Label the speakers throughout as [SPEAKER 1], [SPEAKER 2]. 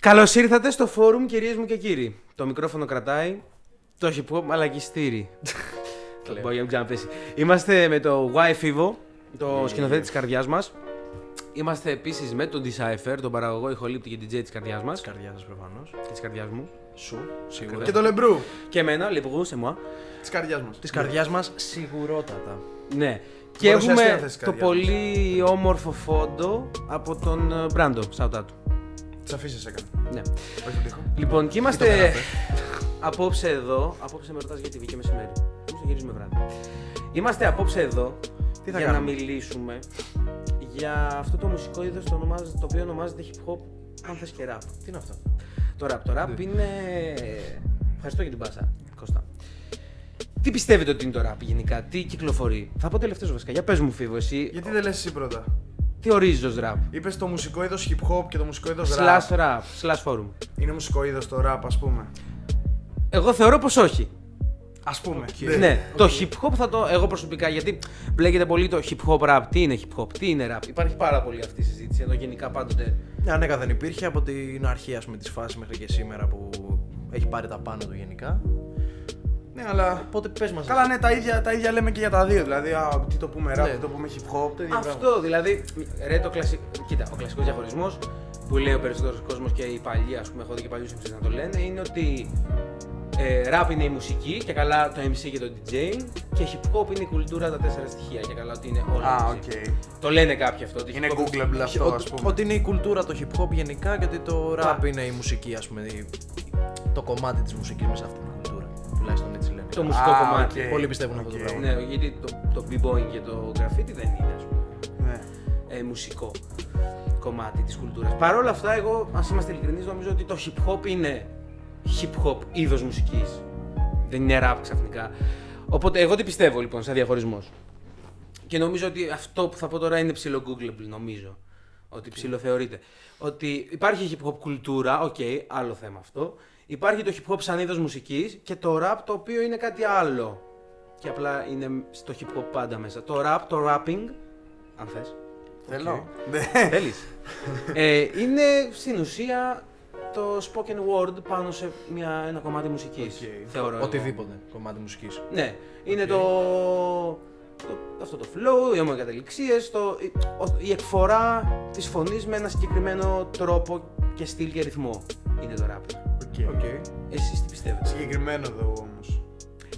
[SPEAKER 1] Καλώς ήρθατε στο φόρουμ, κυρίες μου και κύριοι. Το μικρόφωνο κρατάει. Το έχει πω μαλακιστήρι. Το πω για να μην ξαναπέσει. Είμαστε με το YFIVO, το σκηνοθέτη της καρδιάς μας. Είμαστε επίσης με τον Decipher, τον παραγωγό ηχολήπτη και DJ της καρδιάς μας.
[SPEAKER 2] Της καρδιάς σα προφανώς.
[SPEAKER 1] Και της καρδιάς μου.
[SPEAKER 2] Σου, σίγουρα.
[SPEAKER 3] Και το λεμπρού
[SPEAKER 1] Και εμένα, λοιπόν, σε moi.
[SPEAKER 3] της καρδιάς μας.
[SPEAKER 2] Της καρδιάς μας σιγουρότατα.
[SPEAKER 1] Ναι. Και
[SPEAKER 3] Παρουσιαστή αν
[SPEAKER 1] έχουμε
[SPEAKER 3] θες της
[SPEAKER 1] το
[SPEAKER 3] καρδιάς.
[SPEAKER 1] πολύ όμορφο φόντο από τον ε, Μπράντο. Σαουτά του.
[SPEAKER 3] Τις αφήσεις έκανα.
[SPEAKER 1] Ναι.
[SPEAKER 3] Όχι τον τοίχο.
[SPEAKER 1] Λοιπόν, και είμαστε απόψε εδώ. Απόψε με ρωτάς γιατί βγήκε μεσημέρι. Πώς θα γυρίζουμε βράδυ. Είμαστε απόψε εδώ
[SPEAKER 3] Τι θα
[SPEAKER 1] για
[SPEAKER 3] κάνουμε?
[SPEAKER 1] να μιλήσουμε για αυτό το μουσικό είδος το, ονομάζ- το οποίο ονομάζεται hip hop, αν θες και rap. Τι είναι αυτό. Το rap. Το
[SPEAKER 3] Ναι.
[SPEAKER 1] rap είναι... Ευχαριστώ για την πάσα, Κώστα. Τι πιστεύετε ότι είναι το rap γενικά, τι κυκλοφορεί. Θα πω τελευταίος βασικά. Για πες μου, Φίβο, εσύ,
[SPEAKER 3] Γιατί δεν λες εσύ πρώτα.
[SPEAKER 1] τι ορίζεις ως rap.
[SPEAKER 3] Είπες το μουσικό είδος hip hop και το μουσικό είδος rap.
[SPEAKER 1] Slash rap, slash forum.
[SPEAKER 3] Είναι μουσικό είδος το rap, ας πούμε.
[SPEAKER 1] Εγώ θεωρώ πως όχι.
[SPEAKER 3] Ας πούμε.
[SPEAKER 1] Ναι, το hip hop θα το. Εγώ προσωπικά, γιατί μπλέκεται πολύ το hip hop rap. Τι είναι hip hop, τι είναι rap. Υπάρχει πάρα πολύ αυτή η συζήτηση ενώ γενικά πάντοτε.
[SPEAKER 2] Ναι, ανέκαθεν υπήρχε από την αρχή ας πούμε, της φάσης μέχρι και σήμερα που έχει πάρει τα πάνω του γενικά.
[SPEAKER 3] Ναι, αλλά.
[SPEAKER 2] Οπότε πες μας.
[SPEAKER 3] Καλά, ναι, τα ίδια, τα ίδια λέμε και για τα δύο. Δηλαδή, α, τι το πούμε rap,
[SPEAKER 2] Ναι.
[SPEAKER 3] τι το πούμε hip hop. το ίδιο πράγμα.
[SPEAKER 1] Αυτό δηλαδή. Ρε, το κλασικό. Κοίτα, ο κλασικός διαχωρισμός που λέει ο περισσότερος κόσμος και οι παλιοί, ας πούμε, έχω δει και παλιούς MCs να το λένε, είναι ότι ε, rap είναι η μουσική και καλά το MC και το DJ και hip hop είναι η κουλτούρα τα τέσσερα στοιχεία και καλά ότι είναι όλα.
[SPEAKER 3] Α, οκ.
[SPEAKER 1] μαζί. Το λένε κάποιοι αυτό. Ότι
[SPEAKER 3] Είναι
[SPEAKER 1] hip hop
[SPEAKER 3] Google αυτό, α
[SPEAKER 2] Ότι,
[SPEAKER 3] πούμε.
[SPEAKER 2] ότι είναι η κουλτούρα το hip hop γενικά και ότι το rap είναι η μουσική, ας πούμε. η- Το κομμάτι της μουσικής μέσα σε αυτή την κουλτούρα. Τουλάχιστον έτσι λένε.
[SPEAKER 1] Το μουσικό
[SPEAKER 3] Α,
[SPEAKER 1] κομμάτι.
[SPEAKER 3] οκ.
[SPEAKER 2] Πολλοί πιστεύουν αυτό το
[SPEAKER 3] Οκ.
[SPEAKER 2] πράγμα.
[SPEAKER 1] Ναι, γιατί το, το b-boying και το graffiti δεν είναι, ας πούμε.
[SPEAKER 3] Ναι.
[SPEAKER 1] ε, μουσικό κομμάτι της κουλτούρας. Παρ' όλα αυτά, εγώ, αν είμαστε ειλικρινείς, νομίζω ότι το hip hop είναι hip hop είδος μουσικής. Δεν είναι rap ξαφνικά. Οπότε, εγώ τι πιστεύω λοιπόν, σαν διαχωρισμός. Και νομίζω ότι αυτό που θα πω τώρα είναι ψηλό Googleable, νομίζω. Ότι ψηλό θεωρείται. Ότι υπάρχει hip hop κουλτούρα, οκ, άλλο θέμα αυτό. Υπάρχει το hip hop σαν είδος μουσικής και το rap το οποίο είναι κάτι άλλο. Και απλά είναι στο hip hop πάντα μέσα. Το rap, το rapping, αν θες,
[SPEAKER 3] Θέλω.
[SPEAKER 1] Θέλεις. ε, είναι στην ουσία το spoken word πάνω σε μια, ένα κομμάτι μουσικής.
[SPEAKER 3] Οκ.
[SPEAKER 1] Θεωρώ. εγώ.
[SPEAKER 2] Οτιδήποτε κομμάτι μουσικής.
[SPEAKER 1] Ναι. Είναι το, το- Αυτό το flow, οι ομοιοκαταληξίες, η, ο- η εκφορά της φωνής με ένα συγκεκριμένο τρόπο και στυλ και ρυθμό. Είναι το rap.
[SPEAKER 3] Οκ.
[SPEAKER 1] Εσείς τι πιστεύετε.
[SPEAKER 3] Συγκεκριμένο εδώ όμως.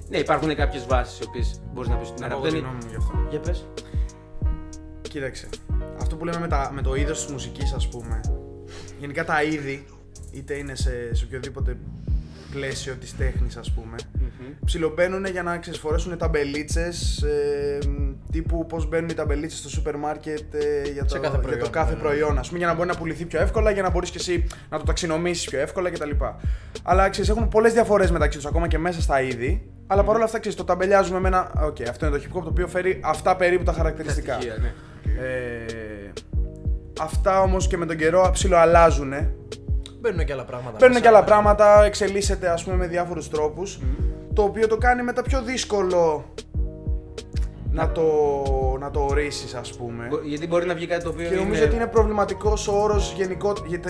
[SPEAKER 1] Ναι, υπάρχουν κάποιες βάσεις οι οποίες μπορείς να πεις ότι
[SPEAKER 3] Να
[SPEAKER 1] είναι rap.
[SPEAKER 3] πω εγώ τη
[SPEAKER 1] Δεν
[SPEAKER 3] γνώμη
[SPEAKER 1] είναι...
[SPEAKER 3] μου γι' αυτό.
[SPEAKER 1] Για πες.
[SPEAKER 3] Κοίταξε. Αυτό που λέμε με, τα, με το είδος της μουσικής, ας πούμε. Γενικά τα είδη, είτε είναι σε, σε οποιοδήποτε πλαίσιο της τέχνης, ας πούμε, ψιλομπαίνουν για να ξεσφορέσουν ταμπελίτσες. Ε, τύπου πώς μπαίνουν οι ταμπελίτσες στο σούπερ μάρκετ ε, για,
[SPEAKER 2] Σε
[SPEAKER 3] το,
[SPEAKER 2] κάθε
[SPEAKER 3] για το
[SPEAKER 2] προϊόν,
[SPEAKER 3] κάθε
[SPEAKER 2] ναι.
[SPEAKER 3] προϊόν, ας πούμε, για να μπορεί να πουληθεί πιο εύκολα, για να μπορείς και εσύ να το ταξινομήσεις πιο εύκολα κτλ. Αλλά ξέρεις, έχουν πολλές διαφορές μεταξύ τους, ακόμα και μέσα στα είδη. Αλλά παρόλα αυτά, ξέρεις, το ταμπελιάζουμε με ένα. Οκ, αυτό είναι το hip hop το οποίο φέρει αυτά περίπου τα χαρακτηριστικά.
[SPEAKER 1] Στοιχεία, ναι.
[SPEAKER 3] Ε, αυτά όμως και με τον καιρό ψηλό αλλάζουν.
[SPEAKER 2] Μπαίνουν και άλλα πράγματα.
[SPEAKER 3] Παίρνουν
[SPEAKER 2] μέσα,
[SPEAKER 3] και άλλα
[SPEAKER 2] ναι.
[SPEAKER 3] πράγματα, εξελίσσεται ας πούμε με διάφορους τρόπους. Το οποίο το κάνει μετά πιο δύσκολο να το, να το ορίσεις, ας πούμε.
[SPEAKER 1] Μπο- Γιατί μπορεί να βγει κάτι το οποίο.
[SPEAKER 3] Και νομίζω ότι είναι προβληματικός ο όρο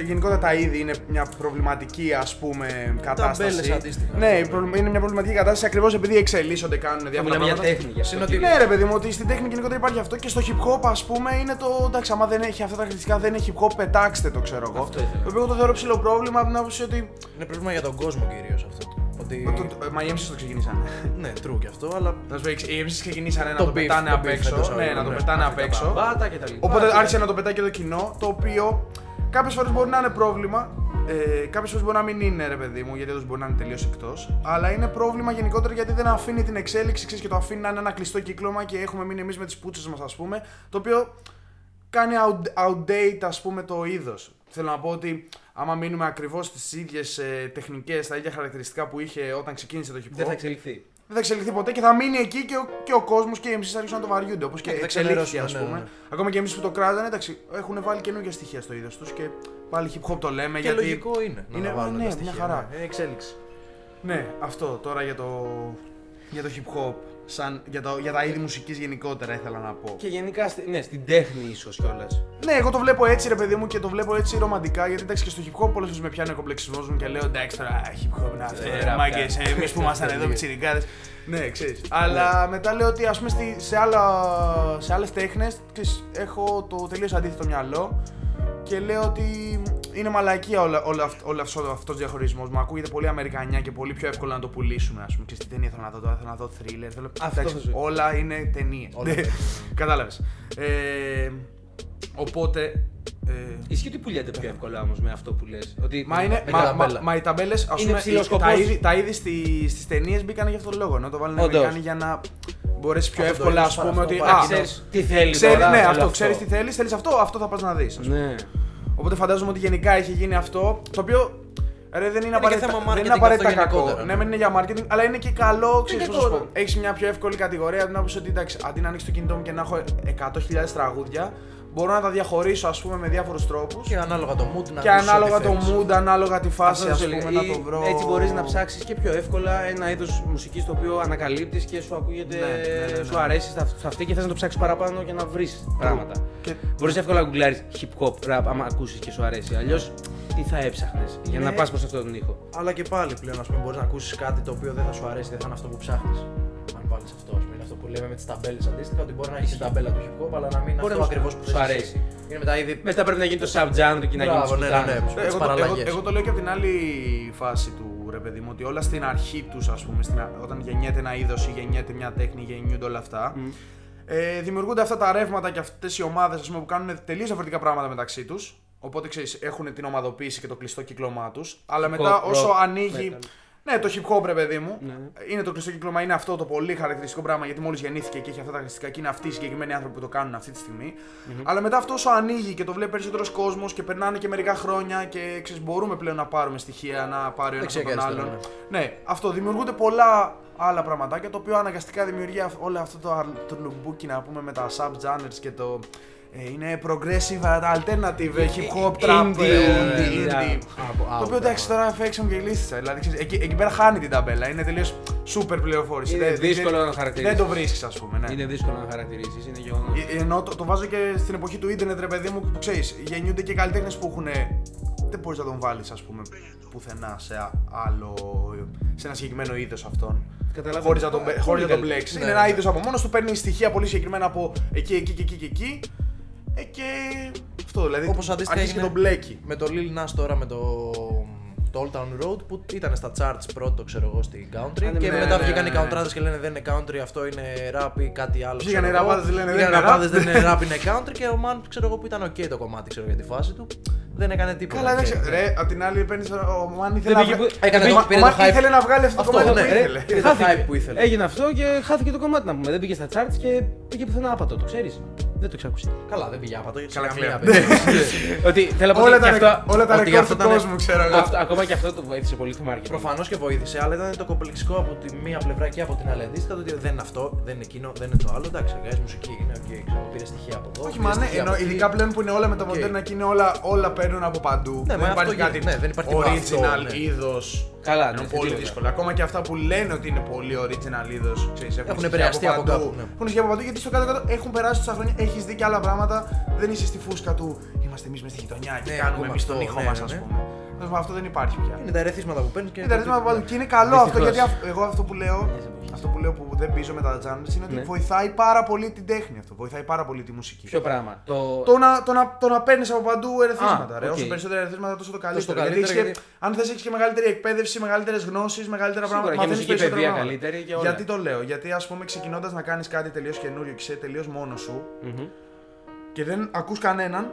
[SPEAKER 3] γενικότερα τα είδη είναι μια προβληματική ας πούμε κατάσταση.
[SPEAKER 2] μπέλες αντίστοιχα.
[SPEAKER 3] Ναι, η προβλημα- είναι μια προβληματική κατάσταση ακριβώς επειδή εξελίσσονται, κάνουν
[SPEAKER 1] Θα
[SPEAKER 3] διάφορα
[SPEAKER 1] μιλάμε για
[SPEAKER 3] πράγματα.
[SPEAKER 1] τέχνη. γι' αυτό.
[SPEAKER 2] Συνοτι-
[SPEAKER 3] Ναι, ρε παιδί μου, ότι στην τέχνη γενικότερα υπάρχει αυτό και στο hip hop, ας πούμε, είναι το. Εντάξει, άμα δεν έχει αυτά τα χαρακτηριστικά, δεν είναι hip hop, πετάξτε το, ξέρω εγώ.
[SPEAKER 1] Αυτό ήθελα.
[SPEAKER 3] Το οποίο εγώ το θεωρώ ψηλό πρόβλημα από την άποψη ότι.
[SPEAKER 2] Είναι πρόβλημα για τον κόσμο κυρίως αυτό. Ότι...
[SPEAKER 3] Το- το- ε, Μα οι MCs το ξεκινήσαν.
[SPEAKER 2] Ναι, true κι αυτό, αλλά
[SPEAKER 3] Να σου πω, οι MCs ξεκινήσανε να
[SPEAKER 2] Το
[SPEAKER 3] το
[SPEAKER 2] beef,
[SPEAKER 3] πετάνε
[SPEAKER 2] το
[SPEAKER 3] απ'
[SPEAKER 2] beef
[SPEAKER 3] έξω.
[SPEAKER 2] φέτος,
[SPEAKER 3] Ναι,
[SPEAKER 2] όλοι,
[SPEAKER 3] να το
[SPEAKER 2] ναι.
[SPEAKER 3] πετάνε απ' έξω.
[SPEAKER 1] Μπάτα και τα λοιπά.
[SPEAKER 3] Οπότε
[SPEAKER 1] Και-
[SPEAKER 3] άρχισε να το πετάει και το κοινό, το οποίο κάποιες φορές μπορεί να είναι πρόβλημα. Ε, κάποιες φορές μπορεί να μην είναι, ρε παιδί μου, γιατί όντως μπορεί να είναι τελείως εκτός. Αλλά είναι πρόβλημα γενικότερα γιατί δεν αφήνει την εξέλιξη ξέρεις, και το αφήνει να είναι ένα κλειστό κύκλωμα και έχουμε μείνει εμείς με τις πούτσες μας, ας πούμε. Το οποίο κάνει out- outdate, ας πούμε, το είδος. Θέλω να πω ότι άμα μείνουμε ακριβώς στις ίδιες ε, τεχνικές, τα ίδια χαρακτηριστικά που είχε όταν ξεκίνησε το hip hop,
[SPEAKER 1] Δεν θα εξελιχθεί.
[SPEAKER 3] δεν θα εξελιχθεί ποτέ και θα μείνει εκεί και ο, και ο κόσμος και οι MCs θα αρχίσουν να το βαριούνται. Όπως και
[SPEAKER 2] Ε, θα
[SPEAKER 3] εξελίχθηκε, α
[SPEAKER 2] ξενερώσουν, ναι,
[SPEAKER 3] πούμε.
[SPEAKER 2] ναι, ναι.
[SPEAKER 3] Ακόμα και εμείς που το κράζανε, εντάξει, έχουν βάλει καινούργια στοιχεία στο είδος τους και πάλι hip hop το λέμε.
[SPEAKER 2] και
[SPEAKER 3] γιατί...
[SPEAKER 2] λογικό είναι να
[SPEAKER 3] είναι-
[SPEAKER 2] τα βάλουν
[SPEAKER 3] ναι,
[SPEAKER 2] τα
[SPEAKER 3] μια
[SPEAKER 2] στοιχεία,
[SPEAKER 3] χαρά.
[SPEAKER 2] ναι. Ε, εξέλιξη.
[SPEAKER 3] Ναι, αυτό τώρα για το, για το hip hop. σαν, για, τα, για τα είδη μουσικής γενικότερα ήθελα να πω.
[SPEAKER 1] Και γενικά στη- ναι, στην τέχνη ίσως κιόλας.
[SPEAKER 3] Ναι, εγώ το βλέπω έτσι ρε παιδί μου και το βλέπω έτσι ρομαντικά γιατί εντάξει και στο hip hop πολλές φορές με πιάνει ο κομπλεξισμός μου και λέω εντάξει τώρα hip hop είναι αυτό,
[SPEAKER 1] Ε,
[SPEAKER 3] ρε
[SPEAKER 1] ραπ,
[SPEAKER 3] μάγκες, εμείς που ήμασταν εδώ με τσιρικάδες. Ναι, ξέρεις. Αλλά μετά λέω ότι ας πούμε στη, σε, άλλα, σε άλλες τέχνες ξέρεις, έχω το τελείως αντίθετο μυαλό και λέω ότι είναι μαλακία όλα, όλα, αυ- όλα αυτός, αυτός ο διαχωρισμός μου. Ακούγεται πολύ αμερικανιά και πολύ πιο εύκολο να το πουλήσουμε, ας πούμε. Και στην ταινία θέλω να δω τώρα, θέλω να δω thriller, θέλω...
[SPEAKER 1] Αυτό
[SPEAKER 3] Εντάξει,
[SPEAKER 1] σου.
[SPEAKER 3] όλα είναι ταινία.
[SPEAKER 2] Όλα.
[SPEAKER 3] Κατάλαβες. Ε, οπότε. Ε,
[SPEAKER 1] Ισχύει ότι πουλιέται πιο εύκολα όμως με αυτό που λες. Ότι
[SPEAKER 3] μα, είναι,
[SPEAKER 1] με
[SPEAKER 3] μα,
[SPEAKER 1] τα-
[SPEAKER 3] μα,
[SPEAKER 2] ταμπέλα.
[SPEAKER 3] μα οι ταμπέλες.
[SPEAKER 1] Είναι ψηλός
[SPEAKER 3] τα
[SPEAKER 1] σκοπός.
[SPEAKER 3] είδη, τα είδη στι στις ταινίες μπήκαν για αυτόν τον λόγο. Ενώ το βάλανε
[SPEAKER 1] Όντως.
[SPEAKER 3] Αμερικάνοι για να μπορέσεις πιο
[SPEAKER 2] Αυτό το
[SPEAKER 3] εύκολα,
[SPEAKER 2] είδος,
[SPEAKER 3] ας πούμε,
[SPEAKER 2] αυτό
[SPEAKER 3] ότι.
[SPEAKER 2] πάρα
[SPEAKER 3] Α,
[SPEAKER 2] πολύ.
[SPEAKER 3] ξέρει,
[SPEAKER 1] Ξέρεις τι θέλει τώρα,
[SPEAKER 3] ναι,
[SPEAKER 1] θέλω
[SPEAKER 3] αυτό, ξέρεις τι θέλεις, θέλεις αυτό, αυτό θα πας να δεις.
[SPEAKER 1] Ναι.
[SPEAKER 3] Οπότε φαντάζομαι ότι γενικά έχει γίνει αυτό. Το οποίο ρε, δεν είναι,
[SPEAKER 2] και
[SPEAKER 3] απαραίτητα,
[SPEAKER 2] θέμα
[SPEAKER 3] δεν είναι
[SPEAKER 2] marketing
[SPEAKER 3] απαραίτητα
[SPEAKER 2] αυτό
[SPEAKER 3] κακό.
[SPEAKER 2] γενικότερα.
[SPEAKER 3] Ναι, μεν είναι για marketing, αλλά είναι και καλό. Ξέρεις, πώς να σου πω.
[SPEAKER 1] κακό.
[SPEAKER 3] Έχεις μια πιο εύκολη κατηγορία. Να πει ότι εντάξει, αντί να ανοίξει το κινητό μου και να έχω 100.000 τραγούδια, μπορώ να τα διαχωρίσω ας πούμε, με διάφορους τρόπους.
[SPEAKER 2] Και ανάλογα το mood να
[SPEAKER 3] Και
[SPEAKER 2] ακούσεις
[SPEAKER 3] ανάλογα
[SPEAKER 2] ό,τι
[SPEAKER 3] το
[SPEAKER 2] θέλεις.
[SPEAKER 3] mood, ανάλογα τη φάση,
[SPEAKER 1] Αυτό
[SPEAKER 3] ας
[SPEAKER 1] σου
[SPEAKER 3] πούμε,
[SPEAKER 1] έλεγα.
[SPEAKER 3] να
[SPEAKER 1] Ή
[SPEAKER 3] το βρω.
[SPEAKER 1] Έτσι μπορείς να ψάξεις και πιο εύκολα ένα είδος μουσικής το οποίο ανακαλύπτεις και σου ακούγεται.
[SPEAKER 3] Ναι, ναι, ναι, ναι.
[SPEAKER 1] Σου αρέσει στα- σε αυτή και θες να το ψάξεις παραπάνω και να βρεις πράγματα.
[SPEAKER 3] Και-
[SPEAKER 1] Μπορείς εύκολα να γκουγκλάρεις hip hop rap άμα ακούσεις και σου αρέσει. Αλλιώς τι θα έψαχνες για να
[SPEAKER 2] Ναι.
[SPEAKER 1] πας προς αυτόν τον ήχο.
[SPEAKER 2] Αλλά και πάλι πλέον, ας πούμε, μπορείς να ακούσεις κάτι το οποίο δεν θα σου αρέσει, δεν θα είναι αυτό που ψάχνεις. Αν βάλεις αυτό, ας πούμε. Είναι αυτό που λέμε με τις ταμπέλες αντίστοιχα, ότι μπορεί να έχει την ταμπέλα του hip hop, αλλά να μην είναι
[SPEAKER 1] Μπορεί
[SPEAKER 2] αυτό
[SPEAKER 1] να σου-
[SPEAKER 2] ακριβώς που
[SPEAKER 1] σου
[SPEAKER 2] θες εσύ.
[SPEAKER 1] αρέσει.
[SPEAKER 2] Είναι μετά ήδη.
[SPEAKER 1] Μετά πρέπει να γίνει το subgenre και να γίνει
[SPEAKER 2] Μπράβο, ναι, ναι,
[SPEAKER 1] σκουτάνες.
[SPEAKER 2] ναι. Ε,
[SPEAKER 3] Εγώ, το, εγώ,
[SPEAKER 2] παραλλαγές.
[SPEAKER 3] εγώ το λέω και από την άλλη φάση του ρε παιδί μου, ότι όλα στην αρχή τους, ας πούμε, στην, α- όταν γεννιέται ένα είδος ή γεννιέται μια τέχνη, γεννιούνται όλα αυτά. Ε, δημιουργούνται αυτά τα ρεύματα και αυτές οι ομάδες που κάνουν τελείως διαφορετικά πράγματα μεταξύ τους. Οπότε ξέρεις, έχουν την ομαδοποίηση και το κλειστό κύκλωμά τους. Αλλά
[SPEAKER 1] Hip-hop,
[SPEAKER 3] μετά όσο
[SPEAKER 1] rock,
[SPEAKER 3] ανοίγει.
[SPEAKER 1] metal.
[SPEAKER 3] Ναι, το hip hop, ρε παιδί μου.
[SPEAKER 1] Ναι.
[SPEAKER 3] Είναι το κλειστό κύκλωμα, είναι αυτό το πολύ χαρακτηριστικό πράγμα γιατί μόλις γεννήθηκε και έχει αυτά τα χαρακτηριστικά και είναι αυτοί οι συγκεκριμένοι άνθρωποι που το κάνουν αυτή τη στιγμη Αλλά μετά αυτό όσο ανοίγει και το βλέπει περισσότερος κόσμος και περνάνε και μερικά χρόνια και ξέρεις, μπορούμε πλέον να πάρουμε στοιχεία, να πάρει ο ένας από τον
[SPEAKER 2] ξεκαθαρίζεται,
[SPEAKER 3] άλλον. Ναι, αυτό δημιουργούνται πολλά άλλα πραγματάκια το οποίο αναγκαστικά δημιουργεί αυ- όλο αυτό το, αρλ- το λουμπούκι να πούμε με τα sub-genres και το. ε, είναι progressive alternative, hip hop, trap,
[SPEAKER 1] Indie,
[SPEAKER 3] ε,
[SPEAKER 1] indie,
[SPEAKER 3] indie.
[SPEAKER 1] yeah.
[SPEAKER 3] Το οποίο εντάξει τώρα φέξαμε και γλίστησα. Δηλαδή ξέρεις, εκεί, εκεί πέρα χάνει την ταμπέλα. Είναι τελείω super πληροφόρηση.
[SPEAKER 1] Είναι
[SPEAKER 3] Δεν- δεν
[SPEAKER 1] δύσκολο
[SPEAKER 3] ξέρεις-
[SPEAKER 1] να χαρακτηρίσεις.
[SPEAKER 3] Δεν το βρίσκει, α πούμε. Ναι.
[SPEAKER 1] Είναι δύσκολο να χαρακτηρίσει, είναι γεγονό.
[SPEAKER 3] Ε, Ενώ το, το βάζω και στην εποχή του ίντερνετ, ρε παιδί μου, που ξέρει, γεννιούνται και καλλιτέχνε που έχουν. Δεν μπορεί να τον βάλει, α πούμε, πουθενά σε α- άλλο. σε ένα συγκεκριμένο είδο αυτόν.
[SPEAKER 1] Καταλαβαίνω.
[SPEAKER 3] Χωρί να τον, μπε-
[SPEAKER 1] Πολύ
[SPEAKER 3] χωρίς να τον
[SPEAKER 1] καλύτερο.
[SPEAKER 3] μπλέξει.
[SPEAKER 2] Ναι,
[SPEAKER 3] είναι ένα
[SPEAKER 2] ναι.
[SPEAKER 3] είδο από μόνο του, παίρνει στοιχεία πολύ συγκεκριμένα από εκεί, εκεί και εκεί και εκεί. Ε, και αυτό δηλαδή.
[SPEAKER 2] Όπως αντίστοιχα.
[SPEAKER 3] αρχίζει και
[SPEAKER 2] έγινε
[SPEAKER 3] τον μπλέκει.
[SPEAKER 2] Με το Lil Nas τώρα με το. Το Old Town Road που ήταν στα charts πρώτο, ξέρω εγώ, στην country.
[SPEAKER 1] ναι,
[SPEAKER 2] και
[SPEAKER 1] ναι,
[SPEAKER 2] μετά
[SPEAKER 3] ναι,
[SPEAKER 2] βγήκαν
[SPEAKER 3] ναι,
[SPEAKER 2] οι
[SPEAKER 3] ναι.
[SPEAKER 2] country και λένε δεν είναι country, αυτό είναι rap ή κάτι άλλο.
[SPEAKER 3] Βγήκαν οι
[SPEAKER 2] ξέρω εγώ.
[SPEAKER 3] ραπάδες, λένε, δεν
[SPEAKER 2] Βγήκαν
[SPEAKER 3] είναι
[SPEAKER 2] οι ραπάδες,
[SPEAKER 3] rap.
[SPEAKER 2] δεν είναι rap, είναι country. Και ο Man, ξέρω εγώ, που ήταν ok το κομμάτι, ξέρω για τη φάση του. Δεν έκανε τίποτα.
[SPEAKER 3] Καλά, εντάξει.
[SPEAKER 2] ξέρεις.
[SPEAKER 3] Ρε, απ' την άλλη παίρνεις. Ο Μάν ήθελε
[SPEAKER 1] Δεν
[SPEAKER 3] να
[SPEAKER 1] πήγε
[SPEAKER 3] βγα-
[SPEAKER 1] που-
[SPEAKER 2] Έκανε
[SPEAKER 3] Ο
[SPEAKER 2] το-
[SPEAKER 3] Μαν-
[SPEAKER 2] πήρε
[SPEAKER 3] ο
[SPEAKER 2] το
[SPEAKER 3] Μαν
[SPEAKER 2] hype.
[SPEAKER 3] ήθελε να βγάλει αυτό το
[SPEAKER 2] Αυτό,
[SPEAKER 3] κομμάτι που
[SPEAKER 2] ναι, ρε.
[SPEAKER 3] ήθελε.
[SPEAKER 2] Πήρε το hype που ήθελε.
[SPEAKER 1] Έγινε αυτό και χάθηκε το κομμάτι να πούμε. Δεν πήγε στα charts και πήγε πουθενά άπατο, το ξέρεις. Δεν το ξακούσατε.
[SPEAKER 2] Καλά, δεν πήγε άπατο.
[SPEAKER 3] Καλά,
[SPEAKER 2] Καλά,
[SPEAKER 3] κλαίω.
[SPEAKER 2] καμία περίπτωση.
[SPEAKER 1] Ότι θέλω να πω
[SPEAKER 3] Όλα
[SPEAKER 1] ότι
[SPEAKER 3] τα
[SPEAKER 1] και
[SPEAKER 3] ρεκ-
[SPEAKER 1] αυτό.
[SPEAKER 3] όλα τα
[SPEAKER 2] ότι
[SPEAKER 3] ρεκόρ
[SPEAKER 2] αυτό
[SPEAKER 3] του
[SPEAKER 2] ήταν-
[SPEAKER 3] κόσμου, ξέρω εγώ.
[SPEAKER 1] αυτό- Ακόμα και αυτό το βοήθησε πολύ στο marketing.
[SPEAKER 2] Προφανώς και βοήθησε, αλλά ήταν το κομπλεξικό από τη μία πλευρά και από την άλλη αντίστοιχα. Το ότι δεν είναι αυτό, δεν είναι εκείνο, δεν είναι το άλλο. Εντάξει, αγκάζει μουσική είναι οκ, ξέρω, πήρε στοιχεία από εδώ.
[SPEAKER 3] Όχι,
[SPEAKER 2] πήρε
[SPEAKER 3] μα ναι,
[SPEAKER 2] στοιχεία
[SPEAKER 3] ενώ
[SPEAKER 2] από εκεί.
[SPEAKER 3] ειδικά πλέον που είναι όλα μεταμοντέρνα και είναι όλα, όλα παίρνουν από παντού.
[SPEAKER 2] Ναι,
[SPEAKER 3] δεν
[SPEAKER 2] μα
[SPEAKER 3] υπάρχει
[SPEAKER 2] αυτό
[SPEAKER 3] κάτι
[SPEAKER 2] γίνεται, ναι, δεν υπάρχει τίποτα αυτό,
[SPEAKER 3] original
[SPEAKER 2] ναι.
[SPEAKER 3] είδος.
[SPEAKER 1] Καλά, ναι,
[SPEAKER 3] είναι
[SPEAKER 1] σε
[SPEAKER 3] πολύ
[SPEAKER 1] τίποτα.
[SPEAKER 3] δύσκολο. Ακόμα και αυτά που λένε ότι είναι πολύ original είδος.
[SPEAKER 2] Έχουν επηρεαστεί από κάπου, ναι.
[SPEAKER 3] Έχουν στοιχεία από παντού γιατί στο κάτω-κάτω έχουν περάσει τόσα χρόνια, έχεις δει και άλλα πράγματα. Δεν είσαι στη φούσκα του. Είμαστε εμείς μες στη γειτονιά και
[SPEAKER 2] Ναι,
[SPEAKER 3] κάνουμε
[SPEAKER 2] ακούμε
[SPEAKER 3] εμείς τον
[SPEAKER 2] αυτό,
[SPEAKER 3] ήχο
[SPEAKER 2] ναι,
[SPEAKER 3] μας, ας
[SPEAKER 2] ναι, ναι.
[SPEAKER 3] πούμε. Τέλος πάντων, Αυτό δεν υπάρχει πια.
[SPEAKER 2] Είναι τα ερεθίσματα που παίρνεις και.
[SPEAKER 3] Είναι τα ρυθμά που βάλουν και είναι καλό αυτό
[SPEAKER 1] Δυστυχώς.
[SPEAKER 3] γιατί αυ- εγώ αυτό που λέω,
[SPEAKER 1] Μιας εποχής.
[SPEAKER 3] αυτό που, λέω που δεν πίζω με τα τζάνερ είναι ότι
[SPEAKER 1] Ναι.
[SPEAKER 3] βοηθάει πάρα πολύ την τέχνη αυτό. Βοηθάει πάρα πολύ τη μουσική.
[SPEAKER 1] Ποιο πράγμα. Το...
[SPEAKER 3] Το να, το να, το να παίρνεις από παντού ερεθίσματα.
[SPEAKER 1] Α,
[SPEAKER 3] ρε.
[SPEAKER 1] οκ.
[SPEAKER 3] Όσο περισσότερα ερεθίσματα, τόσο το καλύτερο.
[SPEAKER 2] το καλύτερο,
[SPEAKER 3] γιατί έχεις
[SPEAKER 2] γιατί-
[SPEAKER 3] και, αν θες έχεις και μεγαλύτερη εκπαίδευση, μεγαλύτερες γνώσεις, μεγαλύτερα
[SPEAKER 1] Σίγουρα,
[SPEAKER 3] πράγματα.
[SPEAKER 1] και
[SPEAKER 3] μαθαίνεις
[SPEAKER 1] μουσική
[SPEAKER 3] περισσότερα
[SPEAKER 1] παιδεία
[SPEAKER 3] πράγματα.
[SPEAKER 1] καλύτερη και όλα.
[SPEAKER 3] Γιατί το λέω, Γιατί ας πούμε ξεκινώντας να κάνεις κάτι τελείως καινούριο και είσαι τελείως μόνος σου
[SPEAKER 1] Μμμ.
[SPEAKER 3] και δεν ακούς κανέναν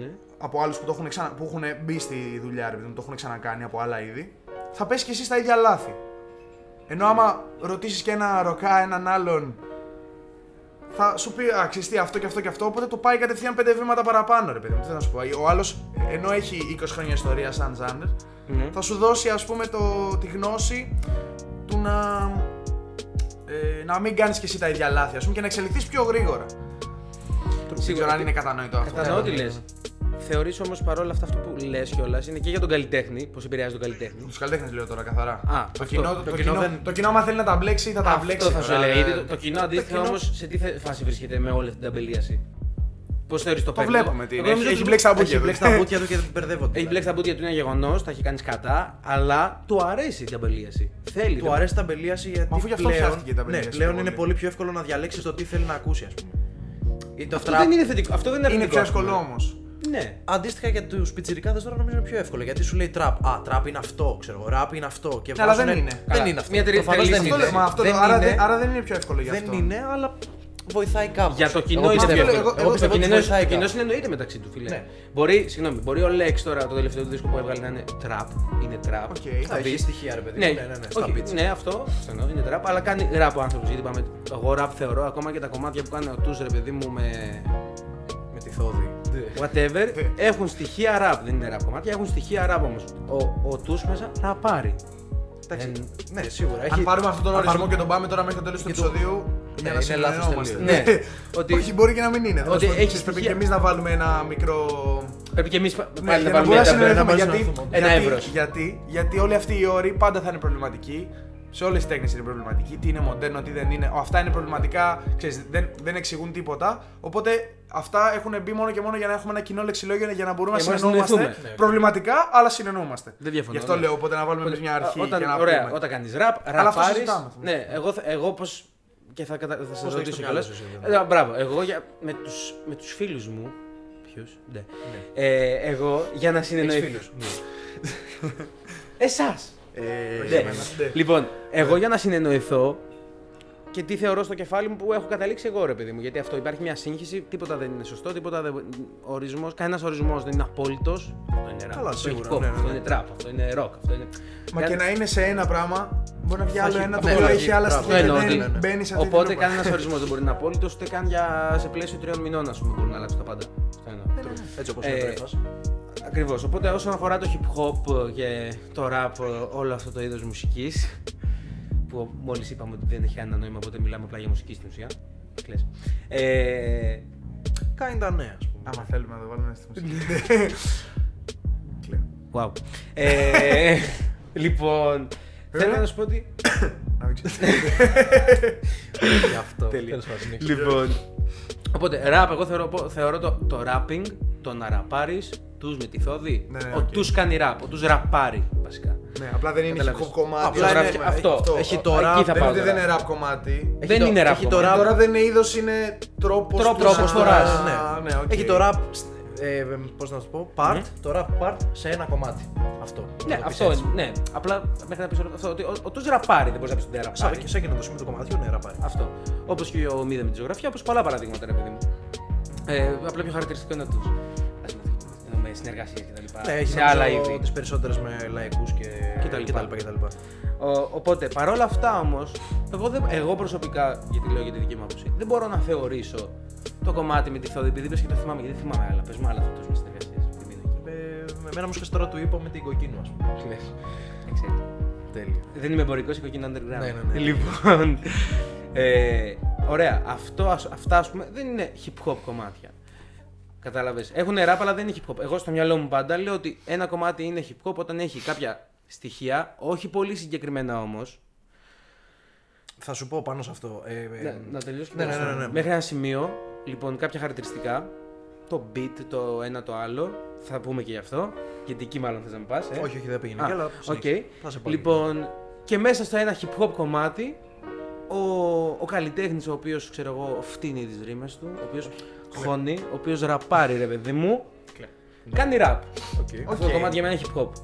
[SPEAKER 1] Ναι.
[SPEAKER 3] από άλλους που, το έχουν ξανα... που έχουν μπει στη δουλειά, ρε, παιδί μου, το έχουν ξανακάνει από άλλα είδη, θα πέσει κι εσύ στα ίδια λάθη. Ενώ άμα ρωτήσεις και ένα ροκά έναν άλλον, θα σου πει Α, ξέρεις τι, αυτό και αυτό και αυτό. Οπότε το πάει κατευθείαν πέντε βήματα παραπάνω, ρε παιδί μου. Τι θέλω να σου πω. Ο άλλος, ενώ έχει 20 χρόνια ιστορία σαν ζάνερ,
[SPEAKER 1] Ναι.
[SPEAKER 3] θα σου δώσει ας πούμε το, τη γνώση του να, ε, να μην κάνεις και εσύ τα ίδια λάθη ας πούμε, και να εξελιχθείς πιο γρήγορα. Δεν ξέρω αν είναι κατανόητο αυτό.
[SPEAKER 1] Κατανοώ τι λε. Θεωρείς όμως παρόλα αυτά αυτό που λες κιόλας είναι και για τον καλλιτέχνη, πώς επηρεάζει τον καλλιτέχνη.
[SPEAKER 3] Τους καλλιτέχνες λέω τώρα καθαρά.
[SPEAKER 1] Α,
[SPEAKER 3] το,
[SPEAKER 1] αυτό.
[SPEAKER 3] κοινό,
[SPEAKER 1] Το
[SPEAKER 3] το,
[SPEAKER 2] κοινό
[SPEAKER 3] κοινό,
[SPEAKER 2] δεν-
[SPEAKER 3] το κοινό, άμα θέλει να τα μπλέξει, θα τα μπλέξει.
[SPEAKER 1] Αυτό θα σου
[SPEAKER 3] τώρα.
[SPEAKER 1] έλεγα.
[SPEAKER 2] ε,
[SPEAKER 1] γιατί το- Το κοινό
[SPEAKER 2] το
[SPEAKER 1] αντίθετα
[SPEAKER 2] κοινό-
[SPEAKER 1] όμως σε τι θε- φάση βρίσκεται με όλη αυτή την ταμπελίαση. Πώς θεωρείς το
[SPEAKER 3] Το
[SPEAKER 1] παίρνει.
[SPEAKER 3] βλέπουμε τι
[SPEAKER 1] Εγώ
[SPEAKER 3] είναι.
[SPEAKER 1] νομίζω
[SPEAKER 3] Έχει, έχει
[SPEAKER 1] ότι-
[SPEAKER 3] μπλέξει τα μπουκιά
[SPEAKER 2] Έχει
[SPEAKER 3] του.
[SPEAKER 2] μπλέξει τα μπουκιά του και δεν μπερδεύονται.
[SPEAKER 1] Έχει
[SPEAKER 2] δηλαδή.
[SPEAKER 1] μπλέξει τα μπουτια του είναι γεγονός, τα έχει κάνει κατά, αλλά του αρέσει η ταμπελίαση. Θέλει.
[SPEAKER 2] Του αρέσει η ταμπελίαση γιατί.
[SPEAKER 3] Μα αφού γι' αυτό
[SPEAKER 2] πλέον-
[SPEAKER 3] φτιάχτηκε η ταμπελίαση
[SPEAKER 2] Ναι,
[SPEAKER 3] στο
[SPEAKER 2] πλέον
[SPEAKER 3] βόλιο.
[SPEAKER 2] είναι πολύ πιο εύκολο να διαλέξει το τι θέλει να ακούσει, ας πούμε. Ή το
[SPEAKER 1] Αυτό
[SPEAKER 2] trap-
[SPEAKER 1] δεν είναι θετικό. Αυτό δεν είναι
[SPEAKER 3] Είναι
[SPEAKER 1] αρνητικό,
[SPEAKER 3] πιο
[SPEAKER 1] ας πούμε.
[SPEAKER 3] εύκολο όμως.
[SPEAKER 1] Ναι.
[SPEAKER 2] Αντίστοιχα για τους πιτσιρικάδες τώρα νομίζω είναι πιο εύκολο. Γιατί σου λέει τραπ. Α, τραπ είναι αυτό, ξέρω εγώ. Ραπ είναι αυτό. Και
[SPEAKER 3] Ναι, αλλά
[SPEAKER 2] βάζουνε-
[SPEAKER 3] δεν είναι.
[SPEAKER 2] Δεν
[SPEAKER 1] Καλά.
[SPEAKER 2] είναι αυτό.
[SPEAKER 1] Μια τελε-
[SPEAKER 2] Προφανώς
[SPEAKER 1] τελείως
[SPEAKER 2] δεν
[SPEAKER 1] είναι.
[SPEAKER 2] είναι.
[SPEAKER 3] Μα αυτό
[SPEAKER 2] Δεν
[SPEAKER 3] το- άρα
[SPEAKER 2] είναι.
[SPEAKER 3] δεν- άρα δεν είναι πιο εύκολο γι' αυτό.
[SPEAKER 2] Δεν είναι, αλλά βοηθάει κάπως.
[SPEAKER 1] Για το κοινό
[SPEAKER 2] Εγώ
[SPEAKER 1] είναι
[SPEAKER 2] πιστεύω-
[SPEAKER 1] πιο εύκολο.
[SPEAKER 2] εγώ- Εγώ
[SPEAKER 1] Το
[SPEAKER 2] πιστεύω ότι
[SPEAKER 1] κοινό,
[SPEAKER 2] βοηθάει
[SPEAKER 1] το κοινό
[SPEAKER 2] κάπως.
[SPEAKER 1] συνεννοείται μεταξύ του, φίλε.
[SPEAKER 2] Ναι.
[SPEAKER 1] Μπορεί, συγγνώμη, μπορεί ο Λέξ τώρα το τελευταίο του δίσκο που έβγαλε να είναι trap. Είναι trap.
[SPEAKER 3] Οκ.
[SPEAKER 1] Θα
[SPEAKER 2] Έχει
[SPEAKER 1] δεις.
[SPEAKER 2] στοιχεία, ρε παιδί.
[SPEAKER 1] Ναι,
[SPEAKER 2] μου, Ναι, ναι, ναι. Στα
[SPEAKER 1] όχι,
[SPEAKER 2] beats.
[SPEAKER 1] ναι, αυτό, αυτό εννοώ, είναι ραπ, αλλά κάνει ραπ ο άνθρωπος. Γιατί είπαμε, εγώ ραπ θεωρώ ακόμα και τα κομμάτια που κάνει ο Τούς, ρε παιδί μου, με
[SPEAKER 2] Με τη θόδη.
[SPEAKER 1] Ναι. whatever, έχουν στοιχεία ραπ. Δεν είναι ραπ κομμάτια, έχουν στοιχεία ραπ όμως. Ο, ο Τούς μέσα ραπάρει.
[SPEAKER 2] Εντάξει,
[SPEAKER 1] Δεν-
[SPEAKER 2] Ναι, σίγουρα.
[SPEAKER 3] Αν
[SPEAKER 2] έχει-
[SPEAKER 3] πάρουμε αυτόν τον
[SPEAKER 2] αν
[SPEAKER 3] ορισμό
[SPEAKER 2] πάρουμε-
[SPEAKER 3] και τον πάμε τώρα μέχρι το τέλος του
[SPEAKER 2] και το-
[SPEAKER 3] επεισοδίου. Για
[SPEAKER 2] Ναι, είναι
[SPEAKER 3] να
[SPEAKER 2] λάθος
[SPEAKER 3] συνεννοούμαστε.
[SPEAKER 1] τελείως. Ναι. Ότι-
[SPEAKER 3] Όχι, μπορεί και να μην είναι.
[SPEAKER 1] Ότι
[SPEAKER 3] Ότι
[SPEAKER 1] έχει
[SPEAKER 3] έχει πρέπει και
[SPEAKER 1] στοιχεία.
[SPEAKER 3] εμείς να βάλουμε ένα μικρό.
[SPEAKER 1] Πρέπει και εμείς
[SPEAKER 3] Ναι,
[SPEAKER 1] πάλι
[SPEAKER 3] για
[SPEAKER 1] να
[SPEAKER 3] να
[SPEAKER 1] πάρουμε
[SPEAKER 3] μπορούμε να
[SPEAKER 1] μια ταμπέλα.
[SPEAKER 3] συνεννοηθούμε. Γιατί,
[SPEAKER 2] μπορούμε να συνεννοηθούμε.
[SPEAKER 1] Ένα
[SPEAKER 3] γιατί-
[SPEAKER 1] εύρος.
[SPEAKER 3] γιατί, γιατί όλοι αυτοί οι όροι πάντα θα είναι προβληματικοί. Σε όλες τις τέχνες είναι προβληματικοί. Τι είναι μοντέρνο, τι δεν είναι. Ο, Αυτά είναι προβληματικά. Ξέρεις, δεν, δεν εξηγούν τίποτα. Οπότε αυτά έχουν μπει μόνο και μόνο για να έχουμε ένα κοινό λεξιλόγιο για να μπορούμε
[SPEAKER 1] Για
[SPEAKER 3] να
[SPEAKER 1] να
[SPEAKER 3] συνεννοούμαστε.
[SPEAKER 1] συνεννοηθούμε. Ναι,
[SPEAKER 3] Προβληματικά, αλλά συνεννοούμαστε.
[SPEAKER 1] Δεν διαφωνώ,
[SPEAKER 3] Γι' αυτό
[SPEAKER 1] ναι.
[SPEAKER 3] λέω. Οπότε να βάλουμε εμείς μια αρχή.
[SPEAKER 1] όταν,
[SPEAKER 3] για να
[SPEAKER 1] ωραία,
[SPEAKER 3] πούμε.
[SPEAKER 1] όταν κάνεις ραπ,
[SPEAKER 3] Αλλά αυτό
[SPEAKER 1] ραπάρεις.
[SPEAKER 3] συζητάμε, θα
[SPEAKER 1] Ναι, εγώ, θα- εγώ πώς. Και θα, κατα... θα σας
[SPEAKER 2] το έχεις
[SPEAKER 1] ρωτήσω
[SPEAKER 2] στο
[SPEAKER 1] κιόλας.
[SPEAKER 2] μυαλό σου, εσύ,
[SPEAKER 1] Ε, μπράβο. Εγώ για, με τους με τους φίλους μου. Ποιους, ναι. Ε, εγώ για να συνεννοηθούμε.
[SPEAKER 2] φίλους.
[SPEAKER 1] Εσάς.
[SPEAKER 3] Ε,
[SPEAKER 1] Ναι.
[SPEAKER 3] εμένα, ναι.
[SPEAKER 1] Λοιπόν, εγώ για να συνεννοηθώ και τι θεωρώ στο κεφάλι μου που έχω καταλήξει εγώ, ρε παιδί μου. Γιατί αυτό υπάρχει μια σύγχυση, τίποτα δεν είναι σωστό, τίποτα δεν. Ορισμός, κανένας ορισμός δεν είναι απόλυτος. Αυτό είναι ραπ.
[SPEAKER 3] Καλά,
[SPEAKER 1] αυτό είναι
[SPEAKER 3] σίγουρα,
[SPEAKER 1] hip hop,
[SPEAKER 3] ναι, ναι,
[SPEAKER 1] Αυτό
[SPEAKER 3] ναι.
[SPEAKER 1] είναι τραπ, αυτό είναι ροκ, αυτό είναι.
[SPEAKER 3] Μα
[SPEAKER 1] Κα-
[SPEAKER 3] και να είναι σε ένα πράγμα, μπορεί να βγει
[SPEAKER 2] Θα
[SPEAKER 3] άλλο
[SPEAKER 2] έχει-
[SPEAKER 3] ένα το
[SPEAKER 2] ναι,
[SPEAKER 3] οποίο
[SPEAKER 2] θα
[SPEAKER 3] έχει
[SPEAKER 2] έχει-
[SPEAKER 3] άλλα
[SPEAKER 2] μπράβο.
[SPEAKER 3] στοιχεία.
[SPEAKER 1] Ναι,
[SPEAKER 3] και
[SPEAKER 1] ναι,
[SPEAKER 3] δεν
[SPEAKER 2] ναι, ναι.
[SPEAKER 3] Μπαίνει σε αυτή την
[SPEAKER 1] Οπότε
[SPEAKER 3] λούπα.
[SPEAKER 1] κανένας ορισμός δεν μπορεί να είναι απόλυτος, ούτε καν για... σε πλαίσιο τριών μηνών, ας πούμε, μπορεί να αλλάξει τα πάντα. Αυτό εννοώ.
[SPEAKER 3] Ναι,
[SPEAKER 2] Έτσι όπως είναι
[SPEAKER 1] Ε,
[SPEAKER 2] το ρεύμα.
[SPEAKER 1] Ακριβώς. Οπότε όσον αφορά το hip hop και το rap, όλο αυτό το είδος μουσικής, που μόλις είπαμε ότι δεν έχει κανένα νόημα, οπότε μιλάμε απλά για μουσική στην ουσία. Κλαις. Ε,
[SPEAKER 2] Kinda ναι, ας πούμε.
[SPEAKER 3] Άμα θέλουμε να το βάλουμε στη μουσική. Κλαίω.
[SPEAKER 1] wow. Ε, λοιπόν,
[SPEAKER 2] Ε.
[SPEAKER 1] θέλω να σου πω ότι.
[SPEAKER 3] Να μην ξέρεις.
[SPEAKER 2] Γι' αυτό.
[SPEAKER 1] Τέλεια.
[SPEAKER 2] Τέλος πάντων, ναι.
[SPEAKER 1] Λοιπόν. Οπότε, rap, εγώ θεωρώ, θεωρώ το, το rapping, το να ραπάρεις, τους με τη θόδη.
[SPEAKER 3] Ναι, ναι,
[SPEAKER 1] ο
[SPEAKER 3] οκ.
[SPEAKER 1] τους κάνει rap, ο τους ραπάρει βασικά.
[SPEAKER 3] Ναι, απλά δεν είναι hip
[SPEAKER 1] Καταλάβες.
[SPEAKER 3] hop κομμάτι.
[SPEAKER 2] Απλά
[SPEAKER 3] Απλά
[SPEAKER 2] είναι
[SPEAKER 3] είναι-
[SPEAKER 1] αυτό.
[SPEAKER 2] Έχει το
[SPEAKER 3] Δεν
[SPEAKER 2] rap,
[SPEAKER 3] είναι
[SPEAKER 1] θα
[SPEAKER 3] ότι
[SPEAKER 1] πάω
[SPEAKER 3] Δεν
[SPEAKER 1] τώρα.
[SPEAKER 3] είναι rap κομμάτι.
[SPEAKER 2] Έχει
[SPEAKER 1] δεν
[SPEAKER 2] το-
[SPEAKER 1] είναι rap
[SPEAKER 2] Έχει το
[SPEAKER 1] κομμάτι.
[SPEAKER 2] rap
[SPEAKER 3] Τώρα δεν είναι είδος, είναι τρόπος
[SPEAKER 1] Τρόπος
[SPEAKER 2] τρόπο
[SPEAKER 1] φοράς.
[SPEAKER 2] φορά.
[SPEAKER 3] Ναι, ναι, οκ.
[SPEAKER 2] Έχει το rap. Ε, Πώς να σου πω, part, το rap part σε ένα κομμάτι. Αυτό.
[SPEAKER 1] Ναι, αυτό είναι. Ναι. Απλά μέχρι να πεις αυτό. Ότι ο, ο τους ραπάρει, δεν μπορείς να πεις ότι δεν ραπάρει.
[SPEAKER 2] Σαν και να το σημείο του κομματιού, ναι, ραπάρι.
[SPEAKER 1] Αυτό. Όπως και ο Μίδα με τη ζωγραφία, όπως πολλά παραδείγματα, ρε παιδί μου. Ε, απλά πιο χαρακτηριστικό είναι του. Εδώ με συνεργασίε κτλ.
[SPEAKER 2] Ναι, έχει
[SPEAKER 1] σε άλλα είδη.
[SPEAKER 2] Τις περισσότερες με λαϊκούς και
[SPEAKER 1] Και τα λοιπά.
[SPEAKER 2] και τα λοιπά, και τα λοιπά.
[SPEAKER 1] Ο, οπότε, παρόλα αυτά όμως, εγώ, δεν- εγώ προσωπικά, γιατί λέω για τη δική μου άποψη, δεν μπορώ να θεωρήσω το κομμάτι με τη Θόδη, επειδή πες και το θυμάμαι, γιατί δεν θυμάμαι άλλα. Πες μου άλλα θα με συνεργασίες.
[SPEAKER 2] Ε, Εμένα μου σχέση τώρα του είπα με την κοκκίνου, ας πούμε. Τέλεια.
[SPEAKER 1] Δεν είμαι εμπορικός, είμαι κοκκινό underground.
[SPEAKER 2] Ναι, ναι, ναι.
[SPEAKER 1] Λοιπόν. Ε, ωραία. Αυτό, ας- αυτά ας πούμε δεν είναι hip hop κομμάτια. Κατάλαβες. Έχουν ραπ, αλλά δεν είναι hip hop. Εγώ στο μυαλό μου πάντα λέω ότι ένα κομμάτι είναι hip hop όταν έχει κάποια στοιχεία, όχι πολύ συγκεκριμένα όμως.
[SPEAKER 2] Θα σου πω πάνω σε αυτό. ε, ε,
[SPEAKER 1] Να, να τελειώσω και
[SPEAKER 2] ναι,
[SPEAKER 1] να-
[SPEAKER 2] ναι, ναι, ναι.
[SPEAKER 1] Μέχρι ένα σημείο, λοιπόν, κάποια χαρακτηριστικά. Το beat, το ένα το άλλο. Θα πούμε και γι' αυτό. Γιατί εκεί μάλλον θες να πας. Ε.
[SPEAKER 2] Όχι, όχι, δεν πήγαινε.
[SPEAKER 1] Α,
[SPEAKER 2] και, αλλά
[SPEAKER 1] οκ.
[SPEAKER 2] συνέχισε. Θα σε πω.
[SPEAKER 1] Λοιπόν, και μέσα στο ένα hip hop κομμάτι, ο, ο καλλιτέχνης ο οποίος ξέρω εγώ φτύνει τις ρήμες του, ο οποίος χώνει, ο οποίος ραπάρει ρε παιδί μου, κάνει ραπ.
[SPEAKER 2] Οκ.
[SPEAKER 1] Αυτό το
[SPEAKER 3] Οκ.
[SPEAKER 1] κομμάτι για μένα είναι hip hop.
[SPEAKER 3] Οκ.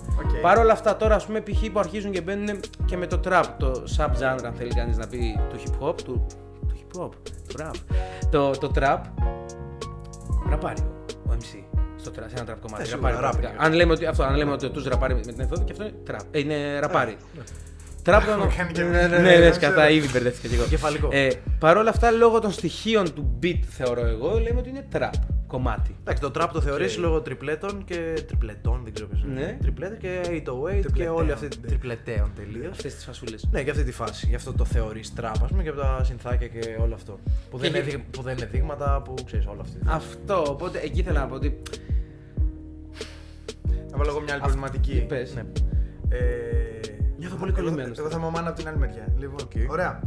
[SPEAKER 1] Παρ' όλα αυτά τώρα, ας πούμε, π.χ. που αρχίζουν και μπαίνουν και με το trap, το sub-genre, αν θέλει κανείς να πει, του hip hop, του, του hip hop, του rap. Το, το trap, ραπάρει ο MC. Στο, τρα- σε ένα τραπ κομμάτι.
[SPEAKER 2] Ναι, σίγουρα,
[SPEAKER 1] ραπάρει,
[SPEAKER 2] ράπ είναι.
[SPEAKER 1] πραγματικά. αν λέμε ότι, αυτό,
[SPEAKER 3] Ναι.
[SPEAKER 1] αν λέμε ότι ο Τούς ραπάρει με την εθόδη και αυτό είναι τραπ. Ε, είναι ραπάρι. Τραπ τον.
[SPEAKER 3] ναι. Κάνει και-
[SPEAKER 1] Ναι, ναι,
[SPEAKER 3] ναι,
[SPEAKER 1] ναι,
[SPEAKER 3] ναι,
[SPEAKER 1] ναι,
[SPEAKER 3] ξέρω.
[SPEAKER 1] κατά, ήδη μπερδεύτηκα και εγώ.
[SPEAKER 2] Κεφαλικό.
[SPEAKER 1] Ε, Παρ' όλα αυτά, λόγω των στοιχείων του beat, θεωρώ εγώ, λέμε ότι είναι trap κομμάτι.
[SPEAKER 2] Εντάξει, το trap το θεωρείς
[SPEAKER 1] Και-
[SPEAKER 2] λόγω τριπλέτων και τριπλετών, δεν ξέρω ποιος είναι.
[SPEAKER 1] Ναι.
[SPEAKER 2] Τριπλέτων και 808 και
[SPEAKER 3] Τριπλετέων,
[SPEAKER 2] όλη αυτή την
[SPEAKER 3] ναι.
[SPEAKER 2] τριπλετέων τελείως.
[SPEAKER 1] Αυτές τις φασούλες.
[SPEAKER 2] Ναι, για αυτή τη φάση. Γι' αυτό το θεωρείς trap, ας πούμε, και από τα συνθάκια και όλο αυτό. Που, δεν,
[SPEAKER 1] Και
[SPEAKER 2] είναι,
[SPEAKER 1] γι-
[SPEAKER 2] δει- που δεν είναι δείγματα, που ξέρεις όλο αυτό.
[SPEAKER 1] Αυτό, οπότε εκεί ήθελα να πω ότι
[SPEAKER 3] Θα βάλω εγώ μια άλλη προβληματική.
[SPEAKER 1] πες.
[SPEAKER 3] Ναι. Ε,
[SPEAKER 1] Νιώθω πολύ
[SPEAKER 3] εγώ-
[SPEAKER 1] κολλημένος
[SPEAKER 3] Εγώ θα
[SPEAKER 1] τώρα.
[SPEAKER 3] είμαι ο Μάνα από την άλλη μεριά. Λοιπόν,
[SPEAKER 2] Οκ.
[SPEAKER 3] ωραία.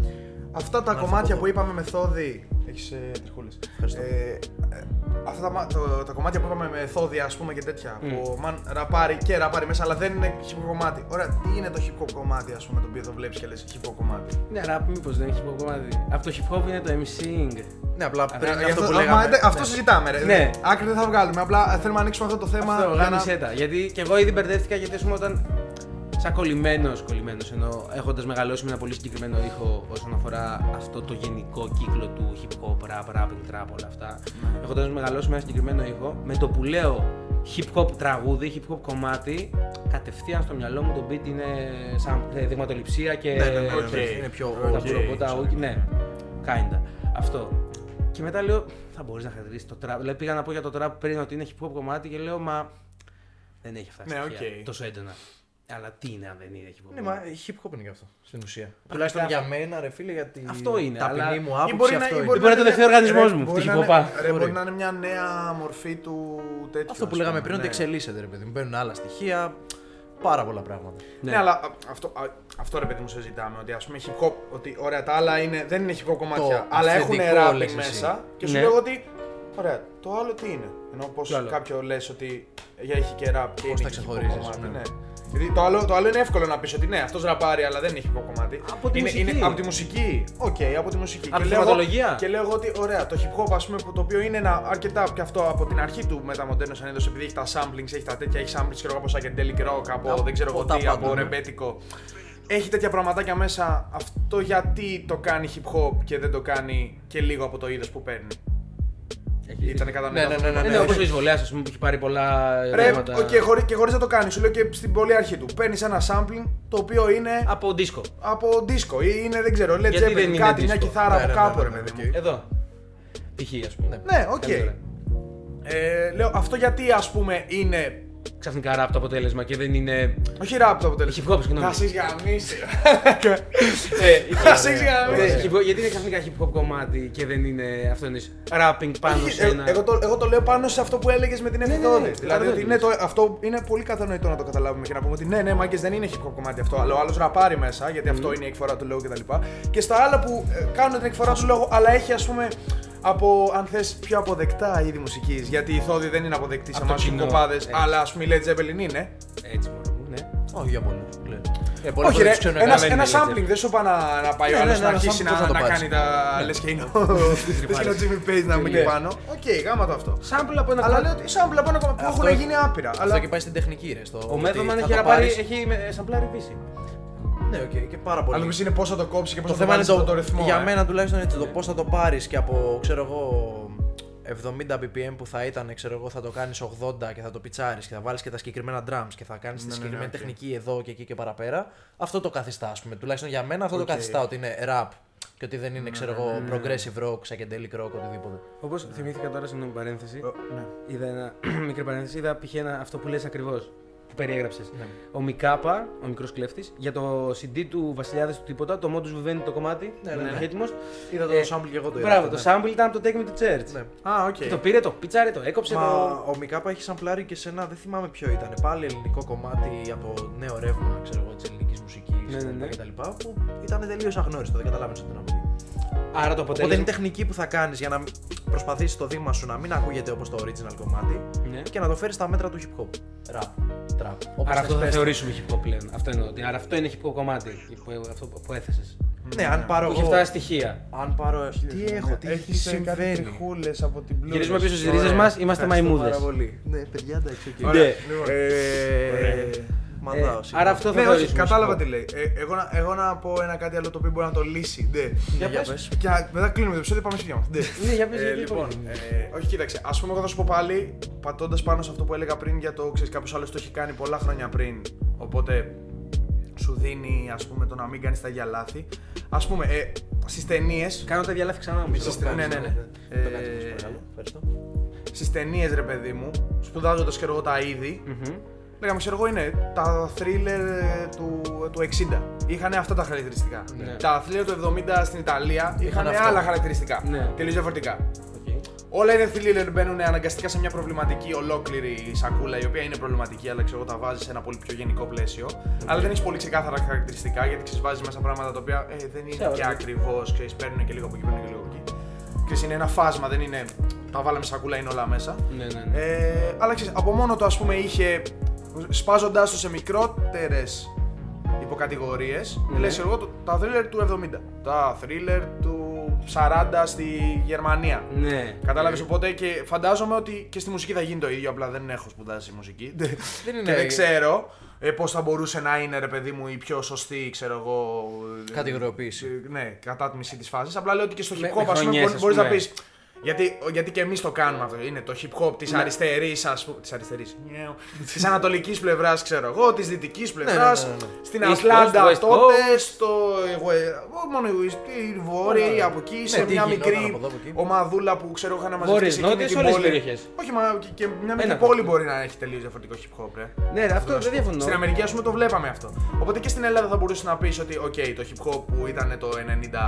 [SPEAKER 3] Αυτά τα
[SPEAKER 2] Να
[SPEAKER 3] κομμάτια
[SPEAKER 2] έρθω
[SPEAKER 3] που
[SPEAKER 2] από
[SPEAKER 3] είπαμε μεθόδη. Έχεις ε, τριχούλες.
[SPEAKER 2] Ευχαριστώ.
[SPEAKER 3] αυτά τα, μα- το- τα κομμάτια που είπαμε μεθόδη, ας πούμε και τέτοια.
[SPEAKER 2] Mm.
[SPEAKER 3] Που ο Μαν ραπάρει και ραπάρει μέσα, αλλά δεν είναι hip hop κομμάτι. Ωραία, τι είναι το hip hop κομμάτι, ας πούμε, το οποίο το βλέπεις και λες hip hop κομμάτι.
[SPEAKER 1] Ναι, ραπ μήπως δεν έχει hip hop κομμάτι. Από το hip hop είναι το MCing.
[SPEAKER 2] Ναι, απλά
[SPEAKER 1] Α,
[SPEAKER 2] πριν
[SPEAKER 1] ναι,
[SPEAKER 2] γι' αυτό που
[SPEAKER 3] μα,
[SPEAKER 2] λέγαμε.
[SPEAKER 3] δε- αυτό
[SPEAKER 2] Ναι.
[SPEAKER 3] συζητάμε. Ρε.
[SPEAKER 1] Ναι.
[SPEAKER 3] Άκρη δεν θα βγάλουμε. Απλά ε, θέλουμε να ανοίξουμε αυτό το θέμα.
[SPEAKER 1] Αυτό,
[SPEAKER 3] για να-
[SPEAKER 1] γάμισέ τα. Γιατί και εγώ ήδη μπερδεύτηκα γιατί ας πούμε, όταν. Σαν κολλημένος, κολλημένος ενώ έχοντας μεγαλώσει με ένα πολύ συγκεκριμένο ήχο όσον αφορά αυτό το γενικό κύκλο του hip hop, rap, rapping, trap, όλα αυτά.
[SPEAKER 3] Ναι.
[SPEAKER 1] Έχοντας μεγαλώσει με ένα συγκεκριμένο ήχο, με το που λέω hip hop τραγούδι, hip hop κομμάτι, κατευθείαν στο μυαλό μου το beat είναι σαν ε, δειγματοληψία και.
[SPEAKER 3] Ναι, ναι, ναι, ναι, ναι.
[SPEAKER 1] και-
[SPEAKER 2] Είναι πιο
[SPEAKER 1] τα
[SPEAKER 2] οκ,
[SPEAKER 1] πουροπότα,
[SPEAKER 2] ξέρω.
[SPEAKER 1] οκ, ναι. Kinda. Αυτό. Και μετά λέω, θα μπορείς να χαρακτηρίσεις το trap. Δηλαδή πήγα να πω για το trap πριν ότι είναι hip hop κομμάτι και λέω, μα δεν έχει αυτά τα
[SPEAKER 3] Ναι,
[SPEAKER 1] στοιχεία
[SPEAKER 3] οκ.
[SPEAKER 1] τόσο έντονα. Αλλά τι είναι αν δεν είναι hip hop.
[SPEAKER 2] Ναι, μα hip hop είναι γι' αυτό στην ουσία.
[SPEAKER 1] Τουλάχιστον
[SPEAKER 2] Τουλάχιστον για μένα, ρε φίλε, για την
[SPEAKER 1] Αυτό είναι,
[SPEAKER 2] ταπεινή
[SPEAKER 1] αλλά-
[SPEAKER 2] μου
[SPEAKER 3] Ή
[SPEAKER 2] άποψη.
[SPEAKER 3] μπορεί
[SPEAKER 2] αυτό
[SPEAKER 3] ή
[SPEAKER 2] είναι.
[SPEAKER 3] μπορεί
[SPEAKER 1] Δεν μπορεί να το
[SPEAKER 3] είναι-
[SPEAKER 1] δεχθεί ο οργανισμός
[SPEAKER 3] ρε,
[SPEAKER 1] μου,
[SPEAKER 3] μπορεί
[SPEAKER 1] τι
[SPEAKER 3] να
[SPEAKER 1] χυποπά.
[SPEAKER 3] είναι- ρε,
[SPEAKER 2] Sorry.
[SPEAKER 3] Μπορεί να είναι μια νέα μορφή του τέτοιου.
[SPEAKER 2] Αυτό που
[SPEAKER 3] ας
[SPEAKER 2] λέγαμε
[SPEAKER 3] πούμε,
[SPEAKER 2] πριν ότι
[SPEAKER 3] ναι.
[SPEAKER 2] εξελίσσεται, ρε παιδί μου. Μπαίνουν άλλα στοιχεία, πάρα πολλά πράγματα.
[SPEAKER 3] Ναι, αλλά α, αυτό, α, αυτό ρε παιδί μου συζητάμε. Ότι ας πούμε hip hop, ότι ωραία τα άλλα είναι, δεν είναι hip hop κομμάτια, αλλά έχουν
[SPEAKER 2] αυθεντικό, λες
[SPEAKER 3] ράπι
[SPEAKER 2] εσύ.
[SPEAKER 3] μέσα. Και σου
[SPEAKER 1] Ναι.
[SPEAKER 3] λέω ότι. Ωραία, το άλλο τι είναι. Ενώ πω
[SPEAKER 1] Το άλλο.
[SPEAKER 3] κάποιο λες ότι για έχει και ράπ και
[SPEAKER 2] Πώς
[SPEAKER 3] είναι
[SPEAKER 2] τα
[SPEAKER 3] hip hop
[SPEAKER 2] ξεχωρίζεις,
[SPEAKER 3] κομμάτι,
[SPEAKER 2] ναι.
[SPEAKER 3] ναι. Γιατί το άλλο, το άλλο είναι εύκολο να πεις ότι ναι, αυτός ραπάρει, αλλά δεν είναι hip hop κομμάτι.
[SPEAKER 1] Από τη
[SPEAKER 3] είναι,
[SPEAKER 1] μουσική.
[SPEAKER 3] Είναι, από τη μουσική. Οκ, από τη μουσική.
[SPEAKER 1] Από τη
[SPEAKER 3] λέω εγώ-
[SPEAKER 1] θεματολογία.
[SPEAKER 3] Και λέω εγώ ότι ωραία, το hip hop ας πούμε, που το οποίο είναι ένα αρκετά και αυτό από την αρχή του μεταμοντέρνο σαν είδος, επειδή έχει τα samplings, έχει τα τέτοια, έχει samplings ξέρω, από psychedelic rock, από
[SPEAKER 2] Από
[SPEAKER 3] δεν ξέρω εγώ
[SPEAKER 2] τα
[SPEAKER 3] τι,
[SPEAKER 2] πάντα,
[SPEAKER 3] από
[SPEAKER 2] ναι.
[SPEAKER 3] ρεμπέτικο. Έχει τέτοια πραγματάκια μέσα. Αυτό γιατί το κάνει hip hop και δεν το κάνει και λίγο από το είδος που παίρνει. Ήταν κατά
[SPEAKER 2] Ναι, ναι, ναι, ναι,
[SPEAKER 1] Ναι,
[SPEAKER 2] ναι.
[SPEAKER 1] ναι, όπως ο Ισβολέα, ας πούμε, που έχει πάρει πολλά
[SPEAKER 3] Ρε,
[SPEAKER 1] πράγματα.
[SPEAKER 3] οκ, χωρί, και χωρίς να το κάνεις, σου λέω και στην πολύ αρχή του. Παίρνεις ένα sampling το οποίο είναι
[SPEAKER 1] Από δίσκο.
[SPEAKER 3] από disco ή είναι δεν ξέρω, Led
[SPEAKER 1] Γιατί δεν
[SPEAKER 3] Zeppelin,
[SPEAKER 1] είναι
[SPEAKER 3] κάτι, μια
[SPEAKER 1] disco.
[SPEAKER 3] κιθάρα
[SPEAKER 2] Ναι,
[SPEAKER 3] από
[SPEAKER 2] ναι,
[SPEAKER 3] κάπου,
[SPEAKER 2] ναι,
[SPEAKER 3] ρε
[SPEAKER 2] ναι,
[SPEAKER 3] παιδί
[SPEAKER 2] οκ.
[SPEAKER 3] μου.
[SPEAKER 1] Εδώ. Π.χ. ας πούμε.
[SPEAKER 3] Ναι, οκ.
[SPEAKER 1] Καλύτερα.
[SPEAKER 3] Ε, λέω, αυτό γιατί ας πούμε είναι.
[SPEAKER 1] Ξαφνικά ραπ το αποτέλεσμα και δεν είναι.
[SPEAKER 3] Όχι ράπ το αποτέλεσμα.
[SPEAKER 1] Hip hop, συγγνώμη.
[SPEAKER 3] Θα σε γαμίσει.
[SPEAKER 1] Ε,
[SPEAKER 3] Θα σε
[SPEAKER 1] Ναι,
[SPEAKER 3] γαμίσει.
[SPEAKER 1] hip hop- γιατί είναι ξαφνικά hip hop κομμάτι και δεν είναι αυτό είναι rapping πάνω
[SPEAKER 3] Όχι,
[SPEAKER 1] σε
[SPEAKER 3] ε,
[SPEAKER 1] ένα.
[SPEAKER 3] Εγώ, το, εγώ το λέω πάνω σε αυτό που έλεγες με την
[SPEAKER 1] ναι,
[SPEAKER 3] ευθυνότητα.
[SPEAKER 1] ναι,
[SPEAKER 3] δηλαδή ότι είναι το, αυτό είναι πολύ κατανοητό να το καταλάβουμε και να πούμε ότι ναι, ναι, μάγκες δεν είναι hip hop κομμάτι αυτό. Αλλά ο άλλος ραπάρει μέσα, γιατί αυτό είναι η εκφορά του λόγου κτλ. Και στα άλλα που ε, κάνουν την εκφορά του λόγου, αλλά έχει ας πούμε από, αν θες, πιο αποδεκτά είδη μουσική. Γιατί η Θόδη δεν είναι αποδεκτή σε
[SPEAKER 1] Από το
[SPEAKER 3] εμάς του
[SPEAKER 1] κοινό, ναι.
[SPEAKER 3] κοπάδες,
[SPEAKER 1] έτσι.
[SPEAKER 3] αλλά ας πούμε η Led Zeppelin είναι.
[SPEAKER 1] Έτσι μόνο μου, ναι.
[SPEAKER 2] Όχι για πολλούς.
[SPEAKER 3] Όχι ρε, ένα,
[SPEAKER 1] καλά,
[SPEAKER 3] ένα
[SPEAKER 1] είναι η Led
[SPEAKER 3] sampling, δεν σου είπα να, να πάει ο
[SPEAKER 2] Ναι, ναι,
[SPEAKER 3] άλλος
[SPEAKER 2] ναι,
[SPEAKER 3] να
[SPEAKER 2] ένα
[SPEAKER 3] αρχίσει
[SPEAKER 2] sampling, πώς θα
[SPEAKER 3] να,
[SPEAKER 2] το
[SPEAKER 3] να
[SPEAKER 2] πάρεις.
[SPEAKER 3] κάνει τα...
[SPEAKER 1] Ναι.
[SPEAKER 3] Λες και είναι ο λες και είναι ο Jimmy Page να μην
[SPEAKER 1] Τελείως.
[SPEAKER 3] πάνω. Οκ, γάμα το αυτό.
[SPEAKER 1] Sample από ένα
[SPEAKER 3] Αλλά
[SPEAKER 1] κομμάτι.
[SPEAKER 3] λέω ότι sampling από ένα κομμάτι που
[SPEAKER 2] Αυτό-
[SPEAKER 3] έχουν γίνει άπειρα.
[SPEAKER 2] Αυτό
[SPEAKER 3] Αλλά
[SPEAKER 2] και πάει στην τεχνική, ρε. Στο
[SPEAKER 1] Ο
[SPEAKER 2] ότι
[SPEAKER 1] Μέθοδμαν
[SPEAKER 2] θα
[SPEAKER 1] έχει
[SPEAKER 2] το
[SPEAKER 1] ραπάρει,
[SPEAKER 2] πάρεις-
[SPEAKER 1] έχει
[SPEAKER 3] ε,
[SPEAKER 1] με- σαμπλάρει πίση.
[SPEAKER 2] Ναι, οκ, και πάρα πολύ.
[SPEAKER 3] αλλά νομίζω είναι πώς θα το κόψεις και πώς
[SPEAKER 2] Το
[SPEAKER 3] θα το
[SPEAKER 2] θέμα είναι
[SPEAKER 3] βάλεις
[SPEAKER 2] το,
[SPEAKER 3] από το ρυθμό.
[SPEAKER 2] για
[SPEAKER 3] ε.
[SPEAKER 2] μένα τουλάχιστον έτσι, το πώ θα το πάρεις και από ξέρω εγώ 70 BPM που θα ήταν, ξέρω εγώ, θα το κάνεις 80 και θα το πιτσάρεις και θα βάλεις και τα συγκεκριμένα drums και θα κάνεις τη
[SPEAKER 3] ναι,
[SPEAKER 2] συγκεκριμένη
[SPEAKER 3] οκ.
[SPEAKER 2] τεχνική εδώ και εκεί και παραπέρα. Αυτό το καθιστά, ας πούμε. Τουλάχιστον για μένα αυτό το καθιστά ότι είναι rap και ότι δεν
[SPEAKER 3] Ναι,
[SPEAKER 2] είναι, ξέρω εγώ, progressive rock, psychedelic rock, οτιδήποτε.
[SPEAKER 1] Όπως θυμήθηκα τώρα, συγγνώμη παρένθεση,
[SPEAKER 3] Ε, ναι.
[SPEAKER 1] είδα ένα μικρή παρένθεση, είδα π.χ. ένα- αυτό που λες ακριβώς, που περιέγραψες.
[SPEAKER 2] Ναι.
[SPEAKER 1] Ο Μικάπα, ο μικρός κλέφτης, για το CD του Βασιλιάδες του Τίποτα, το Modus Vivendi το κομμάτι,
[SPEAKER 2] Ναι,
[SPEAKER 1] δεν
[SPEAKER 2] ναι,
[SPEAKER 1] είναι
[SPEAKER 2] ναι.
[SPEAKER 1] έτοιμος.
[SPEAKER 2] Είδα το
[SPEAKER 1] Ε,
[SPEAKER 2] sample και εγώ το είδα.
[SPEAKER 1] Μπράβο,
[SPEAKER 2] αυτό,
[SPEAKER 1] το
[SPEAKER 2] ναι.
[SPEAKER 1] sample ήταν από το Take Me to Church.
[SPEAKER 2] Ναι.
[SPEAKER 3] Α, οκ.
[SPEAKER 1] Και το πήρε, το πίτσαρε, το έκοψε,
[SPEAKER 2] Μα
[SPEAKER 1] το...
[SPEAKER 2] ο Μικάπα έχει σαμπλάρει και σε ένα, δεν θυμάμαι ποιο ήταν. Πάλι ελληνικό κομμάτι από νέο ρεύμα, ξέρω εγώ, της ελληνικής μουσικής
[SPEAKER 1] Ναι, ναι, ναι.
[SPEAKER 2] κτλ. Που ήταν τελείως αγνώριστο, δεν καταλάβαινε ότι ήταν από εκεί.
[SPEAKER 1] Άρα το
[SPEAKER 2] Οπότε είναι
[SPEAKER 1] αποτέλεσμα...
[SPEAKER 2] τεχνική που θα κάνεις για να προσπαθήσεις το δείγμα σου να μην ακούγεται όπως το original κομμάτι
[SPEAKER 1] Ναι.
[SPEAKER 2] και να το φέρεις στα μέτρα του hip hop. Ραπ, τραπ. όπως
[SPEAKER 1] Άρα αυτό
[SPEAKER 2] θες
[SPEAKER 1] θα
[SPEAKER 2] πες.
[SPEAKER 1] θεωρήσουμε hip hop πλέον. Αυτό εννοώ. ότι- Άρα αυτό είναι hip hop κομμάτι που, αυτό που έθεσες.
[SPEAKER 2] Ναι, αν πάρω.
[SPEAKER 1] Που έχει
[SPEAKER 2] εγώ-
[SPEAKER 1] αυτά τα στοιχεία.
[SPEAKER 2] Αν πάρω.
[SPEAKER 1] Ναι.
[SPEAKER 2] Τι έχω, τι έχει συμβαίνει.
[SPEAKER 3] τριχούλες από την πλούση.
[SPEAKER 1] Γυρίζουμε πίσω στις ρίζες μας, είμαστε μαϊμούδες.
[SPEAKER 2] Ναι, παιδιά, εντάξει, οκ.
[SPEAKER 1] Ωραία.
[SPEAKER 3] λοιπόν.
[SPEAKER 2] Ε, Μαντάω.
[SPEAKER 1] Ε,
[SPEAKER 2] συγγνώμη.
[SPEAKER 1] άρα αυτό θα
[SPEAKER 3] Ναι, όχι,
[SPEAKER 1] θεωρήσουμε.
[SPEAKER 3] κατάλαβα
[SPEAKER 1] hip hop.
[SPEAKER 3] τι λέει. Ε, εγώ, να, εγώ να πω ένα κάτι άλλο το οποίο μπορεί να το λύσει. Ναι.
[SPEAKER 2] Για πες. πες.
[SPEAKER 3] Και α- μετά κλείνουμε το επεισόδιο, πάμε σπίτια μα.
[SPEAKER 1] Ναι, για πες,
[SPEAKER 3] Ε,
[SPEAKER 1] γιατί
[SPEAKER 3] λοιπόν,
[SPEAKER 1] πολύ.
[SPEAKER 3] ε, όχι, κοίταξε. Ας πούμε, εγώ θα σου πω πάλι, πατώντας πάνω σε αυτό που έλεγα πριν για το ξέρεις, κάποιος άλλος το έχει κάνει πολλά χρόνια πριν. Οπότε σου δίνει, ας πούμε, το να μην κάνεις τα ίδια λάθη. Ας πούμε, ε, στις ταινίες.
[SPEAKER 1] Κάνω τα διαλάθη ξανά μου.
[SPEAKER 3] Στις- ναι, ναι, ναι.
[SPEAKER 2] Δεν το κάνεις,
[SPEAKER 3] Ε,
[SPEAKER 2] σας παρακαλώ. Ευχαριστώ.
[SPEAKER 3] Στις ταινίες, ρε παιδί μου, σπουδάζοντας και εγώ τα είδη,
[SPEAKER 2] ναι.
[SPEAKER 1] Μμμ.
[SPEAKER 3] λέγαμε, Ναι, ξέρω εγώ, είναι τα thriller του, του 60. Είχαν αυτά τα χαρακτηριστικά.
[SPEAKER 1] Ναι.
[SPEAKER 3] Τα thriller του 70 στην Ιταλία είχαν
[SPEAKER 2] αυτό.
[SPEAKER 3] άλλα χαρακτηριστικά.
[SPEAKER 1] Ναι.
[SPEAKER 3] Τελείως διαφορετικά.
[SPEAKER 1] Οκ.
[SPEAKER 3] Ο- Όλα είναι thriller, μπαίνουν αναγκαστικά σε μια προβληματική ολόκληρη σακούλα, η οποία είναι προβληματική, αλλά ξέρω εγώ τα βάζεις σε ένα πολύ πιο γενικό πλαίσιο. Αλλά δεν έχεις πολύ ξεκάθαρα χαρακτηριστικά, γιατί ξέρεις, βάζεις μέσα πράγματα τα οποία ε, δεν είναι
[SPEAKER 1] Ξέρω,
[SPEAKER 3] και
[SPEAKER 1] ναι.
[SPEAKER 3] ακριβώς, ξέρεις, παίρνουν και λίγο από εκεί, παίρνουν και λίγο από εκεί. Ξέρεις, είναι ένα φάσμα, δεν είναι. Τα βάλαμε σακούλα, είναι όλα μέσα.
[SPEAKER 1] Ναι, ναι, ναι.
[SPEAKER 3] Ε, αλλά ξέρεις, από μόνο το ας πούμε είχε σπάζοντάς το σε μικρότερες υποκατηγορίες
[SPEAKER 1] Ναι.
[SPEAKER 3] λες εγώ το- τα thriller του 70 τα thriller του 40 στη Γερμανία
[SPEAKER 1] ναι.
[SPEAKER 3] Κατάλαβες οπότε και φαντάζομαι ότι και στη μουσική θα γίνει το ίδιο, απλά δεν έχω σπουδάσει μουσική.
[SPEAKER 2] Δεν
[SPEAKER 3] και
[SPEAKER 2] είναι-
[SPEAKER 3] δεν ξέρω ε, πώς θα μπορούσε να είναι ρε παιδί μου η πιο σωστή, ξέρω εγώ... ε,
[SPEAKER 2] Κατηγοριοποίηση.
[SPEAKER 3] ε, Ναι, κατάτμιση της φάσης. Απλά λέω ότι και στο
[SPEAKER 1] Με-
[SPEAKER 3] hip hop
[SPEAKER 1] με
[SPEAKER 3] ας πούμε
[SPEAKER 1] χρονιές,
[SPEAKER 3] μπορεί-
[SPEAKER 1] ας
[SPEAKER 3] μπορείς να
[SPEAKER 1] πούμε.
[SPEAKER 3] πεις... Γιατί, γιατί και εμείς το κάνουμε αυτό. Είναι το hip hop της αριστερής, ας πούμε. Της αριστερής. νιέου, της ανατολικής πλευράς, ξέρω εγώ, της δυτικής πλευράς.
[SPEAKER 2] ναι, ναι,
[SPEAKER 3] Στην
[SPEAKER 1] East Coast,
[SPEAKER 3] Ατλάντα
[SPEAKER 1] West
[SPEAKER 3] τότε, στο. εγώ, ε, Μόνο η West- η
[SPEAKER 2] Ναι, ναι.
[SPEAKER 3] Βόρεια, από εκεί,
[SPEAKER 2] Ναι,
[SPEAKER 3] σε
[SPEAKER 2] τι
[SPEAKER 3] μια
[SPEAKER 2] γινόταν
[SPEAKER 3] μικρή
[SPEAKER 2] από εδώ, από εκεί.
[SPEAKER 3] ομαδούλα που ξέρω είχαν μαζευτεί
[SPEAKER 1] Βόρειες,
[SPEAKER 3] σε εκείνη
[SPEAKER 1] νότιες,
[SPEAKER 3] την
[SPEAKER 1] όλες οι
[SPEAKER 3] πόλη.
[SPEAKER 1] περιοχές.
[SPEAKER 3] Όχι, μα και- και μια μικρή
[SPEAKER 1] Ένα
[SPEAKER 3] πόλη
[SPEAKER 1] αυτό.
[SPEAKER 3] μπορεί να έχει τελείως διαφορετικό hip hop, ρε.
[SPEAKER 1] Ναι, ρε, αυτό
[SPEAKER 3] να σου
[SPEAKER 1] δεν
[SPEAKER 3] πω.
[SPEAKER 1] διαφωνώ.
[SPEAKER 3] Στην Αμερική, ας πούμε, το βλέπαμε αυτό. Οπότε και στην Ελλάδα θα μπορούσες να πεις ότι, οκ, το hip hop που ήταν το 90.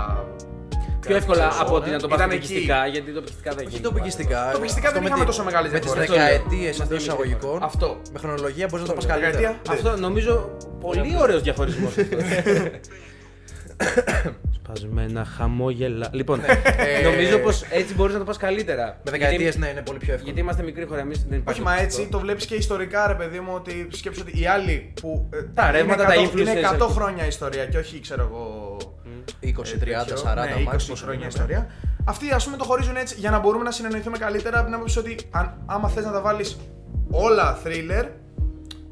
[SPEAKER 1] Πιο εύκολα από ότι να το πας
[SPEAKER 3] ε, Ήταν
[SPEAKER 1] τοπικιστικά, γιατί τοπικιστικά δεν
[SPEAKER 2] Όχι
[SPEAKER 1] γίνεται.
[SPEAKER 2] τοπικιστικά. ε,
[SPEAKER 3] Τοπικιστικά
[SPEAKER 2] αυτό
[SPEAKER 3] δεν
[SPEAKER 2] με
[SPEAKER 3] είχαμε
[SPEAKER 2] τη-
[SPEAKER 3] τόσο μεγάλες
[SPEAKER 2] Με τις
[SPEAKER 3] διαφορές.
[SPEAKER 2] δεκαετίε
[SPEAKER 1] Αυτό
[SPEAKER 2] εντό
[SPEAKER 1] λέω.
[SPEAKER 2] εισαγωγικών.
[SPEAKER 3] Αυτό.
[SPEAKER 2] Με χρονολογία μπορείς να το πα
[SPEAKER 3] λέω.
[SPEAKER 2] καλύτερα.
[SPEAKER 3] Δεκαετία.
[SPEAKER 1] Αυτό νομίζω πολύ ωραίος διαχωρισμός. Σπασμένα χαμόγελα. Λοιπόν,
[SPEAKER 3] Ναι.
[SPEAKER 2] Ε,
[SPEAKER 1] νομίζω πως έτσι μπορείς να το πας καλύτερα.
[SPEAKER 2] Με δεκαετίε,
[SPEAKER 1] Γιατί-
[SPEAKER 2] ναι, είναι πολύ πιο εύκολο.
[SPEAKER 1] Γιατί είμαστε μικρή χώρα, εμείς δεν υπάρχει.
[SPEAKER 3] Όχι, μα
[SPEAKER 1] πιστικό.
[SPEAKER 3] έτσι το βλέπεις και ιστορικά, ρε παιδί μου, ότι σκέψω ότι οι άλλοι που. ε,
[SPEAKER 1] Τα
[SPEAKER 3] είναι
[SPEAKER 1] ρεύματα, τα
[SPEAKER 3] 100
[SPEAKER 1] influencers,
[SPEAKER 3] Είναι 100
[SPEAKER 1] όχι.
[SPEAKER 3] χρόνια ιστορία και όχι, ξέρω εγώ.
[SPEAKER 2] 20, 30, 40,
[SPEAKER 3] Ε, ναι, 20
[SPEAKER 2] μάξιμο,
[SPEAKER 3] χρόνια
[SPEAKER 2] ναι.
[SPEAKER 3] ιστορία. Αυτοί ας πούμε το χωρίζουν έτσι για να μπορούμε να συνεννοηθούμε καλύτερα. Από την άποψη ότι αν, άμα θες να τα βάλεις όλα thriller.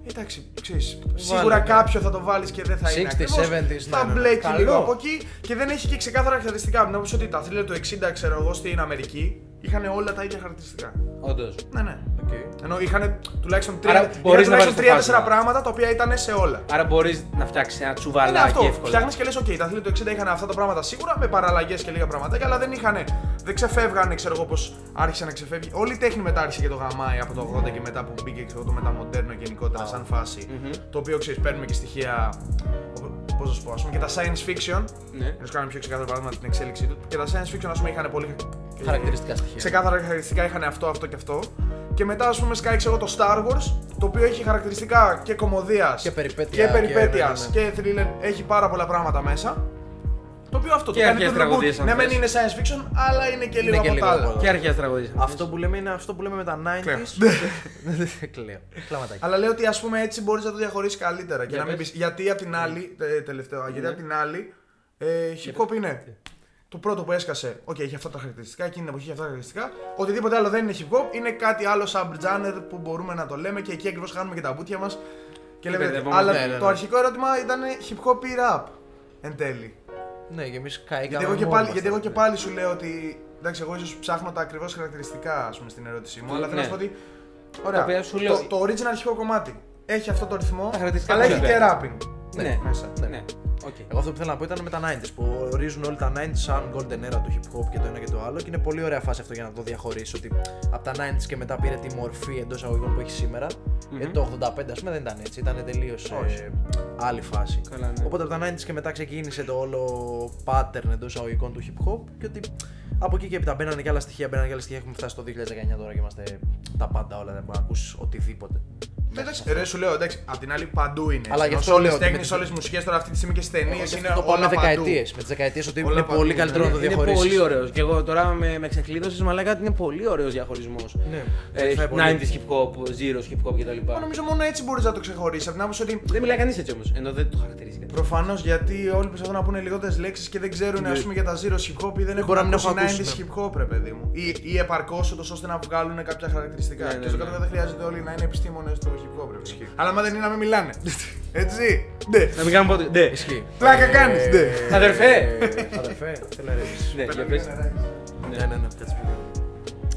[SPEAKER 3] Εντάξει, ξέρεις, σίγουρα
[SPEAKER 2] ναι.
[SPEAKER 3] κάποιο θα το βάλεις και δεν θα είναι
[SPEAKER 2] 60s,
[SPEAKER 3] ακριβώς,
[SPEAKER 2] 70s,
[SPEAKER 3] Θα
[SPEAKER 2] ναι, ναι, ναι.
[SPEAKER 3] μπλέκει
[SPEAKER 2] Καλό.
[SPEAKER 3] λίγο από εκεί και δεν έχει και ξεκάθαρα χαρακτηριστικά. Από την άποψη ότι τα thriller του 60, ξέρω εγώ, στην Αμερική είχαν όλα τα ίδια χαρακτηριστικά.
[SPEAKER 1] Όντως.
[SPEAKER 3] Ναι, ναι.
[SPEAKER 2] Οκ.
[SPEAKER 3] Ενώ είχαν τουλάχιστον
[SPEAKER 1] Άρα
[SPEAKER 3] τρία-
[SPEAKER 1] μπορείς να
[SPEAKER 3] είχαν τουλάχιστον
[SPEAKER 1] βάλεις το
[SPEAKER 3] τρία-τέσσερα
[SPEAKER 1] φάσμα.
[SPEAKER 3] πράγματα τα οποία ήταν σε όλα.
[SPEAKER 1] Άρα μπορείς να φτιάξεις ένα
[SPEAKER 3] Είναι
[SPEAKER 1] τσουβαλάκι
[SPEAKER 3] αυτό.
[SPEAKER 1] εύκολα.
[SPEAKER 3] Φτιάχνεις και λες: OK, τα αθλήματα του 60 είχαν αυτά τα πράγματα σίγουρα με παραλλαγές και λίγα πραγματάκια, αλλά δεν είχαν. Δεν ξεφεύγανε, ξέρω εγώ πώς άρχισε να ξεφεύγει. Όλη η τέχνη μετά άρχισε και το γαμάει από το 80 και μετά που μπήκε ξέρω, εγώ, το μεταμοντέρνο γενικότερα σαν φάση. Το οποίο ξέρεις, παίρνουμε και στοιχεία. Πώς να σου πω, ας πούμε και τα science fiction.
[SPEAKER 1] Ναι.
[SPEAKER 3] Ενώ σου κάνω πιο ξεκάθαρο παράδειγμα την εξέλιξή του. Και τα science fiction, ας πούμε, είχαν πολύ. ε,
[SPEAKER 2] Χαρακτηριστικά στοιχεία.
[SPEAKER 3] Ξεκάθαρα χαρακτηριστικά είχαν αυτό, αυτό και αυτό. Και μετά, ας πούμε, σκάει ξέρω, εγώ, το Star Wars, το οποίο έχει χαρακτηριστικά και κομμωδίας
[SPEAKER 2] Και περιπέτεια,
[SPEAKER 3] και, περιπέτειας
[SPEAKER 2] και-
[SPEAKER 3] και,
[SPEAKER 1] ναι.
[SPEAKER 3] thriller. Έχει πάρα πολλά πράγματα μέσα. Το οποίο αυτό
[SPEAKER 1] Και
[SPEAKER 3] το κάνει
[SPEAKER 1] αρχές
[SPEAKER 3] το
[SPEAKER 1] τραγωδίες,
[SPEAKER 3] reboot.
[SPEAKER 1] αν
[SPEAKER 3] Ναι,
[SPEAKER 1] θες.
[SPEAKER 3] μεν είναι science fiction, αλλά είναι και λίγο
[SPEAKER 2] και
[SPEAKER 3] από
[SPEAKER 2] λίγο
[SPEAKER 3] τα
[SPEAKER 2] από
[SPEAKER 3] άλλα.
[SPEAKER 2] όλα.
[SPEAKER 1] Και αρχαία τραγωδίε.
[SPEAKER 2] Αυτό που λέμε είναι αυτό που λέμε με τα 90s. Ναι, Κλαίω. Κλαματάκι.
[SPEAKER 3] Αλλά λέω ότι ας πούμε έτσι μπορείς να το διαχωρίσεις καλύτερα. Και
[SPEAKER 1] Για
[SPEAKER 3] να μην
[SPEAKER 1] πες. Ναι.
[SPEAKER 3] πεις, γιατί απ' την άλλη. τε- Τελευταίο, γιατί απ' την άλλη. ε, Hip hop είναι το πρώτο που έσκασε. Οκ, είχε αυτά τα χαρακτηριστικά, εκείνη την εποχή είχε αυτά τα χαρακτηριστικά. Οτιδήποτε άλλο δεν είναι hip hop, είναι κάτι άλλο subgenre που μπορούμε να το λέμε και εκεί ακριβώς κάνουμε και τα μπουτια μας. Και λέμε, τέτοια.
[SPEAKER 1] μπερδευόμαστε,
[SPEAKER 3] αλλά
[SPEAKER 1] ναι, ναι,
[SPEAKER 3] το
[SPEAKER 1] ναι.
[SPEAKER 3] αρχικό ερώτημα ήταν hip hop ή rap εν τέλει.
[SPEAKER 2] Ναι, και εμείς καήκαμε.
[SPEAKER 3] Γιατί εγώ, και
[SPEAKER 2] μόνοι
[SPEAKER 3] πάλι,
[SPEAKER 2] μας ναι.
[SPEAKER 3] γιατί
[SPEAKER 2] τώρα.
[SPEAKER 3] εγώ και πάλι σου λέω ότι. Εντάξει, εγώ ίσως ψάχνω τα ακριβώς χαρακτηριστικά ας πούμε, στην ερώτησή μου,
[SPEAKER 1] Ναι.
[SPEAKER 3] αλλά θέλω να σου πω ότι. Ωραία.
[SPEAKER 1] οποία σου λέω-
[SPEAKER 3] Το, το original αρχικό κομμάτι έχει αυτό το ρυθμό,
[SPEAKER 1] Τα χαρακτηριστικά
[SPEAKER 3] αλλά
[SPEAKER 1] που
[SPEAKER 3] έχει και
[SPEAKER 1] βέβαια.
[SPEAKER 3] rapping.
[SPEAKER 1] Ναι,
[SPEAKER 3] μέσα.
[SPEAKER 1] Ναι. Οκ.
[SPEAKER 2] Εγώ αυτό που θέλω να πω ήταν με τα 90s που ορίζουν όλοι τα 90s σαν golden era του hip hop και το ένα και το άλλο και είναι πολύ ωραία φάση αυτό για να το διαχωρίσει ότι από τα 90s και μετά πήρε τη μορφή εντός αγωγικών που έχει σήμερα. Γιατί το 85 ας πούμε δεν ήταν έτσι, ήταν τελείω
[SPEAKER 3] Όχι.
[SPEAKER 2] άλλη φάση.
[SPEAKER 1] Καλά, ναι.
[SPEAKER 2] Οπότε από τα 90s και μετά ξεκίνησε το όλο pattern εντός αγωγικών του hip hop και ότι από εκεί και έπειτα μπαίνανε και άλλα στοιχεία, μπαίνανε και άλλα στοιχεία. Έχουμε φτάσει στο 2019 τώρα και είμαστε τα πάντα όλα. Δεν μπορεί να ακούσεις οτιδήποτε.
[SPEAKER 3] Ναι, εντάξει, ρε, σου λέω, εντάξει, απ' την άλλη παντού είναι.
[SPEAKER 2] Αλλά γι'
[SPEAKER 3] Ενώ
[SPEAKER 2] αυτό
[SPEAKER 3] σε όλες
[SPEAKER 2] λέω ότι
[SPEAKER 3] τις τέχνες,
[SPEAKER 2] με τις-
[SPEAKER 3] σε όλες τις μουσικές τώρα αυτή τη στιγμή και στις ταινίες
[SPEAKER 2] Εγώ
[SPEAKER 3] είναι
[SPEAKER 2] αυτό το πάω
[SPEAKER 3] όλα
[SPEAKER 2] με
[SPEAKER 3] παντού.
[SPEAKER 2] δεκαετίες. Με τις δεκαετίες ότι
[SPEAKER 3] Όλα
[SPEAKER 2] είναι
[SPEAKER 3] παντού,
[SPEAKER 2] πολύ
[SPEAKER 3] ναι.
[SPEAKER 2] καλύτερο να το
[SPEAKER 1] Είναι
[SPEAKER 2] διαχωρίσει.
[SPEAKER 1] πολύ ωραίος. Και εγώ τώρα με, με ξεκλείδωσες μαλάκα ότι είναι πολύ ωραίος διαχωρισμός.
[SPEAKER 2] Ναι.
[SPEAKER 1] Ε,
[SPEAKER 2] Βοηθάει πολύ.
[SPEAKER 1] 90s hip hop, zero hip hop κτλ.
[SPEAKER 3] Εγώ νομίζω μόνο έτσι μπορείς να το ξεχωρίσεις. Απ' την άποψη ότι
[SPEAKER 1] Δεν μιλάει κανείς έτσι όμως, ενώ δεν το χαρακτηρίζει.
[SPEAKER 3] προφανώς γιατί όλοι προσπαθούν να πούνε λιγότερες λέξεις και δεν ξέρουν ας πούμε, για τα zero hip hop ή δεν έχουν
[SPEAKER 2] μπορεί να μην
[SPEAKER 3] ακούσει
[SPEAKER 2] έχω ακούσει,
[SPEAKER 3] 90s hip hop, ρε παιδί μου. Ή, ή επαρκώς ούτως ώστε να βγάλουν κάποια χαρακτηριστικά.
[SPEAKER 1] Ναι,
[SPEAKER 3] και
[SPEAKER 1] ναι,
[SPEAKER 3] στο
[SPEAKER 1] ναι.
[SPEAKER 3] κάτω δεν χρειάζεται όλοι να είναι επιστήμονες του hip hop, ρε παιδί μου. Αλλά άμα δεν είναι να μην μιλάνε. Έτσι. Ναι.
[SPEAKER 1] Να μην κάνουμε πότε. Ναι,
[SPEAKER 2] Ισχύει.
[SPEAKER 3] Πλάκα κάνεις,
[SPEAKER 2] Ε,
[SPEAKER 3] ναι.
[SPEAKER 1] Αδερφέ!
[SPEAKER 2] ε, Αδερφέ, θέλω να ρίξεις.
[SPEAKER 1] Ναι, για πες.
[SPEAKER 2] Ναι, ναι, ναι, κάτσε λίγο.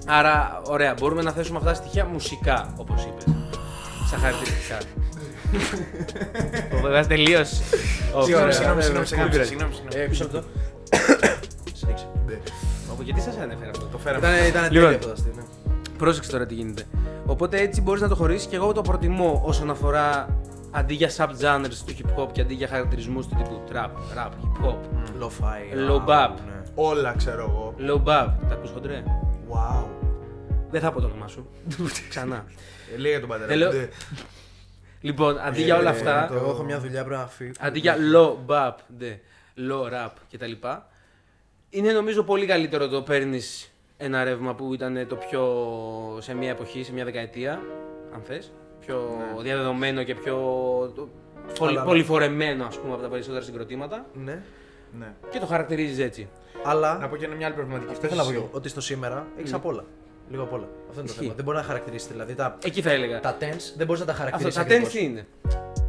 [SPEAKER 1] Άρα, ωραία, μπορούμε να θέσουμε αυτά τα στοιχεία μουσικά, όπως είπες. Σαν χαρακτηριστικά. Ο Βεγά τελείω.
[SPEAKER 3] Συγγνώμη,
[SPEAKER 2] ωραία,
[SPEAKER 3] συγγνώμη,
[SPEAKER 2] ναι,
[SPEAKER 3] συγγνώμη,
[SPEAKER 2] ναι,
[SPEAKER 3] συγγνώμη,
[SPEAKER 2] ναι.
[SPEAKER 3] συγγνώμη, συγγνώμη.
[SPEAKER 2] Ε, Μισό λεπτό. Συνέχισε.
[SPEAKER 3] Ναι.
[SPEAKER 1] Γιατί σας ανέφερα αυτό. Το
[SPEAKER 3] φέραμε.
[SPEAKER 2] Ήταν- Ήταν
[SPEAKER 1] Λοιπόν.
[SPEAKER 2] τέλειο αυτό το αστείο, ναι.
[SPEAKER 1] Πρόσεξε τώρα τι γίνεται. Οπότε έτσι μπορείς να το χωρίσεις και εγώ το προτιμώ όσον αφορά αντί για subgenres του hip hop και αντί για χαρακτηρισμούς του τύπου trap, rap, hip hop.
[SPEAKER 2] Lo-fi.
[SPEAKER 1] Low
[SPEAKER 2] ah,
[SPEAKER 1] bap.
[SPEAKER 2] ναι.
[SPEAKER 3] Όλα ξέρω εγώ.
[SPEAKER 1] Low bab, τα ακούς χοντρέ.
[SPEAKER 3] Wow.
[SPEAKER 1] Δεν θα πω το όνομά σου. Ξανά.
[SPEAKER 3] Ε, Λέγε τον πατέρα.
[SPEAKER 1] Δεν λέω-
[SPEAKER 3] μου, ντε.
[SPEAKER 1] λοιπόν, αντί για όλα
[SPEAKER 2] Ε,
[SPEAKER 1] αυτά,
[SPEAKER 2] το- Εγώ έχω μια δουλειά πρέπει να φύγω.
[SPEAKER 1] αντί για low bap, ντε, low rap κτλ. Είναι νομίζω πολύ καλύτερο το παίρνεις ένα ρεύμα που ήταν το πιο σε μια εποχή, σε μια δεκαετία, αν θες, πιο διαδεδομένο και πιο το- πολυ-
[SPEAKER 2] Αλλά-
[SPEAKER 1] πολυφορεμένο ας πούμε από τα περισσότερα συγκροτήματα
[SPEAKER 2] Ναι.
[SPEAKER 3] Ναι.
[SPEAKER 1] και το χαρακτηρίζεις έτσι.
[SPEAKER 2] Αλλά.
[SPEAKER 3] Να πω και μια άλλη προβληματική.
[SPEAKER 2] Αυτό θέλω να πω
[SPEAKER 3] Φτάσεις
[SPEAKER 2] εγώ. Ότι στο σήμερα έχεις απ' όλα. Λίγο απ' όλα. Αυτό είναι το
[SPEAKER 1] Ισχύει.
[SPEAKER 2] θέμα. Δεν μπορεί να χαρακτηρίσει. Δηλαδή τα,
[SPEAKER 1] Εκεί θα έλεγα.
[SPEAKER 2] τα tens δεν μπορείς να τα
[SPEAKER 1] Αυτό,
[SPEAKER 2] χαρακτηρίσει.
[SPEAKER 1] τα
[SPEAKER 2] ακριβώς.
[SPEAKER 1] τένς τι είναι.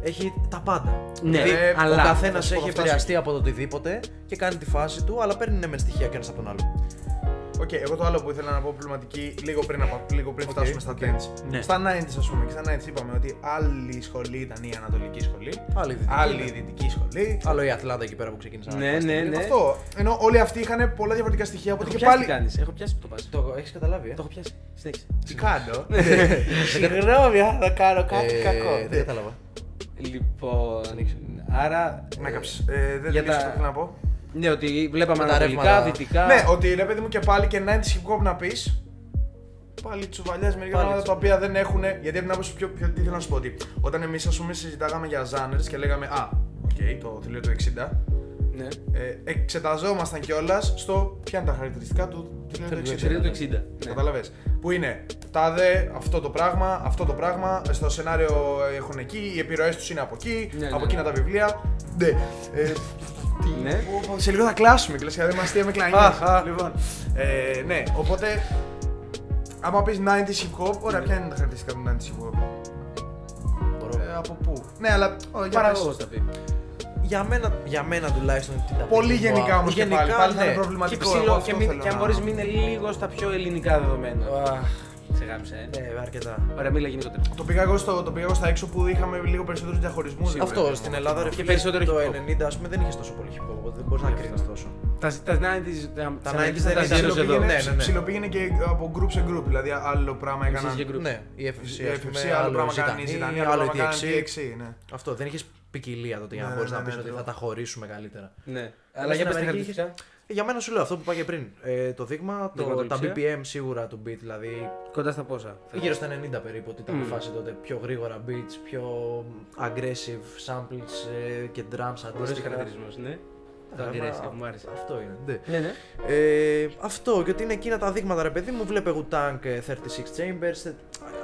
[SPEAKER 2] Έχει τα πάντα. Δηλαδή,
[SPEAKER 1] Ναι,
[SPEAKER 3] ε, ο
[SPEAKER 2] Ο
[SPEAKER 1] αλλά
[SPEAKER 2] καθένας
[SPEAKER 3] θα σου πω,
[SPEAKER 2] έχει
[SPEAKER 3] θα φτάσω.
[SPEAKER 2] επηρεαστεί από το οτιδήποτε και κάνει τη φάση του, αλλά παίρνει ναι, μεν στοιχεία και ένας από τον άλλο.
[SPEAKER 3] Οκ, εγώ το άλλο που ήθελα να πω προβληματική λίγο πριν, από, λίγο πριν φτάσουμε στα tents.
[SPEAKER 1] Ναι.
[SPEAKER 3] Στα 90s, ας πούμε, και στα 90s είπαμε ότι άλλη σχολή ήταν η Ανατολική σχολή.
[SPEAKER 2] Άλλη δυτική,
[SPEAKER 3] Άλλη
[SPEAKER 2] ναι.
[SPEAKER 3] η Δυτική σχολή. Λοιπόν,
[SPEAKER 2] Άλλο η Ατλάντα εκεί πέρα που ξεκίνησα. να
[SPEAKER 1] Ναι,
[SPEAKER 2] φας.
[SPEAKER 1] ναι, ναι.
[SPEAKER 3] Αυτό. Ενώ όλοι αυτοί είχαν πολλά διαφορετικά στοιχεία.
[SPEAKER 1] Έχω
[SPEAKER 3] Οπότε και
[SPEAKER 1] πιάσει τι
[SPEAKER 3] πάλι.
[SPEAKER 1] κάνεις, έχω πιάσει που το πας. Το
[SPEAKER 2] Το έχεις καταλάβει. Ε?
[SPEAKER 1] έχω πιάσει, συνέχισε.
[SPEAKER 3] Τι κάνω.
[SPEAKER 1] Ναι.
[SPEAKER 3] Συγγνώμη, αν θα κάνω κάτι
[SPEAKER 2] Ε,
[SPEAKER 3] κακό.
[SPEAKER 2] Δεν κατάλαβα.
[SPEAKER 1] Λοιπόν, άρα...
[SPEAKER 3] Να
[SPEAKER 1] ε,
[SPEAKER 3] κάψεις. Ε, Δεν
[SPEAKER 1] Για
[SPEAKER 3] τελείωσα
[SPEAKER 1] τα-
[SPEAKER 3] αυτό που ήθελα να πω.
[SPEAKER 1] Ναι, ότι βλέπαμε
[SPEAKER 2] Με τα
[SPEAKER 1] ανατολικά,
[SPEAKER 2] ρεύματα.
[SPEAKER 1] δυτικά.
[SPEAKER 3] Ναι, ότι ρε παιδί μου και πάλι και 90s hip hop να πεις. Πάλι τσουβαλιάς μερικά
[SPEAKER 2] Πάλι
[SPEAKER 3] πράγματα τα οποία δεν έχουν. Γιατί από την άποψη πιο, πιο. Τι θέλω να σου πω, ότι όταν εμείς ας πούμε συζητάγαμε για ζάνερ και λέγαμε Α, οκ, το θηλείο του 60.
[SPEAKER 1] ναι.
[SPEAKER 3] Ε, εξεταζόμασταν κιόλας στο ποια είναι τα χαρακτηριστικά του θηλείου του 60.
[SPEAKER 1] Το 60, το 60. ναι.
[SPEAKER 3] Καταλαβες. Που είναι τάδε, αυτό το πράγμα, αυτό το πράγμα, στο σενάριο έχουν εκεί, οι επιρροές τους είναι από εκεί,
[SPEAKER 1] Ναι,
[SPEAKER 3] από
[SPEAKER 1] ναι.
[SPEAKER 3] εκεί είναι τα βιβλία. Ναι. Ε,
[SPEAKER 1] Ναι.
[SPEAKER 3] Πω, πω, Σε λίγο θα κλάσουμε, κλασικά δεν μας με
[SPEAKER 1] Αχ, αχ.
[SPEAKER 3] κλανιές. λοιπόν, ε, ναι, οπότε, άμα πεις 90s hip hop, ωραία, ποια είναι τα χαρακτηριστικά του 90s hip hop.
[SPEAKER 2] Μπορώ.
[SPEAKER 3] Ε, από πού. Ναι, αλλά
[SPEAKER 1] Παραγωγός θα πει.
[SPEAKER 2] Για μένα, για μένα τουλάχιστον. τι τα
[SPEAKER 3] Πολύ
[SPEAKER 2] παιδιά,
[SPEAKER 3] γενικά όμως και
[SPEAKER 2] γενικά,
[SPEAKER 3] πάλι, πάλι θα
[SPEAKER 2] ναι.
[SPEAKER 3] είναι
[SPEAKER 1] Και
[SPEAKER 3] προβληματικό, εγώ
[SPEAKER 1] ψηλό,
[SPEAKER 3] αυτό
[SPEAKER 1] και, μην,
[SPEAKER 3] θέλω
[SPEAKER 1] και αν
[SPEAKER 3] να-
[SPEAKER 1] μπορείς μην είναι λίγο στα πιο ελληνικά δεδομένα.
[SPEAKER 2] Αχ,
[SPEAKER 1] Σε γάμισε, ε.
[SPEAKER 2] Ναι, αρκετά.
[SPEAKER 1] Ωραία, μίλα γενικότερα.
[SPEAKER 3] Το πήγα, εγώ στο, το πήγα εγώ στα έξω που είχαμε λίγο περισσότερους διαχωρισμούς. ρε παιδί
[SPEAKER 2] Αυτό
[SPEAKER 3] μου.
[SPEAKER 2] στην Ελλάδα ρε
[SPEAKER 1] Και
[SPEAKER 2] φίλε,
[SPEAKER 1] περισσότερο
[SPEAKER 2] το
[SPEAKER 1] hip hop.
[SPEAKER 2] 90 ας πούμε δεν είχες τόσο πολύ hip hop, οπότε δεν μπορείς να κρίνει τόσο.
[SPEAKER 1] Τα, τα 90s, τα, τα 90s
[SPEAKER 2] δεν
[SPEAKER 1] τα
[SPEAKER 2] ήταν
[SPEAKER 1] ζέρος
[SPEAKER 2] ψηλό,
[SPEAKER 1] εδώ.
[SPEAKER 3] Ψιλοπήγαινε,
[SPEAKER 2] Ναι, ναι, ναι.
[SPEAKER 3] ψιλοπήγαινε και από group σε group, δηλαδή άλλο πράγμα έκαναν.
[SPEAKER 1] Εσείς και group.
[SPEAKER 2] Ναι, η FFC,
[SPEAKER 3] Η
[SPEAKER 2] ας
[SPEAKER 3] FFC,
[SPEAKER 2] πούμε,
[SPEAKER 3] άλλο πράγμα
[SPEAKER 2] ζητάνε,
[SPEAKER 3] κάνει, ζητάνε, άλλο
[SPEAKER 2] άλλο
[SPEAKER 3] πράγμα κάνεις,
[SPEAKER 2] DXC.
[SPEAKER 3] DXC, ναι.
[SPEAKER 2] Αυτό δεν είχες ποικιλία τότε για να
[SPEAKER 3] Ναι,
[SPEAKER 2] μπορείς
[SPEAKER 3] ναι,
[SPEAKER 2] να
[SPEAKER 3] ναι,
[SPEAKER 2] πεις
[SPEAKER 3] ναι,
[SPEAKER 2] ότι
[SPEAKER 3] ναι.
[SPEAKER 2] θα τα χωρίσουμε καλύτερα.
[SPEAKER 1] Ναι.
[SPEAKER 2] Στην
[SPEAKER 1] Αλλά για πες τα
[SPEAKER 2] Αμερική
[SPEAKER 1] χαρακτηριστικά.
[SPEAKER 2] Ε, Για μένα σου λέω αυτό που είπα πριν. Ε, το δείγμα, το, τα
[SPEAKER 1] Δειγματοληψία.
[SPEAKER 2] BPM σίγουρα του beat, δηλαδή
[SPEAKER 1] Κοντά στα πόσα.
[SPEAKER 2] γύρω στα 90 περίπου ότι ήταν
[SPEAKER 1] Mm.
[SPEAKER 2] η φάση τότε. Πιο γρήγορα beats, πιο aggressive samples ε, και drums
[SPEAKER 1] Ωραίος
[SPEAKER 2] αντίστοιχα.
[SPEAKER 1] χαρακτηρισμός, ναι. Το
[SPEAKER 2] Ε,
[SPEAKER 1] αγγερέσει,
[SPEAKER 2] μα-
[SPEAKER 1] μου άρεσε.
[SPEAKER 2] Αυτό είναι. ναι.
[SPEAKER 1] Ναι, ναι.
[SPEAKER 2] Ε, αυτό και ότι είναι εκείνα τα δείγματα ρε παιδί μου. Βλέπω εγώ Tank ε, 36 Chambers.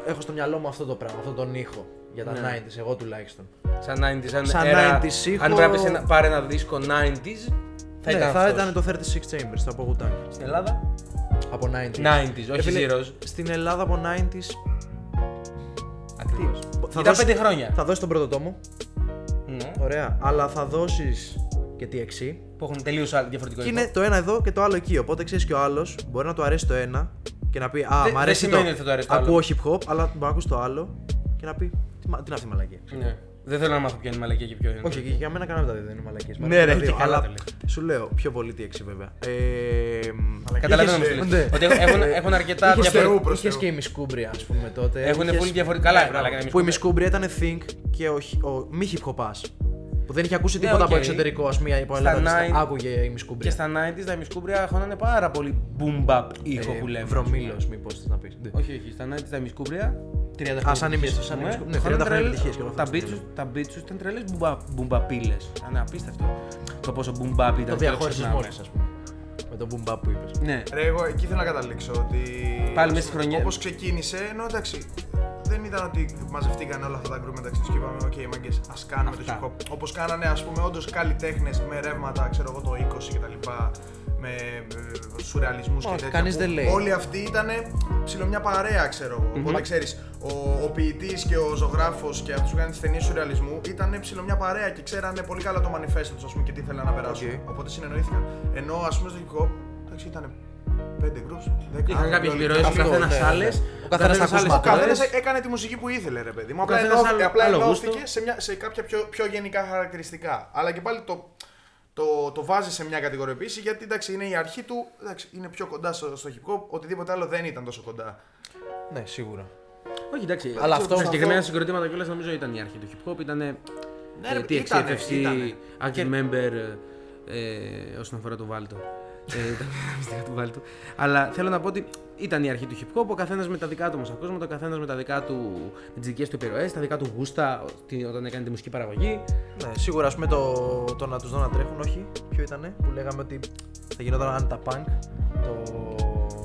[SPEAKER 2] ε, Έχω στο μυαλό μου αυτό το πράγμα, αυτόν τον ήχο. Για τα
[SPEAKER 1] Ναι.
[SPEAKER 2] 90s, εγώ τουλάχιστον.
[SPEAKER 1] Σαν 90s, αν
[SPEAKER 2] Σαν
[SPEAKER 1] era-
[SPEAKER 2] 90s ήχο.
[SPEAKER 1] Αν πρέπει να πεις ένα- πάρε ένα δίσκο 90s, θα
[SPEAKER 2] ναι,
[SPEAKER 1] ήταν
[SPEAKER 2] θα
[SPEAKER 1] αυτός.
[SPEAKER 2] ήταν το 36 Chambers, θα πω Tank.
[SPEAKER 1] Στην Ελλάδα,
[SPEAKER 2] Από 90s.
[SPEAKER 1] 90s, όχι
[SPEAKER 2] Φίλε,
[SPEAKER 1] zeros.
[SPEAKER 2] Στην Ελλάδα από 90s.
[SPEAKER 1] Ακριβώς.
[SPEAKER 2] Θα
[SPEAKER 1] Ήταν
[SPEAKER 2] δώσεις-
[SPEAKER 1] 5 χρόνια.
[SPEAKER 2] Θα δώσεις τον πρώτο τόμο.
[SPEAKER 1] Ναι.
[SPEAKER 2] Ωραία. Αλλά θα δώσεις και τη εξή.
[SPEAKER 1] Που έχουν τελείως άλλο διαφορετικό
[SPEAKER 2] Και
[SPEAKER 1] υλικό.
[SPEAKER 2] είναι το ένα εδώ και το άλλο εκεί. Οπότε ξέρεις και ο άλλος μπορεί να του αρέσει το ένα και να πει Α,
[SPEAKER 1] Δεν-
[SPEAKER 2] μ' αρέσει
[SPEAKER 1] δεν
[SPEAKER 2] το.
[SPEAKER 1] σημαίνει ότι θα του αρέσει το άλλο.
[SPEAKER 2] Ακούω hip hop, αλλά μπορεί να ακούσει το άλλο και να πει Τι, μα- τι είναι αυτή η μαλακία.
[SPEAKER 1] Ναι. Δεν θέλω να μάθω ποια είναι η μαλακία και ποιο είναι.
[SPEAKER 2] Όχι, και για μένα κανένα από τα δύο δεν είναι μαλακίες.
[SPEAKER 1] Ναι, ρε, και καλά τα
[SPEAKER 2] αλλά
[SPEAKER 1] λες.
[SPEAKER 2] σου λέω πιο πολύ τι εξή βέβαια. Ε,
[SPEAKER 1] Καταλαβαίνω
[SPEAKER 3] Είχες-
[SPEAKER 1] όμως τι
[SPEAKER 2] ναι.
[SPEAKER 1] λες. Ότι έχουν- έχουν, έχουν αρκετά
[SPEAKER 3] Είχες
[SPEAKER 1] διαφορετικά.
[SPEAKER 3] θεού. προς
[SPEAKER 2] Είχες και η Μισκούμπρια, ας πούμε τότε.
[SPEAKER 1] Έχουν
[SPEAKER 2] Είχες- Ναι,
[SPEAKER 1] πολύ διαφορετικά. Καλά,
[SPEAKER 2] Μπράβο.
[SPEAKER 1] αλλά και να μην
[SPEAKER 2] Που η
[SPEAKER 1] σκουπίζουν.
[SPEAKER 2] Μισκούμπρια ήταν think και ο, χι- ο μη hip hopάς. Που δεν είχε ακούσει
[SPEAKER 1] Ναι,
[SPEAKER 2] τίποτα από
[SPEAKER 1] οκ.
[SPEAKER 2] εξωτερικό, ας πούμε, από
[SPEAKER 1] Στα
[SPEAKER 2] Ελλάδα.
[SPEAKER 1] nine-
[SPEAKER 2] Άκουγε η
[SPEAKER 1] Και
[SPEAKER 2] Μισκούμπρια. Ε,
[SPEAKER 1] στα 90s τα μισκούμπρια χώνανε πάρα πολύ boom bap ήχο που λέμε.
[SPEAKER 2] Βρωμήλος, μήπως θες να πεις.
[SPEAKER 1] Όχι, όχι, στα 90s τα μισκούμπρια. 30
[SPEAKER 2] Ναι. Α,
[SPEAKER 1] χρόνια.
[SPEAKER 2] σαν
[SPEAKER 1] επιτυχίες,
[SPEAKER 2] εμείς, σαν
[SPEAKER 1] ναι,
[SPEAKER 2] εμείς, ναι, 30
[SPEAKER 1] χώνανε
[SPEAKER 2] χρόνια
[SPEAKER 1] τρελ-
[SPEAKER 2] επιτυχίες και όλα αυτά
[SPEAKER 1] τα beats τους- Τα beats τους ήταν τρελές boom bap- boom bapίλες. Ήταν απίστευτο το πόσο boom bap
[SPEAKER 2] Το
[SPEAKER 1] ήταν.
[SPEAKER 2] διαχώρισε
[SPEAKER 1] ξεχνάμε.
[SPEAKER 2] μόνο, ας πούμε. Με τον boom bap που είπες.
[SPEAKER 1] Ναι.
[SPEAKER 3] Ρε, εγώ εκεί ήθελα να καταλήξω ότι.
[SPEAKER 1] Πάλι μέσα στη χρονιά.
[SPEAKER 3] Όπως ξεκίνησε, ενώ εντάξει, δεν ήταν ότι μαζευτήκαν όλα αυτά τα group μεταξύ τους και είπαμε: Οκ, okay, μάγκες, ας κάνουμε
[SPEAKER 1] Αυτά.
[SPEAKER 3] το hip hop. Όπως κάνανε, ας πούμε, όντως καλλιτέχνε με ρεύματα, ξέρω εγώ, το 20 κτλ. Με ε, σουρεαλισμούς και
[SPEAKER 2] Όχι,
[SPEAKER 3] τέτοια.
[SPEAKER 2] κανείς
[SPEAKER 3] που
[SPEAKER 2] δεν λέει.
[SPEAKER 3] Όλοι αυτοί ήταν ψηλομιά παρέα, ξέρω εγώ. Οπότε ξέρεις, ο, ο ποιητής και ο ζωγράφος και αυτούς που κάνανε τι ταινίε σουρεαλισμού ήταν ψηλομιά παρέα και ξέρανε πολύ καλά το μανιφέστο τους, ας πούμε, και τι θέλανε να περάσουν.
[SPEAKER 2] Οκ.
[SPEAKER 3] Οπότε συνεννοήθηκαν. Ενώ ας πούμε στο hip hop, εντάξει, ήταν πέντε groups, δέκα.
[SPEAKER 1] Είχαν κάποιε
[SPEAKER 3] όλοι-
[SPEAKER 1] επιρροέ, ο
[SPEAKER 3] Αυτό.
[SPEAKER 2] καθένας
[SPEAKER 1] καθένα
[SPEAKER 2] ναι,
[SPEAKER 1] άλλε.
[SPEAKER 2] ναι. Ο καθένας τα
[SPEAKER 3] Ο
[SPEAKER 2] ακούσματα.
[SPEAKER 3] καθένα έκανε τη μουσική που ήθελε, ρε παιδί μου. Απλά,
[SPEAKER 1] καθένας
[SPEAKER 3] ενώθηκε-
[SPEAKER 1] άλλο-
[SPEAKER 3] απλά
[SPEAKER 1] άλλο
[SPEAKER 3] ενώθηκε
[SPEAKER 1] γούστο.
[SPEAKER 3] σε, μια, σε κάποια πιο, πιο γενικά χαρακτηριστικά. Αλλά και πάλι το, το, το βάζει σε μια κατηγοριοποίηση γιατί εντάξει, είναι η αρχή του. Εντάξει, είναι πιο κοντά στο, στο hip hop. Οτιδήποτε άλλο δεν ήταν τόσο κοντά.
[SPEAKER 2] Ναι, σίγουρα.
[SPEAKER 1] Όχι, εντάξει.
[SPEAKER 2] Αλλά αυτό-
[SPEAKER 1] Τα συγκεκριμένα συγκροτήματα κιόλας νομίζω ήταν η αρχή του hip hop. Ήταν.
[SPEAKER 3] Ναι, ρε,
[SPEAKER 1] TXT,
[SPEAKER 3] ήτανε,
[SPEAKER 1] FFC,
[SPEAKER 3] ήτανε.
[SPEAKER 1] Active Member ε, όσον ε, αφορά το Βάλτο. Ε, ήταν μυστικά του βάλτου. Αλλά θέλω να πω ότι ήταν η αρχή του hip hop. Ο καθένας με τα δικά του μουσακόσμματα, ο καθένας με τα δικά του. με τι δικέ του επιρροές, τα δικά του γούστα ο- τι- όταν έκανε τη μουσική παραγωγή.
[SPEAKER 2] Ναι, σίγουρα ας πούμε το, το να τους δω να τρέχουν, όχι. Ποιο ήταν που λέγαμε ότι θα γινόταν αν τα punk. Το...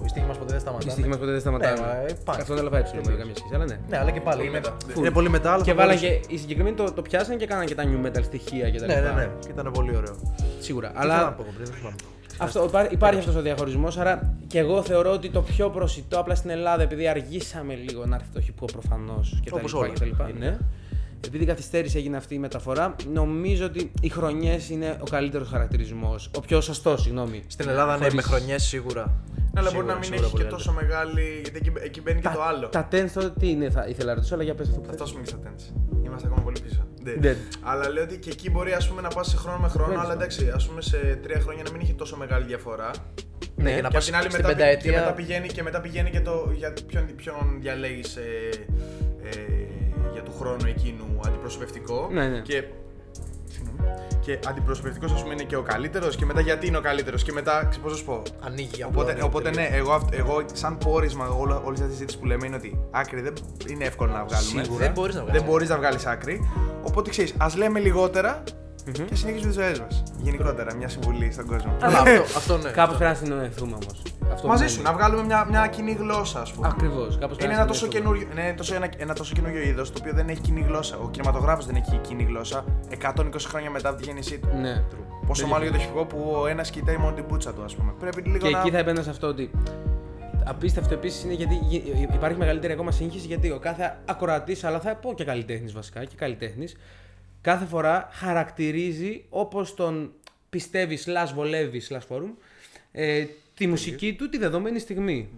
[SPEAKER 2] Η στίχη μας ποτέ δεν σταματάνε.
[SPEAKER 1] Η στοίχη μας ποτέ δεν σταματάει.
[SPEAKER 2] Ναι, μα, ε, punk.
[SPEAKER 1] Αυτό είναι λαφά έψιλο, δεν καμία σχέση, αλλά ναι.
[SPEAKER 2] Ναι, αλλά και πάλι.
[SPEAKER 3] Πολύ
[SPEAKER 2] Είναι,
[SPEAKER 3] μετά.
[SPEAKER 2] είναι πολύ μετά. Αλλά
[SPEAKER 1] Και
[SPEAKER 2] θα
[SPEAKER 1] βάλαν
[SPEAKER 2] μπορούσε-
[SPEAKER 1] και. οι συγκεκριμένοι το, το πιάσαν και κάναν και τα new metal στοιχεία κτλ.
[SPEAKER 2] Ναι, ναι, ναι. Και ήταν πολύ ωραίο. Τι
[SPEAKER 1] Σίγουρα.
[SPEAKER 2] ήθελα να
[SPEAKER 1] Αλλά
[SPEAKER 2] πω πριν, δεν θυμάμαι.
[SPEAKER 1] Αυτό, υπά- υπάρχει αυτός ο διαχωρισμός, άρα και εγώ θεωρώ ότι το πιο προσιτό απλά στην Ελλάδα, επειδή αργήσαμε λίγο να έρθει το hip hop προφανώς και τα
[SPEAKER 2] Όπως
[SPEAKER 1] λοιπά.
[SPEAKER 2] όλα.
[SPEAKER 1] Και τα λοιπά ναι. Επειδή καθυστέρησε έγινε αυτή η μεταφορά, νομίζω ότι οι χρονιές είναι ο καλύτερος χαρακτηρισμός. Ο πιο σωστός, συγγνώμη.
[SPEAKER 2] Στην Ελλάδα, ναι,
[SPEAKER 1] Χωρίς-
[SPEAKER 2] με χρονιές σίγουρα.
[SPEAKER 3] Ναι, αλλά μπορεί
[SPEAKER 2] Σίγουρα,
[SPEAKER 3] να μην
[SPEAKER 2] σίγουρα
[SPEAKER 3] έχει και
[SPEAKER 2] πολύ
[SPEAKER 3] τόσο μεγάλη. Γιατί εκεί, εκεί μπαίνει και το άλλο.
[SPEAKER 1] Τα tens τότε τι είναι, θα ήθελα να ρωτήσω, αλλά για πες αυτό που
[SPEAKER 3] Θα
[SPEAKER 1] θες.
[SPEAKER 3] φτάσουμε και στα τέννις. Είμαστε ακόμα πολύ πίσω. Ναι.
[SPEAKER 1] Ναι.
[SPEAKER 3] Αλλά λέω ότι και εκεί μπορεί ας πούμε, να πας σε χρόνο με χρόνο,
[SPEAKER 1] Δεν
[SPEAKER 3] αλλά εντάξει, ας πούμε σε τρία χρόνια να μην έχει τόσο μεγάλη διαφορά.
[SPEAKER 2] Ναι, για να
[SPEAKER 3] και
[SPEAKER 2] πας
[SPEAKER 3] απ' την άλλη
[SPEAKER 2] στην
[SPEAKER 3] μετά, πη- και μετά
[SPEAKER 2] πενταετία.
[SPEAKER 3] πηγαίνει, και μετά πηγαίνει και το για ποιον, ποιον διαλέγεις για του χρόνου εκείνου αντιπροσωπευτικό.
[SPEAKER 1] Ναι, ναι.
[SPEAKER 3] Και, συγγνώμη. και αντιπροσωπευτικός, ας πούμε, είναι και ο καλύτερος. Και μετά γιατί είναι ο καλύτερος. Και μετά, ξέρω πώς να σου πω.
[SPEAKER 2] Ανοίγει απλά,
[SPEAKER 3] Οπότε,
[SPEAKER 2] ναι,
[SPEAKER 3] οπότε ναι,
[SPEAKER 2] τελείως.
[SPEAKER 3] εγώ, αυτ- εγώ σαν πόρισμα όλη αυτή τη συζήτηση που λέμε είναι ότι άκρη δεν είναι εύκολο να βγάλουμε.
[SPEAKER 2] Σίγουρα. Δεν μπορείς να βγάλεις.
[SPEAKER 3] Δεν μπορείς να βγάλεις άκρη. Οπότε ξέρεις, ας λέμε λιγότερα και συνεχίζουμε τις ζωές μας. Γενικότερα, μια συμβουλή στον κόσμο.
[SPEAKER 2] Αλλά αυτό, αυτό ναι.
[SPEAKER 1] Κάπως πρέπει να συνοηθούμε όμως.
[SPEAKER 3] Μαζί σου, να βγάλουμε μια, μια κοινή γλώσσα, ας πούμε.
[SPEAKER 1] Ακριβώς. Κάπως
[SPEAKER 3] Είναι ένα
[SPEAKER 1] ναι.
[SPEAKER 3] τόσο, καινούριο, είναι τόσο ένα, ένα τόσο καινούριο είδος το οποίο δεν έχει κοινή γλώσσα. Ο κινηματογράφος δεν έχει κοινή γλώσσα 120 χρόνια μετά από τη γέννησή του.
[SPEAKER 1] Ναι.
[SPEAKER 3] Πόσο
[SPEAKER 1] Δεν
[SPEAKER 3] μάλλον για το χυπικό που ο ένας κοιτάει μόνο την πούτσα του, ας πούμε. Πρέπει λίγο
[SPEAKER 1] Και
[SPEAKER 3] να.
[SPEAKER 1] εκεί θα επέμενα σε αυτό ότι απίστευτο επίσης είναι γιατί γι- υπάρχει μεγαλύτερη ακόμα σύγχυση γιατί ο κάθε ακροατής, αλλά θα πω και καλλιτέχνης βασικά και καλλιτέχνης, κάθε φορά χαρακτηρίζει όπως τον πιστεύει, slash βολεύει, slash forum, ε, τη μουσική του τη δεδομένη στιγμή.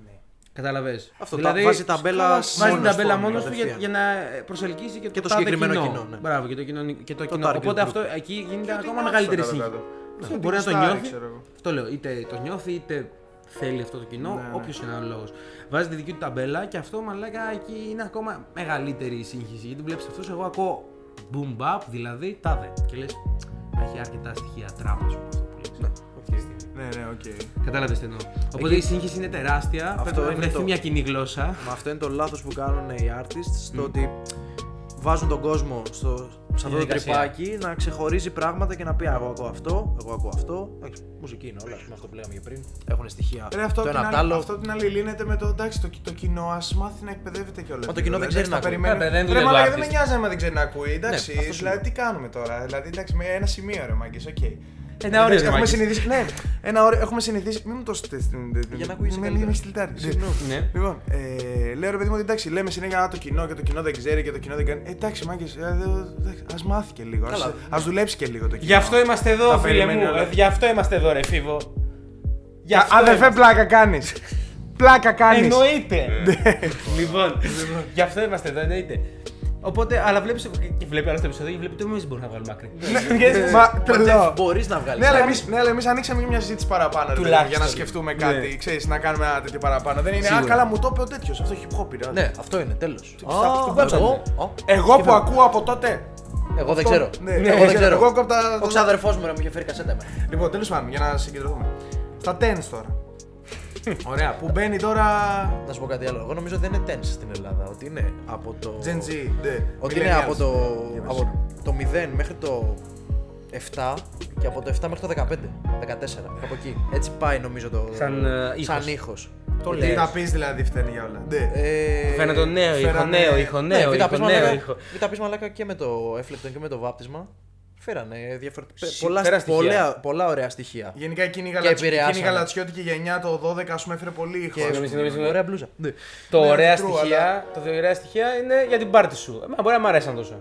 [SPEAKER 1] Καταλαβες.
[SPEAKER 2] Ναι.
[SPEAKER 1] Δηλαδή,
[SPEAKER 2] Αυτό, τα- βάζει ταμπέλα
[SPEAKER 1] Βάζει την
[SPEAKER 2] μόνος
[SPEAKER 1] ταμπέλα
[SPEAKER 2] του,
[SPEAKER 1] μόνος του για,
[SPEAKER 2] κατευθείαν.
[SPEAKER 1] για να ε, προσελκύσει και,
[SPEAKER 2] Και το
[SPEAKER 1] τάδε
[SPEAKER 2] συγκεκριμένο κοινό, ναι.
[SPEAKER 1] Μπράβο, και το κοινό. Και το κοινό.
[SPEAKER 2] target
[SPEAKER 1] Οπότε
[SPEAKER 2] group.
[SPEAKER 1] αυτό εκεί γίνεται
[SPEAKER 3] ότι
[SPEAKER 1] ακόμα
[SPEAKER 3] είναι
[SPEAKER 1] μεγαλύτερη
[SPEAKER 3] άψογα,
[SPEAKER 1] σύγχυση.
[SPEAKER 3] βέβαια, το.
[SPEAKER 1] Αυτό
[SPEAKER 3] Ναι,
[SPEAKER 1] μπορεί να το
[SPEAKER 3] γουστάρει,
[SPEAKER 1] νιώθει.
[SPEAKER 3] ξέρω εγώ.
[SPEAKER 1] Αυτό λέω. Είτε το νιώθει, είτε θέλει αυτό το κοινό, ναι. όποιος είναι ο λόγος. Βάζει τη δική του ταμπέλα και αυτό μαλάκα εκεί είναι ακόμα μεγαλύτερη η σύγχυση. Γιατί βλέπεις αυτού, εγώ ακούω boom bap, δηλαδή τάδε. Και λες, έχει αρκετά στοιχεία τράπα σου αυτό που λες.
[SPEAKER 3] Ναι, ναι, οκ.
[SPEAKER 1] Κατάλαβες τι εννοώ. Οπότε η σύγχυση είναι τεράστια.
[SPEAKER 2] Αυτό
[SPEAKER 1] Πρέπει να
[SPEAKER 2] είναι
[SPEAKER 1] βρεθεί
[SPEAKER 2] το-
[SPEAKER 1] μια κοινή γλώσσα.
[SPEAKER 2] Μα αυτό είναι το λάθος που κάνουν οι artists, στο ότι βάζουν τον κόσμο στο, σε αυτό το
[SPEAKER 1] διαδικασία.
[SPEAKER 2] τρυπάκι να ξεχωρίζει πράγματα και να πει «Α, Εγώ ακούω αυτό, εγώ ακούω αυτό. Εντάξει, Μουσική είναι όλα, με αυτό που λέγαμε και πριν. Έχουν στοιχεία
[SPEAKER 3] Ρε, αυτό,
[SPEAKER 2] το
[SPEAKER 3] απ' την
[SPEAKER 2] ένα απ' το
[SPEAKER 3] άλλη-
[SPEAKER 2] άλλο.
[SPEAKER 3] αυτό απ' την άλλη λύνεται με το εντάξει, το, το κοινό ας μάθει να εκπαιδεύεται κιόλας.
[SPEAKER 2] Μα το κοινό δεν ξέρει να ακούει.
[SPEAKER 1] Βέβαια, δεν
[SPEAKER 3] Ρε,
[SPEAKER 1] δουλεύει
[SPEAKER 3] μαλάκα,
[SPEAKER 1] ο
[SPEAKER 3] δεν με
[SPEAKER 1] artist.
[SPEAKER 3] νοιάζει άμα δεν ξέρει να ακούει. Εντάξει,
[SPEAKER 2] Ναι, αυτό σου
[SPEAKER 3] δηλαδή τι κάνουμε τώρα. Δηλαδή, εντάξει, με ένα σημείο ρε μάγκες, οκ.
[SPEAKER 1] Ένα όριο, ρε,
[SPEAKER 3] Εντάξει, Έχουμε
[SPEAKER 1] μάγκες.
[SPEAKER 3] συνηθίσει. Ναι, ένα όριο έχουμε συνηθίσει. Μην μου το στείλει.
[SPEAKER 2] Για να ακούγεσαι
[SPEAKER 3] Μην
[SPEAKER 2] καλύτερα.
[SPEAKER 3] είμαι στυλτάρι.
[SPEAKER 2] Συγγνώμη.
[SPEAKER 1] Ναι.
[SPEAKER 3] Λοιπόν, ε, λέω ρε παιδί μου ότι εντάξει, λέμε συνέχεια «Α, το κοινό και το κοινό δεν ξέρει και το κοινό δεν κάνει. Ε, εντάξει, μάγκε, α μάθει και λίγο.
[SPEAKER 2] Καλά.
[SPEAKER 3] Ας δουλέψει και λίγο το κοινό.
[SPEAKER 1] Γι' αυτό είμαστε εδώ,
[SPEAKER 3] Τα
[SPEAKER 1] φίλε
[SPEAKER 3] περιμένει
[SPEAKER 1] μου.
[SPEAKER 3] όλα.
[SPEAKER 1] Ε, Γι' αυτό είμαστε εδώ, ρε φίβο. Γι'
[SPEAKER 3] Α,
[SPEAKER 1] αυτό
[SPEAKER 3] Αδερφέ,
[SPEAKER 1] είμαστε.
[SPEAKER 3] πλάκα κάνεις. Πλάκα κάνεις.
[SPEAKER 1] Εννοείται. Ε.
[SPEAKER 2] Ναι.
[SPEAKER 1] λοιπόν, γι' αυτό είμαστε εδώ, εννοείται. Οπότε, αλλά βλέπεις και βλέπει άλλο στο επεισόδιο και βλέπει ότι εμείς μπορούμε να βγάλουμε άκρη.
[SPEAKER 3] Ναι, Μα τρελό.
[SPEAKER 2] Μπορείς να βγάλεις.
[SPEAKER 3] Ναι, αλλά εμείς, ναι, αλλά εμείς ανοίξαμε και μια συζήτηση παραπάνω. ρε παιδί μου, για να
[SPEAKER 1] Τουλάχιστον.
[SPEAKER 3] σκεφτούμε
[SPEAKER 1] Ναι.
[SPEAKER 3] κάτι, ξέρεις, να κάνουμε ένα τέτοιο παραπάνω. Δεν είναι. Α,
[SPEAKER 1] Σίγουρα.
[SPEAKER 3] καλά, μου το είπε ο τέτοιος. Αυτό hip hop είναι.
[SPEAKER 2] Ναι, αυτό είναι, τέλος.
[SPEAKER 3] στα- στην κόψα είναι. Εγώ που ακούω από τότε.
[SPEAKER 2] Εγώ δεν
[SPEAKER 3] Αυτό-
[SPEAKER 2] ξέρω.
[SPEAKER 3] ναι,
[SPEAKER 2] Εγώ δεν ξέρω.
[SPEAKER 3] εγώ από τα-
[SPEAKER 2] Ο ξαδερφός μου ρε, μου είχε φέρει κασέτα εμένα.
[SPEAKER 3] Λοιπόν, τέλος πάντων, για να συγκεντρωθούμε. Στα tens τώρα. Ωραία, που μπαίνει τώρα.
[SPEAKER 2] Να σου πω κάτι άλλο. Εγώ νομίζω δεν είναι tense στην Ελλάδα. Ότι είναι από το.
[SPEAKER 3] Gen Z, ναι.
[SPEAKER 2] Ότι είναι από το,
[SPEAKER 3] Millennials.
[SPEAKER 2] από το 0 μέχρι το 7 και από το 7 μέχρι το 15, 14, κάπου εκεί. Έτσι πάει νομίζω το.
[SPEAKER 1] Σαν, ε, ήχος.
[SPEAKER 2] Σαν ήχος.
[SPEAKER 3] Το
[SPEAKER 2] Ε,
[SPEAKER 3] λέει. Τα πεις δηλαδή φταίνει για όλα. Ναι.
[SPEAKER 2] Ε,
[SPEAKER 1] Φαίνεται το νέο ήχο,
[SPEAKER 3] φέρανε-
[SPEAKER 1] νέο ήχο,
[SPEAKER 2] ναι,
[SPEAKER 1] νέο
[SPEAKER 2] μην τα
[SPEAKER 1] ήχο,
[SPEAKER 2] πεις
[SPEAKER 1] νέο
[SPEAKER 2] μαλάκα-
[SPEAKER 1] ήχο.
[SPEAKER 2] μην τα πεις μαλάκα και με το έφλεκτον και με το βάπτισμα. Φέρανε διαφορετικά.
[SPEAKER 1] Σι-
[SPEAKER 2] Πολλά,
[SPEAKER 1] φέρα στοιχεία.
[SPEAKER 2] πολλά, πολλά ωραία στοιχεία.
[SPEAKER 3] Γενικά εκείνη η γαλατσι-
[SPEAKER 2] επηρεάσανε.
[SPEAKER 3] εκείνη η γαλατσιώτικη γενιά το 12 ας πούμε έφερε πολύ ήχο.
[SPEAKER 2] Και
[SPEAKER 3] ας πούμε.
[SPEAKER 1] συγγνώμη, συγγνώμη.
[SPEAKER 2] ωραία μπλούζα.
[SPEAKER 1] Το
[SPEAKER 3] Ναι,
[SPEAKER 1] ωραία
[SPEAKER 3] true,
[SPEAKER 1] στοιχεία, τα δύο ωραία στοιχεία είναι για την πάρτι σου. Ε, Μα μπορεί να μ' αρέσαν τόσο.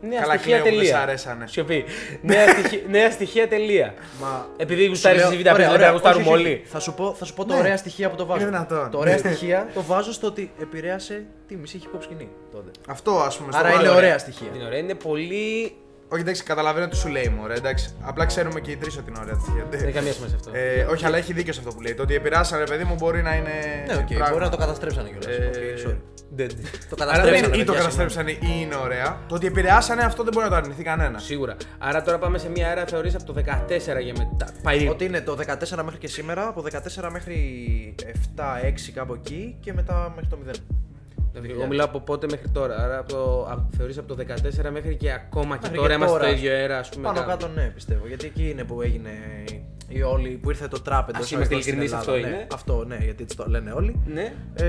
[SPEAKER 1] Νέα
[SPEAKER 3] Καλά,
[SPEAKER 1] στοιχεία
[SPEAKER 3] κλαίω που δεν σ'
[SPEAKER 1] τελεία.
[SPEAKER 3] αρέσανε.
[SPEAKER 1] Σιωπή. Νέα στοιχεία- Νέα στοιχεία τελεία.
[SPEAKER 3] Μα-
[SPEAKER 1] Επειδή
[SPEAKER 2] Ναι. Σου
[SPEAKER 1] γουστάρεις
[SPEAKER 2] λέω,
[SPEAKER 1] τη βίντεο,
[SPEAKER 2] ωραία,
[SPEAKER 1] πρέπει
[SPEAKER 2] ωραία,
[SPEAKER 1] να γουστάρουμε
[SPEAKER 2] όχι, όχι,
[SPEAKER 1] όλοι.
[SPEAKER 2] Θα σου πω, θα σου πω το
[SPEAKER 3] Ναι.
[SPEAKER 2] ωραία στοιχεία που το βάζω.
[SPEAKER 3] Είναι δυνατόν.
[SPEAKER 2] Το ωραία
[SPEAKER 3] Ναι.
[SPEAKER 2] στοιχεία το βάζω στο ότι επηρέασε τη μισή hip hop σκηνή τότε.
[SPEAKER 3] Αυτό ας πούμε. στο
[SPEAKER 2] Άρα
[SPEAKER 3] πρώτο.
[SPEAKER 2] είναι ωραία στοιχεία.
[SPEAKER 1] Είναι ωραία, Ναι, είναι πολύ.
[SPEAKER 3] Όχι, εντάξει, καταλαβαίνω τι σου λέει μου, ρε, εντάξει. Απλά ξέρουμε και οι τρεις ότι είναι ωραία τέτοια.
[SPEAKER 1] Δεν έχει καμία σημασία αυτό.
[SPEAKER 3] Ε, όχι, αλλά έχει δίκιο σε αυτό που λέει. Το ότι επηρεάσαν, ρε παιδί μου, μπορεί να είναι.
[SPEAKER 2] Ναι, οκ,
[SPEAKER 3] πράγμα.
[SPEAKER 2] μπορεί να το καταστρέψανε κιόλας.
[SPEAKER 3] Ε,
[SPEAKER 2] sorry. Dead. Το
[SPEAKER 3] Άρα
[SPEAKER 2] καταστρέψανε.
[SPEAKER 3] δεν είναι ή το
[SPEAKER 2] παιδιά, συγγνώμη.
[SPEAKER 3] καταστρέψανε ή είναι ωραία. Το ότι επηρεάσανε αυτό δεν μπορεί να το αρνηθεί κανένα.
[SPEAKER 1] Σίγουρα. Άρα τώρα πάμε σε μια αέρα θεωρείς από το 14 για μετά. Πάει.
[SPEAKER 2] Ότι είναι το 14 μέχρι και σήμερα, από 14 μέχρι 7-6 κάπου εκεί και μετά μέχρι το 0.
[SPEAKER 1] Εγώ μιλάω από πότε μέχρι τώρα. Άρα από το... από- θεωρείς από το 14 μέχρι και ακόμα και
[SPEAKER 2] Μέχρι
[SPEAKER 1] τώρα
[SPEAKER 2] και
[SPEAKER 1] είμαστε
[SPEAKER 2] τώρα.
[SPEAKER 1] στο ίδιο αέρα, ας πούμε.
[SPEAKER 2] Πάνω
[SPEAKER 1] κάπου.
[SPEAKER 2] κάτω ναι, πιστεύω. Γιατί εκεί είναι που έγινε η όλη, που ήρθε το τραπ εντός
[SPEAKER 1] Ας είμαστε ειλικρινείς, αυτό είναι.
[SPEAKER 2] Αυτό ναι, γιατί έτσι το λένε όλοι.
[SPEAKER 1] Ναι.
[SPEAKER 2] Ε,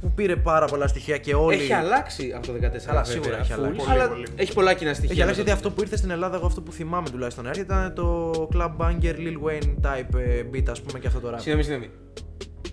[SPEAKER 2] που πήρε πάρα πολλά στοιχεία και όλοι.
[SPEAKER 1] Έχει αλλάξει από το 14
[SPEAKER 2] Καλά,
[SPEAKER 1] βέβαια,
[SPEAKER 2] σίγουρα έχει
[SPEAKER 1] full,
[SPEAKER 2] αλλάξει.
[SPEAKER 3] Πολύ,
[SPEAKER 1] αλλά
[SPEAKER 3] πολύ.
[SPEAKER 1] έχει πολλά κοινά στοιχεία.
[SPEAKER 2] Έχει
[SPEAKER 1] με το-
[SPEAKER 2] αλλάξει Ε, γιατί αυτό που ήρθε στην Ελλάδα, εγώ αυτό που θυμάμαι τουλάχιστον έρχεται ήταν το Club Banger Lil Wayne type ε, beat, ας πούμε, και αυτό το rap.
[SPEAKER 1] Συγγνώμη, συγγνώμη.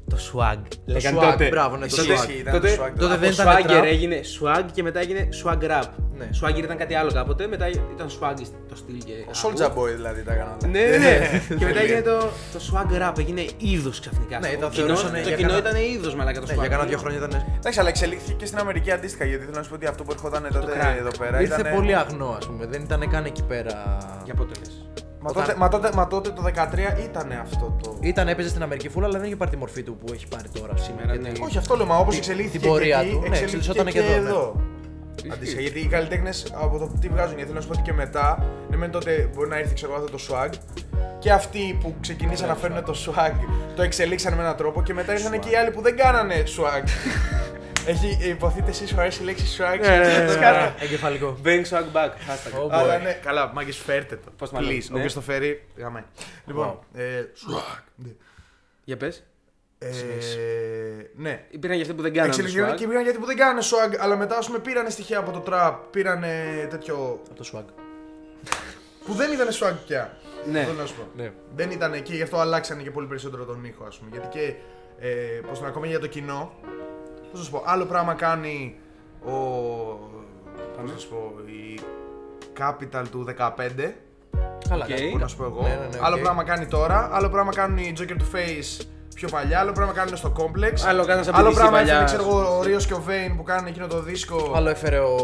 [SPEAKER 1] Το swag. Το
[SPEAKER 2] swag, μπράβο, ναι, το
[SPEAKER 1] τότε,
[SPEAKER 2] swag.
[SPEAKER 3] Ήταν
[SPEAKER 1] τότε,
[SPEAKER 3] το swag,
[SPEAKER 2] τότε
[SPEAKER 1] από
[SPEAKER 2] δεν ήταν
[SPEAKER 1] swagger
[SPEAKER 2] trap.
[SPEAKER 1] έγινε swag και μετά έγινε swag rap.
[SPEAKER 2] Ναι.
[SPEAKER 1] Swagger ήταν κάτι άλλο κάποτε, μετά ήταν swag το στυλ και...
[SPEAKER 3] Ο Soldier Boy δηλαδή τα έκανα.
[SPEAKER 1] Ναι, ναι, ναι. και μετά έγινε το, το swag rap, έγινε είδος ξαφνικά.
[SPEAKER 2] Ναι,
[SPEAKER 1] Το
[SPEAKER 2] το
[SPEAKER 1] κοινό-
[SPEAKER 2] θεωρούσανε
[SPEAKER 1] το
[SPEAKER 2] για
[SPEAKER 1] κοινό
[SPEAKER 2] κανένα-
[SPEAKER 1] ήταν είδος μαλάκα το swag.
[SPEAKER 2] Ναι, για κάνα δύο χρόνια ήταν.
[SPEAKER 3] Εντάξει, αλλά εξελίχθηκε και στην Αμερική αντίστοιχα. Γιατί θέλω να σου πω ότι αυτό που ερχόταν τότε
[SPEAKER 1] crack.
[SPEAKER 3] εδώ πέρα.
[SPEAKER 2] Ήρθε
[SPEAKER 3] ήτανε-
[SPEAKER 2] πολύ αγνό, ας πούμε. Δεν ήταν καν εκεί πέρα.
[SPEAKER 1] Για πότε λες.
[SPEAKER 3] Μα τότε, μα, τότε, μα τότε το 13 ήταν αυτό το.
[SPEAKER 2] Ήταν έπαιζε στην Αμερική φούλα, αλλά δεν είχε πάρει τη μορφή του που έχει πάρει τώρα σήμερα.
[SPEAKER 1] ναι.
[SPEAKER 2] γιατί-
[SPEAKER 3] Όχι, αυτό λέω, μα όπως
[SPEAKER 2] Την-
[SPEAKER 3] εξελίχθηκε.
[SPEAKER 2] την πορεία
[SPEAKER 3] εκεί,
[SPEAKER 2] του, ναι,
[SPEAKER 3] εξελίχθηκε
[SPEAKER 2] εξελισσόταν και εδώ, ναι.
[SPEAKER 1] Ισχύει.
[SPEAKER 3] Αντίστοιχα, γιατί οι καλλιτέχνες από το τι βγάζουν, γιατί θέλω να σου πω ότι και μετά, ναι, μεν τότε μπορεί να ήρθε ξέρω, εγώ, αυτό το swag. Και αυτοί που
[SPEAKER 2] Ναι,
[SPEAKER 3] ξεκινήσαν να φέρουν το swag το εξελίξαν με έναν τρόπο και μετά ήρθαν και οι άλλοι που δεν κάνανε swag. Έχει υποθείτε εσείς σου αρέσει η λέξη swag.
[SPEAKER 1] Ναι, ναι, ναι, ναι.
[SPEAKER 3] σκάτα.
[SPEAKER 2] Εγκεφαλικό.
[SPEAKER 1] Bring swag back, hashtag.
[SPEAKER 2] Oh,
[SPEAKER 3] Αλλά
[SPEAKER 2] boy.
[SPEAKER 3] ναι, καλά, μάγκε φέρτε το.
[SPEAKER 1] Πώς το
[SPEAKER 3] Please,
[SPEAKER 1] μαλώνεις, ναι.
[SPEAKER 3] όποιος το φέρει, γαμάει. Λοιπόν, ε, swag. ναι.
[SPEAKER 1] Για πες.
[SPEAKER 3] Ε, Ναι,
[SPEAKER 1] Υπήρχαν για αυτοί που δεν κάνανε
[SPEAKER 3] Εξελιγνιόταν
[SPEAKER 1] swag.
[SPEAKER 3] και πήραν γιατί που δεν κάνανε swag, αλλά μετά ας πούμε πήρανε στοιχεία από το trap, πήρανε τέτοιο.
[SPEAKER 2] Από το swag.
[SPEAKER 3] που δεν ήταν swag πια.
[SPEAKER 1] Ναι.
[SPEAKER 3] Αυτό να σου πω.
[SPEAKER 2] Ναι.
[SPEAKER 3] Δεν ήταν εκεί, γι' αυτό αλλάξανε και πολύ περισσότερο τον ήχο, α πούμε. Γιατί και. Ε, Πώ να ακόμα για το κοινό. Πώς να σου πω, άλλο πράγμα κάνει ο. Πώς να σου πω, η Capital του 15.
[SPEAKER 2] Καλά,
[SPEAKER 1] Οκ.
[SPEAKER 2] κάτι που
[SPEAKER 3] Που να σου πω εγώ.
[SPEAKER 2] Ναι, ναι, ναι,
[SPEAKER 3] άλλο
[SPEAKER 2] οκ.
[SPEAKER 3] πράγμα κάνει τώρα, άλλο πράγμα κάνουν οι Joker του Face πιο παλιά, άλλο πράγμα κάνουν στο Complex.
[SPEAKER 1] Άλλο κάνανε στα
[SPEAKER 3] άλλο
[SPEAKER 1] BBC
[SPEAKER 3] πράγμα
[SPEAKER 1] παλιά.
[SPEAKER 3] έφερε, ξέρω εγώ, ο Ρίος και ο Vane που κάνουν εκείνο το δίσκο.
[SPEAKER 2] Άλλο έφερε ο.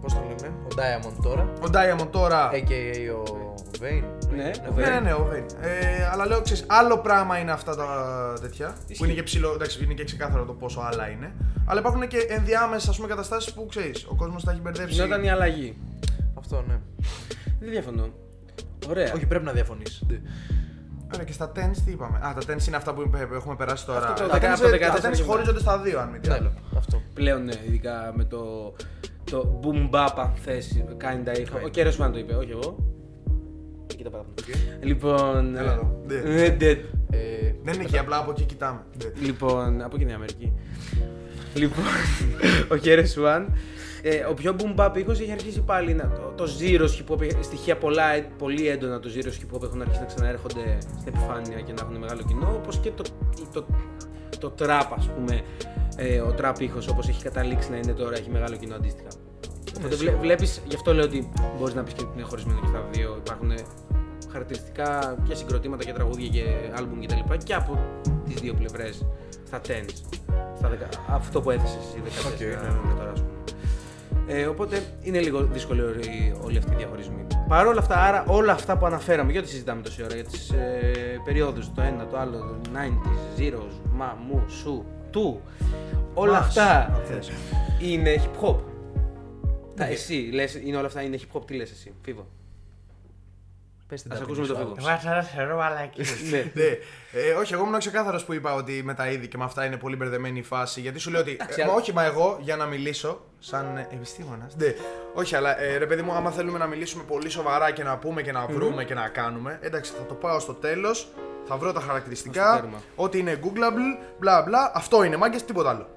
[SPEAKER 2] Πώ το λένε, ο Diamond τώρα.
[SPEAKER 3] Ο Diamond τώρα.
[SPEAKER 2] AKA ο Vane.
[SPEAKER 1] Ναι, ο
[SPEAKER 3] ναι,
[SPEAKER 1] Vane.
[SPEAKER 3] ναι, ναι, ο Vane. Ε, αλλά λέω ξέρεις, άλλο πράγμα είναι αυτά τα τέτοια. Που είναι και ψηλό, εντάξει, είναι και ξεκάθαρο το πόσο άλλα είναι. Αλλά υπάρχουν και ενδιάμεσα ας πούμε, καταστάσεις που ξέρεις, ο κόσμος τα έχει μπερδέψει.
[SPEAKER 1] Γινόταν η αλλαγή.
[SPEAKER 2] Αυτό, ναι.
[SPEAKER 1] Δεν διαφωνώ. Ωραία.
[SPEAKER 2] Όχι, πρέπει να διαφωνήσει.
[SPEAKER 1] Ναι.
[SPEAKER 3] Άρα και στα tens τι είπαμε. Α, τα tens είναι αυτά που έχουμε περάσει τώρα.
[SPEAKER 1] Αυτό το
[SPEAKER 3] τα
[SPEAKER 1] 14
[SPEAKER 3] tens, ε,
[SPEAKER 1] από το
[SPEAKER 3] τα
[SPEAKER 1] 14
[SPEAKER 3] tens
[SPEAKER 1] και μετά.
[SPEAKER 3] χωρίζονται στα δύο, αν μη τι
[SPEAKER 2] Ναι,
[SPEAKER 3] άλλο.
[SPEAKER 2] αυτό.
[SPEAKER 1] Πλέον ναι, ειδικά με το, το boom bap αν θες, κάνει τα ήχο. Ο Κέρος Φαν το είπε, όχι εγώ. Κοίτα παραπάνω. Λοιπόν,
[SPEAKER 3] Έλα εδώ.
[SPEAKER 1] ε,
[SPEAKER 3] Ναι.
[SPEAKER 1] ναι, ναι.
[SPEAKER 2] Ε,
[SPEAKER 3] Δεν είναι εκεί, απλά από εκεί κοιτάμε. Ναι.
[SPEAKER 1] Λοιπόν, από εκεί είναι η Αμερική. λοιπόν, ο Χέρε Σουάν. Ε, ο πιο boom bap ήχος έχει αρχίσει πάλι να το, το zero hip hop, στοιχεία πολλά, ε, πολύ έντονα το zero hip hop έχουν αρχίσει να ξαναέρχονται στην επιφάνεια και να έχουν μεγάλο κοινό, όπως και το, το, το trap ας πούμε, ε, ο trap ήχος όπως έχει καταλήξει να είναι τώρα, έχει μεγάλο κοινό αντίστοιχα. Οπότε βλέ,
[SPEAKER 2] σίγουρα.
[SPEAKER 1] βλέπεις, γι' αυτό λέω ότι μπορείς να πεις και ότι είναι χωρισμένο και στα δύο, υπάρχουν χαρακτηριστικά και συγκροτήματα και τραγούδια και άλμπουμ και τα λοιπά και από τις δύο πλευρές, στα tens, στα δεκα, αυτό που έθεσες εσύ 14
[SPEAKER 2] Οκ, ναι,
[SPEAKER 1] με τώρα ας πούμε. Ε, οπότε είναι λίγο δύσκολο οι- όλοι αυτοί οι διαχωρισμοί. Παρ' όλα αυτά, άρα όλα αυτά που αναφέραμε, γιατί συζητάμε τόση ώρα για τις ε, περιόδους, το ένα, το άλλο, το 90s, zeros, μα, μου, σου, του, όλα
[SPEAKER 2] Μας,
[SPEAKER 1] αυτά
[SPEAKER 2] αν θες.
[SPEAKER 1] είναι hip hop. Τα, Ναι. εσύ, λες, είναι όλα αυτά είναι hip hop, τι λες εσύ, Φίβο.
[SPEAKER 2] Πες την
[SPEAKER 1] Ας
[SPEAKER 2] ταπεινή
[SPEAKER 1] ακούσουμε
[SPEAKER 2] σου
[SPEAKER 1] το Φίβος.
[SPEAKER 2] άποψη.
[SPEAKER 1] ναι.
[SPEAKER 3] Ναι. Ε, όχι, εγώ ήμουν ξεκάθαρος που είπα ότι με τα είδη και με αυτά είναι πολύ μπερδεμένη η φάση. Γιατί σου λέω ότι. ε, μα
[SPEAKER 1] αλλά-
[SPEAKER 3] όχι, μα εγώ για να μιλήσω, σαν επιστήμονας. Ναι. Όχι, αλλά ε, ρε παιδί μου, άμα θέλουμε να μιλήσουμε πολύ σοβαρά και να πούμε και να βρούμε και να κάνουμε. Εντάξει, θα το πάω στο τέλος, θα βρω τα
[SPEAKER 1] Ας το
[SPEAKER 3] χαρακτηριστικά.
[SPEAKER 1] τέρμα.
[SPEAKER 3] Ότι είναι Googleable, μπλα μπλα. Αυτό είναι μάγκες, τίποτα άλλο.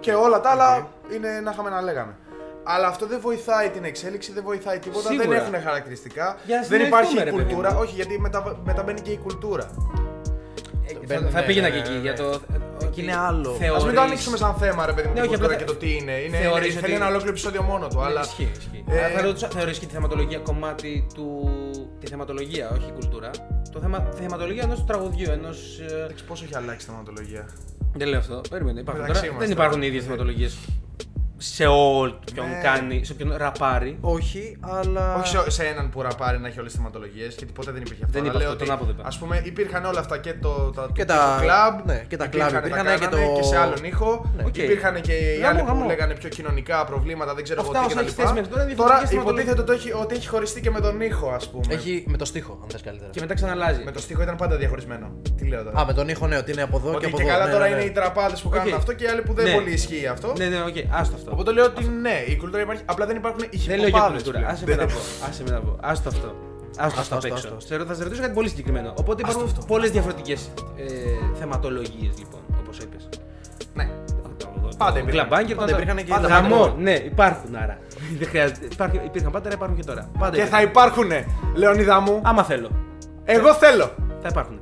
[SPEAKER 3] Και όλα τα άλλα είναι να είχαμε να λέγαμε. Αλλά αυτό δεν βοηθάει την εξέλιξη, δεν βοηθάει τίποτα, δεν
[SPEAKER 1] Σίγουρα.
[SPEAKER 3] έχουν χαρακτηριστικά.
[SPEAKER 1] Για να
[SPEAKER 3] Δεν υπάρχει
[SPEAKER 1] συνεννοηθούμε, ρε
[SPEAKER 3] η
[SPEAKER 1] παιδί
[SPEAKER 3] κουλτούρα,
[SPEAKER 1] μου.
[SPEAKER 3] όχι γιατί μετα... μεταβαίνει και η κουλτούρα.
[SPEAKER 1] Ε,
[SPEAKER 2] Μπαίνουν,
[SPEAKER 1] θα, θα
[SPEAKER 2] ναι,
[SPEAKER 1] πήγαινα
[SPEAKER 2] ναι,
[SPEAKER 1] και εκεί
[SPEAKER 2] ναι,
[SPEAKER 1] για
[SPEAKER 2] ναι.
[SPEAKER 1] το. ε,
[SPEAKER 2] Εκεί είναι άλλο.
[SPEAKER 3] Ας μην το ανοίξουμε σαν θέμα, ρε παιδί μου,
[SPEAKER 1] Ναι,
[SPEAKER 3] την
[SPEAKER 1] όχι, απλά
[SPEAKER 3] κουλτούρα και
[SPEAKER 1] θα-
[SPEAKER 3] το τι είναι. είναι, είναι
[SPEAKER 1] θεωρείς
[SPEAKER 3] θέλει
[SPEAKER 1] ότι-
[SPEAKER 3] ένα ολόκληρο επεισόδιο μόνο του.
[SPEAKER 1] Αλλά...
[SPEAKER 3] Αλλά...
[SPEAKER 1] Ναι, Ισχύει, ισχύει.
[SPEAKER 3] Ε,
[SPEAKER 1] Ε... Θα ρωτούσα, θεωρείς και τη θεματολογία κομμάτι του. τη θεματολογία, όχι η κουλτούρα. Το θέμα, τη θεματολογία ενός τραγουδιού, ενός.
[SPEAKER 3] Εντάξει, πόσο έχει αλλάξει η θεματολογία.
[SPEAKER 1] Δεν λέω αυτό. Περίμενε. Υπάρχουν
[SPEAKER 3] Μεταξύ
[SPEAKER 1] τώρα.
[SPEAKER 3] μας
[SPEAKER 1] Δεν
[SPEAKER 3] τώρα.
[SPEAKER 1] υπάρχουν οι ίδιες θεματολογίες σε όλ ποιον
[SPEAKER 4] Ναι.
[SPEAKER 1] κάνει, σε όποιον ραπάρει.
[SPEAKER 2] Όχι, αλλά.
[SPEAKER 3] Όχι σε, σε έναν που ραπάρει να έχει όλες τις θεματολογίες, γιατί ποτέ δεν υπήρχε αυτό.
[SPEAKER 1] Δεν
[SPEAKER 3] Αλλά
[SPEAKER 1] είπα
[SPEAKER 3] λέω
[SPEAKER 1] αυτό,
[SPEAKER 3] ότι,
[SPEAKER 1] τον άποδο είπα.
[SPEAKER 3] Ας πούμε, υπήρχαν όλα αυτά και το, τα,
[SPEAKER 2] Και
[SPEAKER 3] και
[SPEAKER 2] τα-
[SPEAKER 3] το κλαμπ.
[SPEAKER 2] ναι, και τα
[SPEAKER 3] υπήρχαν,
[SPEAKER 2] κλαμπ υπήρχαν,
[SPEAKER 3] τα
[SPEAKER 2] και
[SPEAKER 3] κάνανε
[SPEAKER 2] το-
[SPEAKER 3] και σε άλλον ήχο.
[SPEAKER 1] Ναι. Οκ.
[SPEAKER 3] Υπήρχαν και οι
[SPEAKER 1] Γαμώ,
[SPEAKER 3] άλλοι που
[SPEAKER 1] γαμώ.
[SPEAKER 3] λέγανε πιο κοινωνικά προβλήματα, δεν ξέρω
[SPEAKER 1] Αυτά
[SPEAKER 3] εγώ τι
[SPEAKER 1] όσα έχει
[SPEAKER 3] κτλ.
[SPEAKER 1] θέσει μέχρι τώρα είναι
[SPEAKER 3] Τώρα
[SPEAKER 1] διαφορετικές
[SPEAKER 3] υποτίθεται ότι έχει, ότι έχει χωριστεί και με τον ήχο, ας πούμε.
[SPEAKER 2] Έχει με το στίχο, αν θες καλύτερα.
[SPEAKER 1] Και μετά ξαναλάζει.
[SPEAKER 3] Με το στίχο ήταν πάντα διαχωρισμένο. Τι λέω τώρα.
[SPEAKER 2] Α, με τον ήχο, ναι, ότι είναι από εδώ και
[SPEAKER 3] Ότι
[SPEAKER 2] από
[SPEAKER 3] και
[SPEAKER 2] εδώ.
[SPEAKER 3] καλά
[SPEAKER 2] ναι,
[SPEAKER 3] τώρα
[SPEAKER 2] ναι,
[SPEAKER 3] είναι
[SPEAKER 2] ναι.
[SPEAKER 3] οι τραπάδες που κάνουν
[SPEAKER 1] Οκ.
[SPEAKER 3] αυτό και οι άλλοι που δεν
[SPEAKER 1] Ναι.
[SPEAKER 3] πολύ ισχύει αυτό.
[SPEAKER 1] Ναι, ναι, οκ, άστο αυτό.
[SPEAKER 3] Οπότε λέω ότι ναι, η κουλτούρα υπάρχει. Απλά δεν υπάρχουν οι
[SPEAKER 1] Δεν λέω για
[SPEAKER 3] χυποπάδες
[SPEAKER 1] κουλτούρα.
[SPEAKER 3] πλέον.
[SPEAKER 1] Άσε με
[SPEAKER 3] Δεν-
[SPEAKER 1] να πω. Άσε με να πω. Άστο αυτό. Άστο
[SPEAKER 2] Άστο,
[SPEAKER 1] αυτό απ'
[SPEAKER 2] άστο,
[SPEAKER 1] έξω.
[SPEAKER 2] άστο.
[SPEAKER 1] Ξέρω, θα σε ρωτήσω κάτι πολύ συγκεκριμένο. Οπότε
[SPEAKER 2] Άστο
[SPEAKER 1] υπάρχουν
[SPEAKER 2] αυτό.
[SPEAKER 1] πολλές διαφορετικές ε, θεματολογίες λοιπόν, όπως είπες.
[SPEAKER 3] Ναι.
[SPEAKER 1] Πάντα
[SPEAKER 3] υπήρχαν.
[SPEAKER 1] Κλαμπάνκερ,
[SPEAKER 2] Πάντα υπήρχαν και
[SPEAKER 1] πάντα.
[SPEAKER 2] οι
[SPEAKER 1] Γαμό,
[SPEAKER 2] κλαμπάνκερ.
[SPEAKER 1] ναι, υπάρχουν άρα. Δεν χρειάζεται. Υπάρχει- Υπήρχαν πάντα, άρα υπάρχουν και τώρα. Πάντα
[SPEAKER 4] Και θα
[SPEAKER 1] υπήρχαν.
[SPEAKER 4] υπάρχουνε, Λεωνίδα μου.
[SPEAKER 1] Άμα θέλω.
[SPEAKER 4] Εγώ θέλω.
[SPEAKER 1] Θα ναι. υπάρχουν.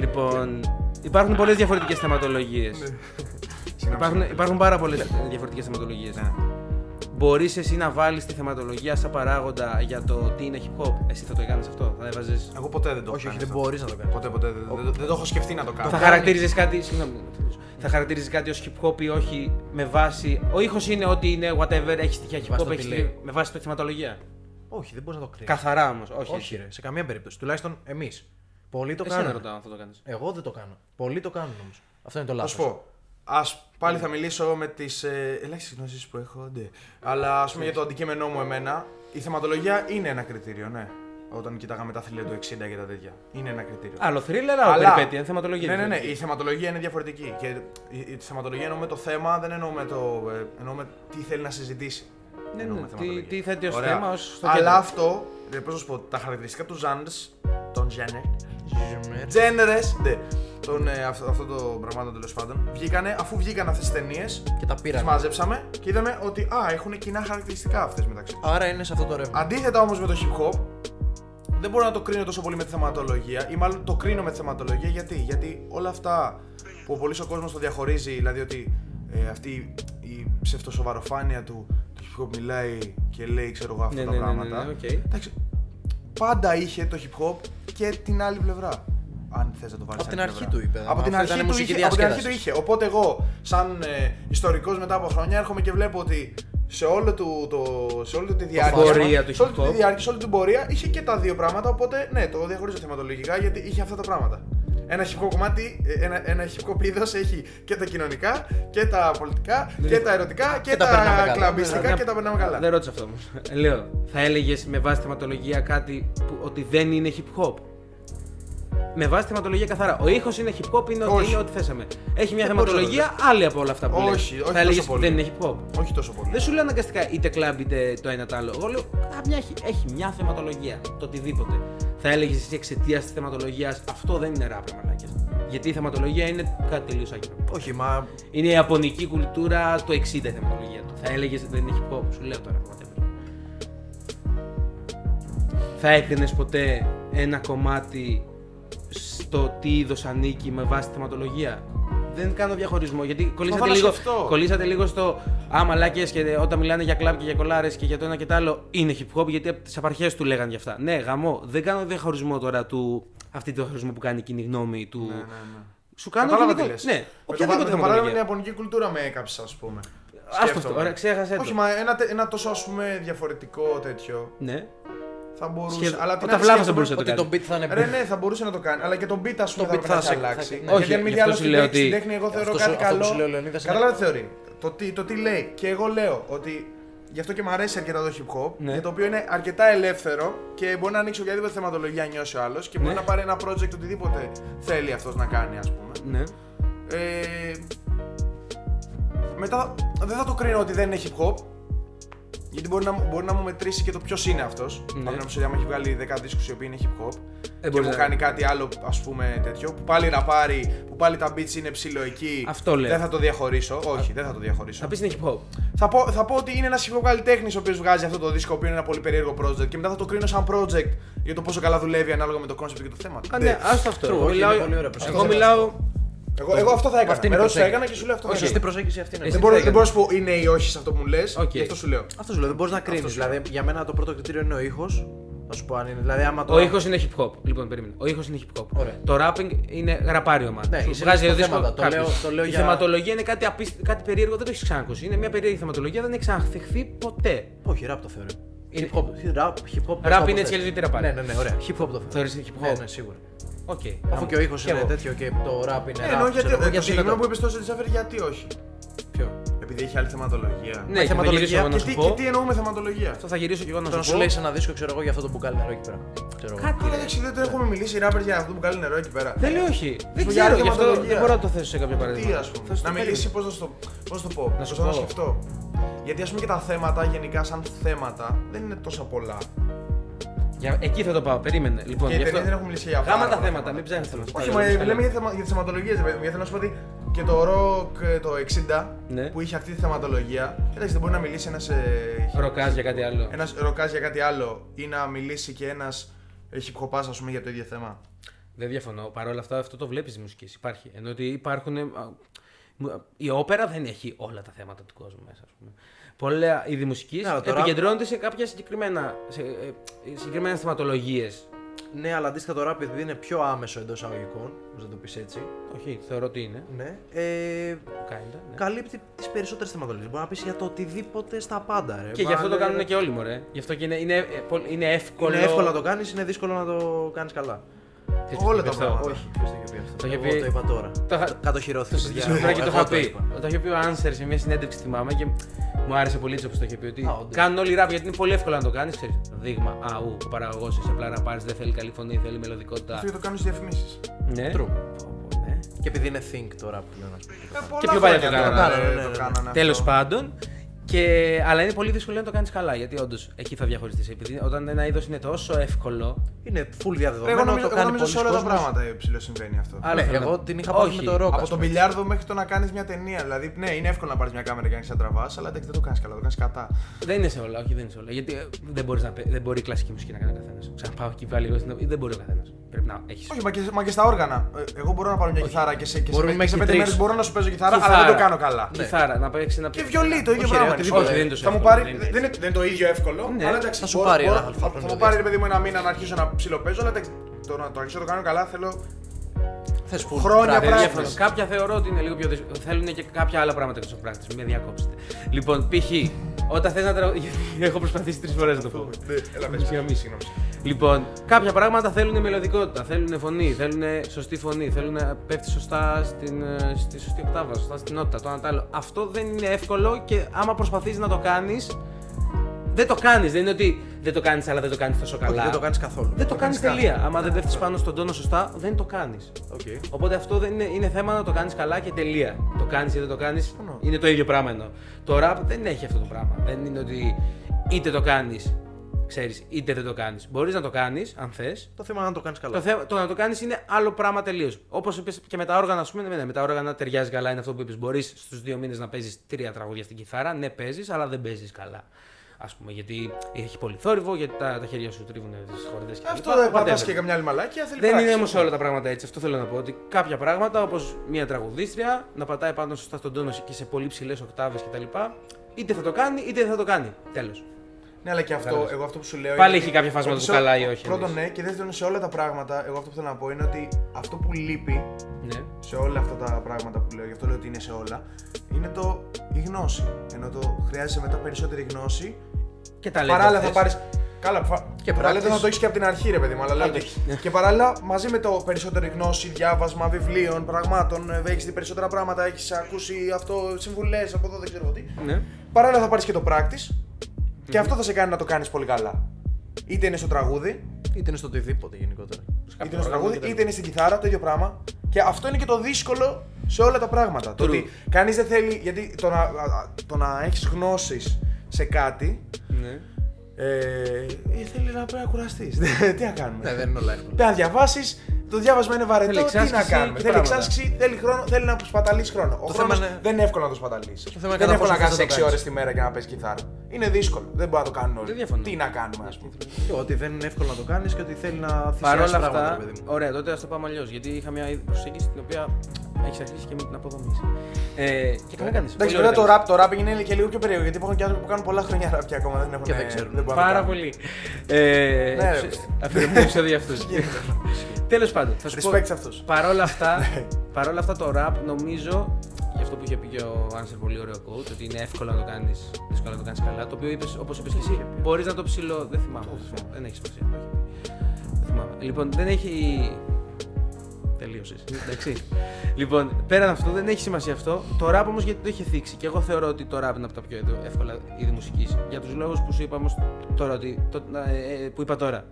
[SPEAKER 1] Λοιπόν, υπάρχουν πολλές διαφορετικές θεματολογίες. Υπάρχουν, υπάρχουν πάρα πολλές διαφορετικές θεματολογίες. Μπορείς εσύ να βάλεις τη θεματολογία σαν παράγοντα για το τι είναι hip hop. Εσύ θα το έκανες αυτό, θα έβαζες.
[SPEAKER 4] Εγώ ποτέ δεν το
[SPEAKER 2] Όχι,
[SPEAKER 4] έχω κάνει
[SPEAKER 2] όχι, δεν
[SPEAKER 4] αυτό.
[SPEAKER 2] μπορείς να το κάνεις.
[SPEAKER 4] Ποτέ, ποτέ. δεν- δεν- Δεν το έχω σκεφτεί να το κάνω.
[SPEAKER 1] Θα χαρακτήριζες κάτι. Συγγνώμη, να θυμίσω. θα χαρακτήριζες κάτι ως hip hop ή όχι με βάση. Ο ήχος είναι ότι είναι whatever, έχει στοιχεία hip
[SPEAKER 2] βάση
[SPEAKER 1] hop,
[SPEAKER 2] το
[SPEAKER 1] έχει
[SPEAKER 2] τι
[SPEAKER 1] στοιχεία-
[SPEAKER 2] λέει.
[SPEAKER 1] με βάση τη θεματολογία.
[SPEAKER 2] Όχι, δεν μπορείς να το κρίνει.
[SPEAKER 1] Καθαρά όμως. Όχι,
[SPEAKER 2] Όχι,
[SPEAKER 1] όχι.
[SPEAKER 2] ρε, σε καμία περίπτωση. Τουλάχιστον εμείς. Πολλοί το
[SPEAKER 1] Εσύ να
[SPEAKER 2] κάνουν.
[SPEAKER 1] ρωτάω αν θα το κάνεις.
[SPEAKER 2] Εγώ δεν το κάνω. Πολλοί το κάνουν όμως. Αυτό είναι το
[SPEAKER 3] Θα
[SPEAKER 2] λάθο.
[SPEAKER 3] σου πω. Ας, πάλι θα μιλήσω με τις ε, ελάχιστες γνώσεις που έχω. Ντε. Αλλά ας πούμε για το αντικείμενό μου, εμένα, η θεματολογία είναι ένα κριτήριο, ναι. Όταν κοιτάγαμε τα θηλεία του 60 και τα τέτοια. Είναι ένα κριτήριο.
[SPEAKER 1] Άλλο thriller, άλλο περιπέτεια, είναι θεματολογία.
[SPEAKER 3] Ναι, ναι, ναι.
[SPEAKER 1] δηλαδή.
[SPEAKER 3] Η θεματολογία είναι διαφορετική. Και η, η θεματολογία εννοούμε το θέμα, δεν εννοούμε το. ε, εννοούμε τι θέλει να συζητήσει.
[SPEAKER 1] ναι,
[SPEAKER 3] Εννοούμε
[SPEAKER 1] τι-
[SPEAKER 3] θεματολογία.
[SPEAKER 1] τι θέτει ως
[SPEAKER 3] Ωραία.
[SPEAKER 1] θέμα, ως στο κέντρο.
[SPEAKER 3] Αλλά αυτό, ε, πώς να σου πω, τα χαρακτηριστικά του genres, των genre,
[SPEAKER 2] Ζουμερ.
[SPEAKER 3] Τζένερες, ναι. Τον, ε, αυτό, αυτό το πραγμάτων τέλος πάντων. Βγήκανε, αφού βγήκαν αυτές τις ταινίες,
[SPEAKER 2] Και τα
[SPEAKER 3] τι
[SPEAKER 2] πήραν.
[SPEAKER 3] μαζέψαμε και είδαμε ότι α, έχουν κοινά χαρακτηριστικά αυτές μεταξύ του.
[SPEAKER 2] Άρα είναι σε αυτό το ρεύμα.
[SPEAKER 3] Αντίθετα όμως με το hip hop, δεν μπορώ να το κρίνω τόσο πολύ με τη θεματολογία, ή μάλλον το κρίνω με τη θεματολογία γιατί, γιατί όλα αυτά που πολύ ο κόσμος το διαχωρίζει, δηλαδή ότι ε, αυτή η ψευτοσοβαροφάνεια του το hip hop μιλάει και λέει ξέρω εγώ αυτά
[SPEAKER 1] Ναι,
[SPEAKER 3] τα
[SPEAKER 1] ναι, ναι, ναι,
[SPEAKER 3] πράγματα.
[SPEAKER 1] ναι, οκ.
[SPEAKER 3] Εντάξει, πάντα είχε το hip hop και την άλλη πλευρά. Αν θες να το βάλεις
[SPEAKER 2] Από την αρχή του είπε,
[SPEAKER 3] Από
[SPEAKER 2] μα,
[SPEAKER 3] την
[SPEAKER 2] αυτό
[SPEAKER 3] αρχή
[SPEAKER 2] ήταν
[SPEAKER 3] του
[SPEAKER 2] μουσική
[SPEAKER 3] είχε. Από την αρχή του
[SPEAKER 2] διασκέδασης.
[SPEAKER 3] είχε. Οπότε εγώ, σαν ε, ιστορικός μετά από χρόνια, έρχομαι και βλέπω ότι σε όλο του, το, σε όλη του τη διάρκεια.
[SPEAKER 1] πορεία του
[SPEAKER 3] σε όλη
[SPEAKER 1] hip
[SPEAKER 3] του τη
[SPEAKER 1] hop.
[SPEAKER 3] διάρκεια, σε όλη την πορεία είχε και τα δύο πράγματα. Οπότε ναι, το διαχωρίζω θεματολογικά γιατί είχε αυτά τα πράγματα. Ένα hip hop κομμάτι, ε, ένα, ένα hip hop είδο έχει και τα κοινωνικά και τα πολιτικά και τα ερωτικά και,
[SPEAKER 2] Ναι, Και τα περνάμε
[SPEAKER 3] τα
[SPEAKER 2] καλά. Ναι,
[SPEAKER 3] κλαμπιστικά
[SPEAKER 1] Να-
[SPEAKER 3] και τα περνάμε καλά.
[SPEAKER 1] Δεν ρώτησα αυτό όμως. Λέω, θα έλεγες με βάση θεματολογία κάτι που, ότι δεν είναι hip hop. Με βάση θεματολογία καθαρά. Ο ήχος είναι hip hop, είναι ότι,
[SPEAKER 3] Όχι.
[SPEAKER 1] είναι ό,τι θέσαμε. Έχει μια
[SPEAKER 3] Δεν μπορούσα
[SPEAKER 1] θεματολογία άλλη από όλα αυτά που
[SPEAKER 3] Όχι,
[SPEAKER 1] λες.
[SPEAKER 3] όχι
[SPEAKER 1] Θα
[SPEAKER 3] τόσο
[SPEAKER 1] έλεγε
[SPEAKER 3] πολύ.
[SPEAKER 1] δεν είναι hip hop.
[SPEAKER 2] ναι.
[SPEAKER 3] Όχι τόσο πολύ.
[SPEAKER 1] Δεν σου λέω αναγκαστικά είτε κλαμπ είτε το ένα το άλλο. Εγώ λέω, α, μια, έχει, έχει μια θεματολογία. Το οτιδήποτε. Θα έλεγες εσύ εξαιτίας της θεματολογίας αυτό δεν είναι ράπ, μαλάκες. Γιατί η θεματολογία είναι κάτι τελείως άκυρο.
[SPEAKER 2] Όχι, μα
[SPEAKER 1] Είναι η Ιαπωνική κουλτούρα του 60 η θεματολογία του. Θα έλεγες δεν έχει pop, σου λέω τώρα whatever. Θα έκρινες ποτέ ένα κομμάτι στο τι είδος ανήκει με βάση τη θεματολογία. Δεν κάνω διαχωρισμό γιατί κολλήσατε
[SPEAKER 3] βάλω σε
[SPEAKER 1] λίγο,
[SPEAKER 3] αυτό.
[SPEAKER 1] κολλήσατε λίγο στο Α, μαλάκες και όταν μιλάνε για κλαμπ και για κολάρες και για το ένα και το άλλο είναι hip hop γιατί από τις απαρχές του λέγανε γι' αυτά. Ναι, γαμό. Δεν κάνω διαχωρισμό τώρα του. Αυτή τη διαχωρισμό που κάνει η κοινή γνώμη του.
[SPEAKER 2] ναι,
[SPEAKER 1] Σου κάνω
[SPEAKER 3] Ναι, Κατάλαβα τι
[SPEAKER 1] γενικό- Ναι,
[SPEAKER 3] λες. Με το
[SPEAKER 1] οποιαδήποτε
[SPEAKER 3] παράδειγμα- το παράδειγμα
[SPEAKER 1] θεματολογία.
[SPEAKER 3] την Ιαπωνική κουλτούρα με έκαψε, ας πούμε.
[SPEAKER 1] Άστο αυτό,
[SPEAKER 3] Σκέφτομαι.
[SPEAKER 1] ωραία, ξέχασε το.
[SPEAKER 3] Όχι, μα ένα, τε- ένα τόσο ας πούμε διαφορετικό τέτοιο
[SPEAKER 1] Ναι.
[SPEAKER 3] θα μπορούσε.
[SPEAKER 1] Σχεδόν-
[SPEAKER 3] Αλλά την
[SPEAKER 1] ο Ταβλάβας
[SPEAKER 3] άλλη σκέφτομαι-
[SPEAKER 1] δεν μπορούσε να
[SPEAKER 2] ότι
[SPEAKER 1] κάνει.
[SPEAKER 2] το beat θα
[SPEAKER 3] Ρε,
[SPEAKER 2] είναι
[SPEAKER 3] ναι, θα μπορούσε να το κάνει. Αλλά και τον beat, α πούμε,
[SPEAKER 2] Το
[SPEAKER 3] θα
[SPEAKER 2] beat
[SPEAKER 3] πρέπει
[SPEAKER 2] θα
[SPEAKER 3] να έχει
[SPEAKER 2] σε-
[SPEAKER 3] αλλάξει.
[SPEAKER 2] θα- ναι.
[SPEAKER 3] Γιατί
[SPEAKER 1] Όχι,
[SPEAKER 3] αν μη
[SPEAKER 1] γι'
[SPEAKER 3] τι άλλο
[SPEAKER 1] αυτό σου
[SPEAKER 3] στην
[SPEAKER 1] λέω
[SPEAKER 3] τέχνη-
[SPEAKER 1] ότι-
[SPEAKER 3] στην τέχνη, εγώ θεωρώ
[SPEAKER 2] αυτός σου-
[SPEAKER 3] κάτι
[SPEAKER 2] αυτό που
[SPEAKER 3] καλό.
[SPEAKER 2] σου λέει ο Λεωνίδας είναι-
[SPEAKER 3] Κατάλαβα τι θεωρεί. Το τι, το τι λέει. Και εγώ λέω ότι. Γι' αυτό και μου αρέσει αρκετά το hip hop,
[SPEAKER 1] Ναι.
[SPEAKER 3] για το οποίο είναι αρκετά ελεύθερο και μπορεί να ανοίξει οποιαδήποτε θεματολογία νιώσει ο άλλος και μπορεί
[SPEAKER 1] Ναι.
[SPEAKER 3] να πάρει ένα project οτιδήποτε θέλει αυτός να κάνει, ας πούμε.
[SPEAKER 1] Ναι.
[SPEAKER 3] Ε, μετά δεν θα το κρίνω ότι δεν είναι hip hop. Γιατί μπορεί να, μου- μπορεί να μου μετρήσει και το ποιος είναι αυτός.
[SPEAKER 1] Ναι. Ε,
[SPEAKER 3] Ναι. Αν μου έχει βγάλει 10 δίσκους οι οποίοι είναι hip hop. και
[SPEAKER 1] μπορεί
[SPEAKER 3] μου
[SPEAKER 1] να-
[SPEAKER 3] κάνει κάτι άλλο, ας πούμε, τέτοιο. Που πάλι ραπάρει, που πάλι τα beats είναι ψηλό εκεί.
[SPEAKER 1] Αυτό λέω.
[SPEAKER 3] Δεν θα το διαχωρίσω. Όχι, δεν θα το διαχωρίσω.
[SPEAKER 1] Θα πεις είναι hip hop.
[SPEAKER 3] Θα πω, θα πω ότι είναι ένας hip hop καλλιτέχνης ο οποίος βγάζει αυτό το δίσκο, ο οποίος είναι ένα πολύ περίεργο project. Και μετά θα το κρίνω σαν project για το πόσο καλά δουλεύει ανάλογα με το concept και το θέμα.
[SPEAKER 1] Α,
[SPEAKER 3] Ναι.
[SPEAKER 1] ναι, άστο αυτό.
[SPEAKER 2] True,
[SPEAKER 1] Εγώ
[SPEAKER 2] όχι,
[SPEAKER 1] μιλάω-
[SPEAKER 2] είναι πολύ ωραία προσέγγιση.
[SPEAKER 1] Εγώ μιλάω.
[SPEAKER 3] Εγώ, εγώ αυτό θα έκανα.
[SPEAKER 2] Αυτή είναι
[SPEAKER 3] με
[SPEAKER 2] η
[SPEAKER 3] ρώτησε,
[SPEAKER 2] προσέγγιση.
[SPEAKER 3] έκανα και σου λέω αυτό. θα
[SPEAKER 2] Όχι,
[SPEAKER 3] έκανα.
[SPEAKER 2] σωστή προσέγγιση αυτή είναι.
[SPEAKER 1] Εσύ
[SPEAKER 3] Δεν
[SPEAKER 1] τι
[SPEAKER 3] μπορώ,
[SPEAKER 1] θα
[SPEAKER 3] δεν
[SPEAKER 1] έκανες?
[SPEAKER 3] μπορώ να σου πω είναι ή όχι σε αυτό που μου λες.
[SPEAKER 1] Οκ. Ε,
[SPEAKER 3] Γι' αυτό σου λέω.
[SPEAKER 2] Αυτό σου λέω, δεν μπορείς να κρίνει. Δηλαδή, για μένα το πρώτο κριτήριο είναι ο ήχος Θα σου πω αν είναι. Δηλαδή, άμα το.
[SPEAKER 1] Ο ήχος είναι hip hop. Λοιπόν, περίμενε. Ο ήχος είναι hip hop.
[SPEAKER 2] Ωραία.
[SPEAKER 1] Το rapping είναι γραπάριωμα.
[SPEAKER 2] Ναι,
[SPEAKER 1] Σου
[SPEAKER 2] είσαι
[SPEAKER 1] βγάζει
[SPEAKER 2] στο
[SPEAKER 1] το δίσκο.
[SPEAKER 2] θέματα. Το
[SPEAKER 1] κάποιος.
[SPEAKER 2] λέω- το λέω
[SPEAKER 1] Η
[SPEAKER 2] για-
[SPEAKER 1] θεματολογία είναι κάτι, απίστη... κάτι περίεργο, δεν το έχεις ξανακούσει. Είναι μια περίεργη θεματολογία, δεν έχει ξαναχθεχθεί ποτέ.
[SPEAKER 2] Όχι, rap το θεωρώ.
[SPEAKER 1] Είναι-
[SPEAKER 2] Hip hop. Rap, hip hop.
[SPEAKER 1] Rap είναι έτσι καλύτερα πάλι.
[SPEAKER 2] Ναι, ναι, ναι, ωραία. Hip hop το θεωρώ.
[SPEAKER 1] Θεωρείς hip hop?
[SPEAKER 2] Ναι, ναι, σίγουρα.
[SPEAKER 1] Οκ.
[SPEAKER 2] Αφού και ο ήχος είναι
[SPEAKER 1] εγώ.
[SPEAKER 2] τέτοιο και το rap είναι.
[SPEAKER 3] Ε,
[SPEAKER 2] rap,
[SPEAKER 3] Εννοώ
[SPEAKER 2] ξέρω
[SPEAKER 3] γιατί.
[SPEAKER 2] εγώ,
[SPEAKER 3] ε,
[SPEAKER 2] γιατί
[SPEAKER 3] Το συγκεκριμένο
[SPEAKER 2] είναι
[SPEAKER 3] που είπες τόσο τη Σάφερ, γιατί όχι.
[SPEAKER 2] το- Ποιο.
[SPEAKER 3] Επειδή έχει άλλη θεματολογία.
[SPEAKER 1] Ναι, και θα
[SPEAKER 2] θεματολογία.
[SPEAKER 1] γυρίσω εγώ να
[SPEAKER 3] Και
[SPEAKER 1] σου
[SPEAKER 3] τι,
[SPEAKER 1] πω.
[SPEAKER 3] και τι εννοούμε θεματολογία.
[SPEAKER 1] Αυτό θα γυρίσω και εγώ να
[SPEAKER 2] Τώρα
[SPEAKER 1] σου
[SPEAKER 2] σου
[SPEAKER 1] πω.
[SPEAKER 2] λέει σε ένα δίσκο, ξέρω εγώ, για αυτό το μπουκάλι νερό εκεί πέρα. Ξέρω εγώ.
[SPEAKER 1] Κάτι.
[SPEAKER 3] Τώρα εντάξει, δεν το έχουμε μιλήσει οι ράπερ για αυτό που κάνει νερό εκεί πέρα.
[SPEAKER 1] Ε, Δεν λέω όχι. Δεν
[SPEAKER 3] για
[SPEAKER 1] ξέρω,
[SPEAKER 3] άλλη
[SPEAKER 1] γι' αυτό
[SPEAKER 3] θεματολογία.
[SPEAKER 1] δεν μπορώ να το θέσω σε κάποιο παράδειγμα.
[SPEAKER 3] Τι ας πούμε. Να μιλήσει πώ να σου το, πώς να σου το πω.
[SPEAKER 1] Να σου
[SPEAKER 3] πώς Να
[SPEAKER 1] πω.
[SPEAKER 3] το σκεφτώ. Γιατί ας πούμε και τα θέματα γενικά, σαν θέματα, δεν είναι τόσα πολλά.
[SPEAKER 1] Για- Εκεί θα το πάω, περίμενε. Λοιπόν,
[SPEAKER 3] Και
[SPEAKER 1] γι'
[SPEAKER 3] οι
[SPEAKER 1] αυτό-
[SPEAKER 3] ταινίες δεν έχουμε μιλήσει για
[SPEAKER 1] Γάμα
[SPEAKER 3] πάρα
[SPEAKER 1] τα
[SPEAKER 3] πολλά
[SPEAKER 1] θέματα, μην ψάχνεις θέλω να σου πω.
[SPEAKER 3] Όχι,
[SPEAKER 1] Εγώ
[SPEAKER 3] μα
[SPEAKER 1] δεν
[SPEAKER 3] λέμε
[SPEAKER 1] ξέρω.
[SPEAKER 3] για, θεμα, για τι θεματολογίε, παιδί μου. Γιατί να σου πω ότι και το ροκ ε, το 60
[SPEAKER 1] Ναι.
[SPEAKER 3] που είχε αυτή τη θεματολογία. Εντάξει, δεν μπορεί να μιλήσει ε, ένα.
[SPEAKER 1] Ροκάς για κάτι άλλο.
[SPEAKER 3] Ένας ροκάς για κάτι άλλο ή να μιλήσει και ένας χυπχοπά, ας πούμε, για το ίδιο θέμα.
[SPEAKER 1] Δεν διαφωνώ. Παρ' όλα αυτά, αυτό το βλέπεις στι μουσικέ. Υπάρχει. Ενώ ότι υπάρχουν. ε, Η όπερα δεν έχει όλα τα θέματα του κόσμου μέσα, ας πούμε. Πολλά είδη μουσική
[SPEAKER 2] Ναι, αλλά το rap-
[SPEAKER 1] επικεντρώνονται σε κάποια συγκεκριμένα, σε, ε, ε, συγκεκριμένες θεματολογίες.
[SPEAKER 2] Ναι, αλλά αντίστοιχα το rap επειδή είναι πιο άμεσο εντός αγωγικών, όπω να το πεις έτσι.
[SPEAKER 1] Όχι, θεωρώ ότι είναι.
[SPEAKER 2] Ναι. Ε,
[SPEAKER 1] Kinda, ναι.
[SPEAKER 2] καλύπτει τις περισσότερες θεματολογίες. Μπορεί να πεις για το οτιδήποτε στα πάντα, ρε.
[SPEAKER 1] Και γι' αυτό το
[SPEAKER 2] Μάλλον-
[SPEAKER 1] κάνουν και όλοι, μωρέ. Γι' αυτό και είναι, είναι, ε, πο- είναι εύκολο.
[SPEAKER 2] ε, Είναι εύκολο να το κάνεις, είναι δύσκολο να το κάνεις καλά.
[SPEAKER 1] Ξέρεις
[SPEAKER 3] όλα
[SPEAKER 1] τι
[SPEAKER 3] τα
[SPEAKER 1] πιστεύω.
[SPEAKER 3] πράγματα.
[SPEAKER 2] Όχι, ποιος το είχε πει αυτό.
[SPEAKER 1] Το είχε
[SPEAKER 2] Εγώ
[SPEAKER 1] πει-
[SPEAKER 2] το είπα τώρα.
[SPEAKER 1] Το είχα-
[SPEAKER 2] Το... Κατοχυρώθηκε.
[SPEAKER 1] Το συζητήσαμε τώρα και το είχα πει. Το είχε πει ο Άνσερ σε μια συνέντευξη, θυμάμαι και μου άρεσε πολύ έτσι όπω το είχε πει. Ότι
[SPEAKER 2] Α, όντως.
[SPEAKER 1] κάνουν όλοι ραπ γιατί είναι πολύ εύκολο να το κάνει. Δείγμα, αού, ο παραγωγό είσαι απλά να πάρει, δεν θέλει καλή φωνή, θέλει μελωδικότητα.
[SPEAKER 3] Αυτό και το κάνουν στι διαφημίσει.
[SPEAKER 1] Ναι.
[SPEAKER 2] True.
[SPEAKER 1] Πω, πω, ναι.
[SPEAKER 2] Και επειδή είναι think τώρα που λέω να σου πω.
[SPEAKER 3] Ε,
[SPEAKER 1] Και πιο παλιά το κάνανε.
[SPEAKER 2] Ναι, ναι, ναι.
[SPEAKER 1] Τέλο πάντων. Και... Αλλά είναι πολύ δύσκολο να το κάνεις καλά γιατί όντως εκεί θα διαχωριστείς. Επειδή όταν ένα είδος είναι τόσο εύκολο.
[SPEAKER 2] Είναι full
[SPEAKER 3] Εγώ
[SPEAKER 2] διαδεδομένο,
[SPEAKER 3] νομίζω,
[SPEAKER 2] το
[SPEAKER 3] εγώ
[SPEAKER 2] κάνει
[SPEAKER 3] νομίζω
[SPEAKER 2] πολλοί
[SPEAKER 3] σε όλα τα
[SPEAKER 2] κόσμος.
[SPEAKER 3] πράγματα ε, ψηλό συμβαίνει αυτό.
[SPEAKER 2] Α, ναι,
[SPEAKER 1] Δεν θέλω
[SPEAKER 2] εγώ
[SPEAKER 1] να-
[SPEAKER 2] την είχα πάθει με
[SPEAKER 1] Όχι.
[SPEAKER 2] το ρόκα.
[SPEAKER 3] Από τον πιλιάρδο μέχρι το να κάνεις μια ταινία. Δηλαδή, ναι, είναι εύκολο να πάρεις μια κάμερα και να ξανατραβά, αλλά εντάξει, δεν το κάνεις καλά, το κάνεις κατά.
[SPEAKER 1] Δεν είναι σε όλα, όχι, δεν είναι σε όλα. Γιατί ε, δεν, μπορείς να... παι- δεν μπορεί η κλασική μουσική να κάνει ο καθένας. Ξαναπάω εκεί πάλι εγώ στην. Δεν μπορεί ο καθένας. Πρέπει να έχεις.
[SPEAKER 3] Όχι, μα και, μα και στα όργανα. Ε, Εγώ μπορώ να πάρω μια κιθάρα και σε, και σε,
[SPEAKER 2] Μπορούμε
[SPEAKER 3] πέ-
[SPEAKER 2] να
[SPEAKER 3] σε πέντε
[SPEAKER 2] κυτρίξω.
[SPEAKER 3] μέρε μπορώ να σου παίζω κιθάρα, αλλά δεν το κάνω καλά.
[SPEAKER 1] Κιθάρα, να παίξεις ένα
[SPEAKER 3] Και βιολί, το ίδιο
[SPEAKER 2] Όχι, ρε,
[SPEAKER 3] πράγμα.
[SPEAKER 2] οτιδήποτε.
[SPEAKER 1] Ναι.
[SPEAKER 3] είναι.
[SPEAKER 1] Όχι, δεν είναι τόσο
[SPEAKER 3] θα μου
[SPEAKER 1] εύκολο,
[SPEAKER 3] πάρει,
[SPEAKER 1] δεν
[SPEAKER 3] δεν,
[SPEAKER 1] είναι.
[SPEAKER 3] είναι, δεν είναι το ίδιο εύκολο,
[SPEAKER 1] Ναι.
[SPEAKER 3] αλλά εντάξει.
[SPEAKER 2] Θα σου
[SPEAKER 3] μπορώ-
[SPEAKER 2] πάρει
[SPEAKER 3] μπορώ-
[SPEAKER 2] ένα
[SPEAKER 3] θα,
[SPEAKER 2] χρόνο
[SPEAKER 3] θα
[SPEAKER 2] το
[SPEAKER 3] μου πάρει, ρε παιδί μου, ένα μήνα να αρχίσω να ψιλοπαίζω, αλλά εντάξει. Το να το αρχίσω να το κάνω καλά θέλω.
[SPEAKER 2] Θες full.
[SPEAKER 3] Χρόνια
[SPEAKER 2] Μπράβο.
[SPEAKER 1] Δεν
[SPEAKER 3] πράγματα.
[SPEAKER 1] διαφωνώ. Κάποια θεωρώ ότι είναι λίγο πιο δύσκολο. Θέλουν και κάποια άλλα πράγματα εκτός από πράξη. Μην με διακόψετε. Λοιπόν, π.χ. όταν θες να τραγουδίσει. Έχω προσπαθήσει τρεις φορές να το πω.
[SPEAKER 3] Ναι, Έλα, πες.
[SPEAKER 1] Συγγνώμη.
[SPEAKER 3] Συγγνώμη.
[SPEAKER 1] Λοιπόν, κάποια πράγματα θέλουν μελωδικότητα, θέλουν φωνή, θέλουν σωστή φωνή, θέλουν να πέφτει σωστά στην, ε, στη σωστή οκτάβα, σωστά στην νότητα, το ένα το άλλο. Αυτό δεν είναι εύκολο και άμα προσπαθείς να το κάνεις, δεν το κάνεις. Δεν είναι ότι δεν το κάνεις, αλλά δεν το κάνεις τόσο
[SPEAKER 2] Όχι,
[SPEAKER 1] καλά.
[SPEAKER 2] δεν το κάνεις καθόλου.
[SPEAKER 1] Δεν το κάνει τελεία. Άμα δεν πέφτεις πάνω στον τόνο σωστά, δεν το κάνεις.
[SPEAKER 2] Οκ.
[SPEAKER 1] Οπότε αυτό δεν είναι, είναι θέμα να το κάνεις καλά και τελεία. Το κάνεις ή δεν το κάνεις, είναι το ίδιο πράγμα εννοώ. Το rap δεν έχει αυτό το πράγμα. Δεν είναι ότι είτε το κάνεις, ξέρεις, είτε δεν το κάνεις. Μπορείς να το κάνεις, αν θες.
[SPEAKER 2] Το θέμα είναι να το κάνεις καλά.
[SPEAKER 1] Το, θέμα, το να το κάνεις είναι άλλο πράγμα τελείως. Όπως είπες και με τα όργανα, ας πούμε, ναι, ναι, με τα όργανα ταιριάζει καλά, είναι αυτό που είπες. Μπορείς στους δύο μήνες να παίζεις τρία τραγούδια στην κιθάρα. Ναι, παίζεις, αλλά δεν παίζεις καλά. Ας πούμε, γιατί έχει πολύ θόρυβο, γιατί τα, τα χέρια σου τρίβουν τις χορδές και τα
[SPEAKER 3] Αυτό
[SPEAKER 1] λοιπά.
[SPEAKER 3] δεν πατάς
[SPEAKER 1] Whatever.
[SPEAKER 3] και καμιά άλλη μαλάκια. θέλει
[SPEAKER 1] Δεν
[SPEAKER 3] πράξη.
[SPEAKER 1] είναι όμως όλα τα πράγματα έτσι. Αυτό θέλω να πω. Ότι κάποια πράγματα, όπως μια τραγουδίστρια, να πατάει πάνω σωστά στον τόνο και σε πολύ ψηλές οκτάβες κτλ. Είτε θα το κάνει, είτε δεν θα το κάνει. Τέλος.
[SPEAKER 3] Ναι, αλλά και αυτό,
[SPEAKER 1] Κατάλαβες.
[SPEAKER 3] εγώ αυτό που σου λέω.
[SPEAKER 1] Πάλι
[SPEAKER 3] είναι
[SPEAKER 1] έχει
[SPEAKER 3] ότι-
[SPEAKER 1] κάποια φάσματα
[SPEAKER 3] ότι
[SPEAKER 1] που
[SPEAKER 3] σε-
[SPEAKER 1] καλά ή όχι,
[SPEAKER 3] Πρώτον,
[SPEAKER 1] εννοείς.
[SPEAKER 3] ναι, και δεύτερον, σε όλα τα πράγματα, εγώ αυτό που θέλω να πω είναι ότι αυτό που λείπει
[SPEAKER 1] Ναι.
[SPEAKER 3] σε όλα αυτά τα πράγματα που λέω, γι' αυτό λέω ότι είναι σε όλα, είναι το η γνώση. Ενώ το χρειάζεσαι μετά περισσότερη γνώση.
[SPEAKER 1] Και τα λέτε.
[SPEAKER 3] Παράλληλα θα
[SPEAKER 1] αυτές.
[SPEAKER 3] πάρεις. Καλά, φα...
[SPEAKER 2] Και
[SPEAKER 3] παράλληλα
[SPEAKER 2] practice.
[SPEAKER 3] θα το έχεις και από την αρχή, ρε παιδί μου. Αλλά λέω ότι- και παράλληλα μαζί με το περισσότερη γνώση, διάβασμα βιβλίων, πραγμάτων, έχεις δει περισσότερα πράγματα, έχεις ακούσει αυτό, συμβουλές από εδώ, δεν ξέρω τι.
[SPEAKER 1] Ναι.
[SPEAKER 3] Παράλληλα θα πάρεις και το practice και αυτό θα σε κάνει να το κάνεις πολύ καλά. Είτε είναι στο τραγούδι,
[SPEAKER 2] Είτε είναι στο οτιδήποτε γενικότερα.
[SPEAKER 3] είτε είναι στο τραγούδι, είτε είναι στην κιθάρα, το ίδιο πράγμα. Και αυτό είναι και το δύσκολο σε όλα τα πράγματα. Το
[SPEAKER 1] True.
[SPEAKER 3] ότι κανείς δεν θέλει. Γιατί το να, το να έχεις γνώσεις σε κάτι.
[SPEAKER 1] Ναι.
[SPEAKER 3] Ε, θέλεις να πρέπει να κουραστείς. Τι να κάνουμε.
[SPEAKER 2] Ναι, δεν είναι όλα εύκολα.
[SPEAKER 3] Πρέπει να διαβάσεις. Το διάβασμα είναι βαρετό.
[SPEAKER 1] Θέλει
[SPEAKER 3] τι να
[SPEAKER 1] εξάσκηση
[SPEAKER 3] κάνουμε.
[SPEAKER 1] και
[SPEAKER 3] Θέλει
[SPEAKER 1] πράγματα.
[SPEAKER 3] εξάσκηση, θέλει χρόνο, θέλει να σπαταλείς χρόνο. Ο
[SPEAKER 2] Το
[SPEAKER 3] χρόνος
[SPEAKER 2] θέμα είναι-
[SPEAKER 3] δεν είναι εύκολο να το σπαταλήσει.
[SPEAKER 2] θέμα
[SPEAKER 3] Δεν
[SPEAKER 2] είναι
[SPEAKER 3] είναι
[SPEAKER 2] κατά
[SPEAKER 3] εύκολο να
[SPEAKER 2] πόσο
[SPEAKER 3] κάνεις
[SPEAKER 2] θα το
[SPEAKER 3] 6
[SPEAKER 2] κάνεις.
[SPEAKER 3] ώρες τη μέρα και να παίζει κιθάρα. Είναι δύσκολο. Δεν μπορούν να το κάνουν όλοι.
[SPEAKER 1] Δεν διαφωνώ.
[SPEAKER 3] Τι να κάνουμε, ας πούμε.
[SPEAKER 2] Και Ότι δεν είναι εύκολο να το κάνεις και ότι θέλει να
[SPEAKER 1] Παρ'
[SPEAKER 2] θυσιάσει
[SPEAKER 1] όλα
[SPEAKER 2] πράγματα, ρε
[SPEAKER 1] αυτά,
[SPEAKER 2] παιδί μου.
[SPEAKER 1] ωραία, τότε ας το πάμε αλλιώς. Γιατί είχα μια προσέγγιση την οποία Έχεις αρχίσει και με την αποδομή. σου. Ε, και καλά κάνεις.
[SPEAKER 3] Εντάξει, βέβαια το rap, το rap είναι και λίγο πιο περίεργο γιατί υπάρχουν και άτομα που κάνουν πολλά χρόνια rap και ακόμα δεν έχουν.
[SPEAKER 2] Και δεν ξέρουν.
[SPEAKER 3] μπορούν να
[SPEAKER 1] Πάρα
[SPEAKER 3] κάνουν.
[SPEAKER 1] πολύ. Ε,
[SPEAKER 3] Ναι, ρε.
[SPEAKER 1] Αφιερωμένο επεισόδιο για αυτούς. Τέλος πάντων, θα σου πω.
[SPEAKER 3] Respect σε αυτούς.
[SPEAKER 1] Παρόλα αυτά, παρόλα αυτά το rap νομίζω. Γι' αυτό που είχε πει και ο Άνσερ πολύ ωραίο coach, ότι είναι εύκολο να το κάνεις, δύσκολο να το κάνεις καλά. Το οποίο είπες, όπως είπες και εσύ, μπορείς να το ψηλό. Δεν θυμάμαι. Δεν έχεις σημασία. το είχε πει. Δεν θυμάμαι. Λοιπόν, δεν έχει. Τελείωσες. Εντάξει. λοιπόν, πέραν αυτό, δεν έχει σημασία αυτό. Το rap όμως γιατί το είχε θίξει. Και εγώ θεωρώ ότι το rap είναι από τα πιο εδο- εύκολα είδη μουσικής. Για τους λόγους που σου είπα όμως τώρα, ότι, το, να- ε, ε, που είπα τώρα.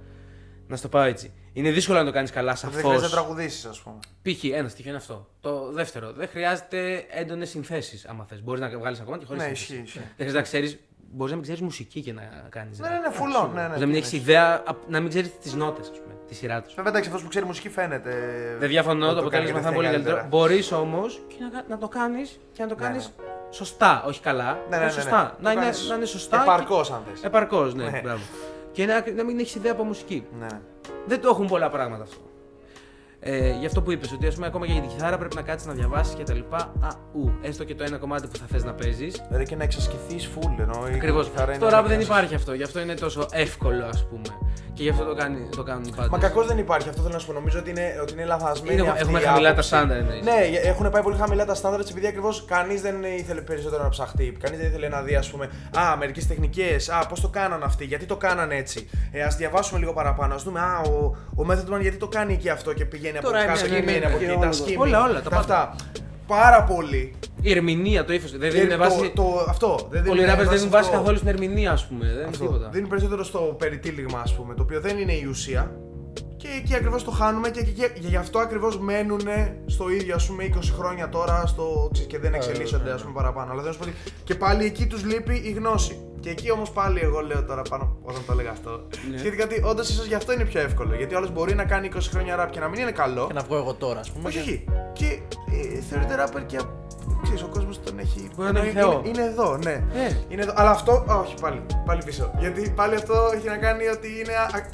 [SPEAKER 1] Να στο πάω έτσι. Είναι δύσκολο να το κάνεις καλά,
[SPEAKER 3] Δεν
[SPEAKER 1] σαφώς.
[SPEAKER 3] χρειάζεται να τραγουδήσεις, ας πούμε.
[SPEAKER 1] Π.χ. ένα στοιχείο είναι αυτό. Το δεύτερο, δεν χρειάζεται έντονες συνθέσεις. Άμα θες, μπορείς να βγάλεις ακόμα και χωρίς.
[SPEAKER 3] Ναι, ισχύει, ισχύει.
[SPEAKER 1] Δεν χρειάζεται να ξέρεις. Μπορείς να μην ξέρεις μουσική και να κάνεις.
[SPEAKER 3] Ναι, ναι, ναι, full on, ναι, ναι.
[SPEAKER 1] να μην
[SPEAKER 3] ναι.
[SPEAKER 1] έχεις ιδέα, απ- να μην ξέρεις τις νότες, ας πούμε, τη σειρά τους.
[SPEAKER 3] Βέβαια, εντάξει, αυτός που ξέρει μουσική φαίνεται.
[SPEAKER 1] Δεν διαφωνώ, το,
[SPEAKER 3] ότι
[SPEAKER 1] αποτέλεσμα
[SPEAKER 3] κάνει
[SPEAKER 1] θα είναι πολύ
[SPEAKER 3] καλύτερα.
[SPEAKER 1] καλύτερο. Μπορείς όμως να, κα- να το κάνεις και να το
[SPEAKER 3] ναι.
[SPEAKER 1] κάνεις σωστά, όχι καλά.
[SPEAKER 3] Ναι, ναι,
[SPEAKER 1] αλλά
[SPEAKER 3] ναι, ναι.
[SPEAKER 1] σωστά.
[SPEAKER 3] Το
[SPEAKER 1] Να, είναι,
[SPEAKER 3] κάνεις
[SPEAKER 1] να είναι σωστά.
[SPEAKER 3] επαρκώς, αν θες.
[SPEAKER 1] Επαρκώς, ναι,
[SPEAKER 3] Ναι.
[SPEAKER 1] μπράβο. Και να, να μην έχεις ιδέα από μουσική.
[SPEAKER 3] Ναι, ναι.
[SPEAKER 1] Δεν το έχουν πολλά πράγματα αυτό. Ε, γι' αυτό που είπες, ότι ας πούμε, ακόμα και για την κιθάρα πρέπει να κάτσεις να διαβάσεις και τα λοιπά. Α, ου, έστω και το ένα κομμάτι που θα θες να παίζεις.
[SPEAKER 3] Δηλαδή και να εξασκηθείς full ενώ. η
[SPEAKER 1] Ακριβώς.
[SPEAKER 3] κιθάρα
[SPEAKER 1] Στο
[SPEAKER 3] είναι
[SPEAKER 1] ραπ
[SPEAKER 3] δικιά
[SPEAKER 1] δεν
[SPEAKER 3] σας.
[SPEAKER 1] υπάρχει αυτό. Γι' αυτό είναι τόσο εύκολο, ας πούμε. Και γι' αυτό το, κάνει, το κάνουν πάντα.
[SPEAKER 3] Μα κακώς δεν υπάρχει, αυτό θέλω να σου πω. Νομίζω ότι είναι, ότι είναι λαθασμένη.
[SPEAKER 1] Είναι-
[SPEAKER 3] αυτή
[SPEAKER 1] έχουμε
[SPEAKER 3] η
[SPEAKER 1] χαμηλά τα
[SPEAKER 3] άποψη.
[SPEAKER 1] στάνταρ, εννοείς.
[SPEAKER 3] Ναι, έχουν πάει πολύ χαμηλά τα στάνταρ επειδή ακριβώς κανείς δεν ήθελε περισσότερο να ψαχτεί. Κανείς δεν ήθελε να δει, ας πούμε, Α, μερικές τεχνικές. Α, πώς το κάνανε αυτοί, γιατί το κάνανε έτσι. Ε, ας διαβάσουμε λίγο παραπάνω. Ας δούμε, Α, ο, ο Method Man γιατί το κάνει εκεί αυτό και πηγαίνει από
[SPEAKER 1] Τώρα
[SPEAKER 3] εκεί,
[SPEAKER 1] έμεινε,
[SPEAKER 3] κάτω,
[SPEAKER 1] ναι,
[SPEAKER 3] πηγαίνει
[SPEAKER 1] ναι,
[SPEAKER 3] από
[SPEAKER 1] και
[SPEAKER 3] εκεί.
[SPEAKER 1] όλα,
[SPEAKER 3] Τα skimming,
[SPEAKER 1] όλα, όλα, τα πάντα.
[SPEAKER 3] αυτά. Πάρα πολύ.
[SPEAKER 1] Η ερμηνεία, το ύφος. Δεν δίνουν
[SPEAKER 3] Ε,
[SPEAKER 1] βάση.
[SPEAKER 3] το, το, αυτό. Δεν
[SPEAKER 1] Πολλοί
[SPEAKER 3] δίνουν
[SPEAKER 1] ράπερ δεν
[SPEAKER 3] βάση
[SPEAKER 1] δίνουν
[SPEAKER 3] στο-
[SPEAKER 1] βάση καθόλου στην ερμηνεία, ας πούμε. Δεν είναι
[SPEAKER 3] αυτό.
[SPEAKER 1] τίποτα.
[SPEAKER 3] Δίνει περισσότερο στο περιτύλιγμα, ας πούμε, το οποίο δεν είναι η ουσία. Και εκεί ακριβώς το χάνουμε και, και, και γι' αυτό ακριβώς μένουν στο ίδιο, ας πούμε, 20 χρόνια τώρα στο, ξέρεις, και
[SPEAKER 1] Ε,
[SPEAKER 3] δεν
[SPEAKER 1] ναι,
[SPEAKER 3] εξελίσσονται, α πούμε, παραπάνω. Αλλά δεν σου πω ότι και πάλι εκεί τους λείπει η γνώση. Και εκεί όμως πάλι εγώ λέω τώρα πάνω όταν το έλεγα αυτό.
[SPEAKER 1] Ναι.
[SPEAKER 3] Σχετικά ότι όντως ίσως γι' αυτό είναι πιο εύκολο. Γιατί άλλος μπορεί να κάνει 20 χρόνια ραπ και να μην είναι καλό.
[SPEAKER 2] Και να βγω εγώ τώρα, ας πούμε.
[SPEAKER 3] Όχι,
[SPEAKER 2] και-
[SPEAKER 3] όχι. Και ε, θεωρείται ράπερ και ξέρεις, ο κόσμος τον έχει.
[SPEAKER 1] Μπορεί να τον
[SPEAKER 3] είναι,
[SPEAKER 1] έχει θεό.
[SPEAKER 3] είναι, είναι εδώ, ναι.
[SPEAKER 1] Ε.
[SPEAKER 3] Είναι εδώ. Αλλά αυτό. α, όχι, πάλι. Πάλι πίσω. Γιατί πάλι αυτό έχει να κάνει ότι είναι. Α,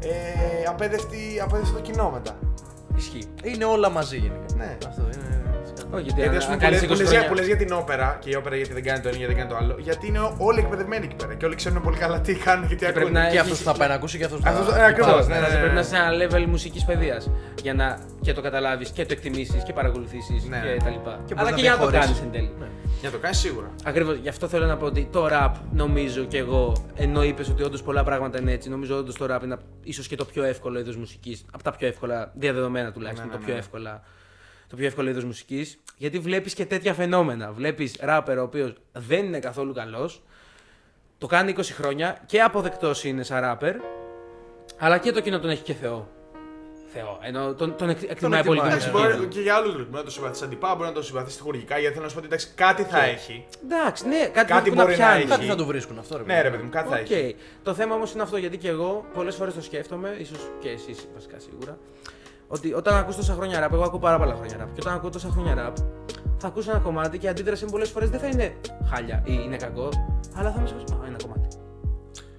[SPEAKER 3] ε, απέδευτη, απέδευτο κοινό μετά.
[SPEAKER 1] Ισχύει.
[SPEAKER 2] Είναι όλα μαζί γενικά.
[SPEAKER 3] Ναι.
[SPEAKER 2] Αυτό είναι.
[SPEAKER 1] Όχι, γιατί
[SPEAKER 3] Γιατί
[SPEAKER 1] αν-
[SPEAKER 3] ας πούμε
[SPEAKER 1] αν
[SPEAKER 3] που
[SPEAKER 1] κάνει
[SPEAKER 3] λες-
[SPEAKER 1] 20
[SPEAKER 3] που λες για- που λες
[SPEAKER 1] χρόνια-
[SPEAKER 3] για την όπερα και η όπερα γιατί δεν κάνει το ένα γιατί δεν κάνει το άλλο. Γιατί είναι όλοι εκπαιδευμένοι εκεί πέρα και όλοι ξέρουν πολύ καλά τι κάνουν και τι
[SPEAKER 1] πρέπει
[SPEAKER 3] ακούνε.
[SPEAKER 1] να
[SPEAKER 2] Και
[SPEAKER 1] έχεις-
[SPEAKER 2] αυτός θα πάει να ακούσει και αυτός ε, θα.
[SPEAKER 3] Αυτός- ε, ακριβώς,
[SPEAKER 1] Αυτό,
[SPEAKER 3] ναι,
[SPEAKER 1] δηλαδή
[SPEAKER 3] ναι, ναι.
[SPEAKER 1] Πρέπει να είσαι σε ένα level μουσικής παιδείας. Για να και το καταλάβεις και το εκτιμήσεις και παρακολουθήσεις
[SPEAKER 3] Ναι.
[SPEAKER 1] και τα λοιπά.
[SPEAKER 2] Και μπορείς
[SPEAKER 1] Αλλά
[SPEAKER 2] να
[SPEAKER 1] και για να το
[SPEAKER 2] διαχωρίσεις.
[SPEAKER 1] κάνεις εν τέλει.
[SPEAKER 3] Για το κάνεις σίγουρα.
[SPEAKER 1] Ακριβώς. Γι' αυτό θέλω να πω ότι το rap νομίζω και εγώ, ενώ είπες ότι όντως πολλά πράγματα είναι έτσι, νομίζω όντως το rap είναι ίσως και το πιο εύκολο είδος μουσικής. Από τα πιο εύκολα, διαδεδομένα τουλάχιστον,
[SPEAKER 3] Ναι, ναι,
[SPEAKER 1] το πιο
[SPEAKER 3] ναι.
[SPEAKER 1] εύκολα. Το πιο εύκολο είδος μουσικής. Γιατί βλέπεις και τέτοια φαινόμενα. Βλέπεις ράπερ ο οποίος δεν είναι καθόλου καλός, το κάνει 20 χρόνια και αποδεκτός είναι σαν ράπερ, αλλά και το κοινό τον έχει και θεό. Θεό. Ενώ τον, τον εκ- εκτιμάει πολύ τη
[SPEAKER 3] Εντάξει,
[SPEAKER 1] μουσική.
[SPEAKER 3] μπορεί
[SPEAKER 1] του.
[SPEAKER 3] και για άλλους λόγους. Μπορεί να το συμπαθείς αντιπά, μπορεί να το συμπαθείς χουργικά γιατί θέλω να σου πω ότι εντάξει, κάτι θα έχει.
[SPEAKER 1] Εντάξει, ναι, κάτι,
[SPEAKER 3] Κάτι
[SPEAKER 1] που
[SPEAKER 3] μπορεί να
[SPEAKER 1] πιάνει.
[SPEAKER 3] έχει.
[SPEAKER 2] Κάτι θα το βρίσκουν αυτό, ρε.
[SPEAKER 3] Ναι, ρε παιδί μου, κάτι θα
[SPEAKER 1] Οκ.
[SPEAKER 3] έχει.
[SPEAKER 1] Το θέμα όμως είναι αυτό γιατί και εγώ πολλές φορές το σκέφτομαι, ίσως και εσείς βασικά σίγουρα, ότι όταν ακούς τόσα χρόνια ραπ, εγώ ακούω πάρα πολλά χρόνια ραπ. Και όταν ακούω τόσα χρόνια ραπ, θα ακούσω ένα κομμάτι και η αντίδραση μου πολλές φορές δεν θα είναι χάλια ή είναι κακό, αλλά θα μου σκεφτώ, Α, ένα κομμάτι.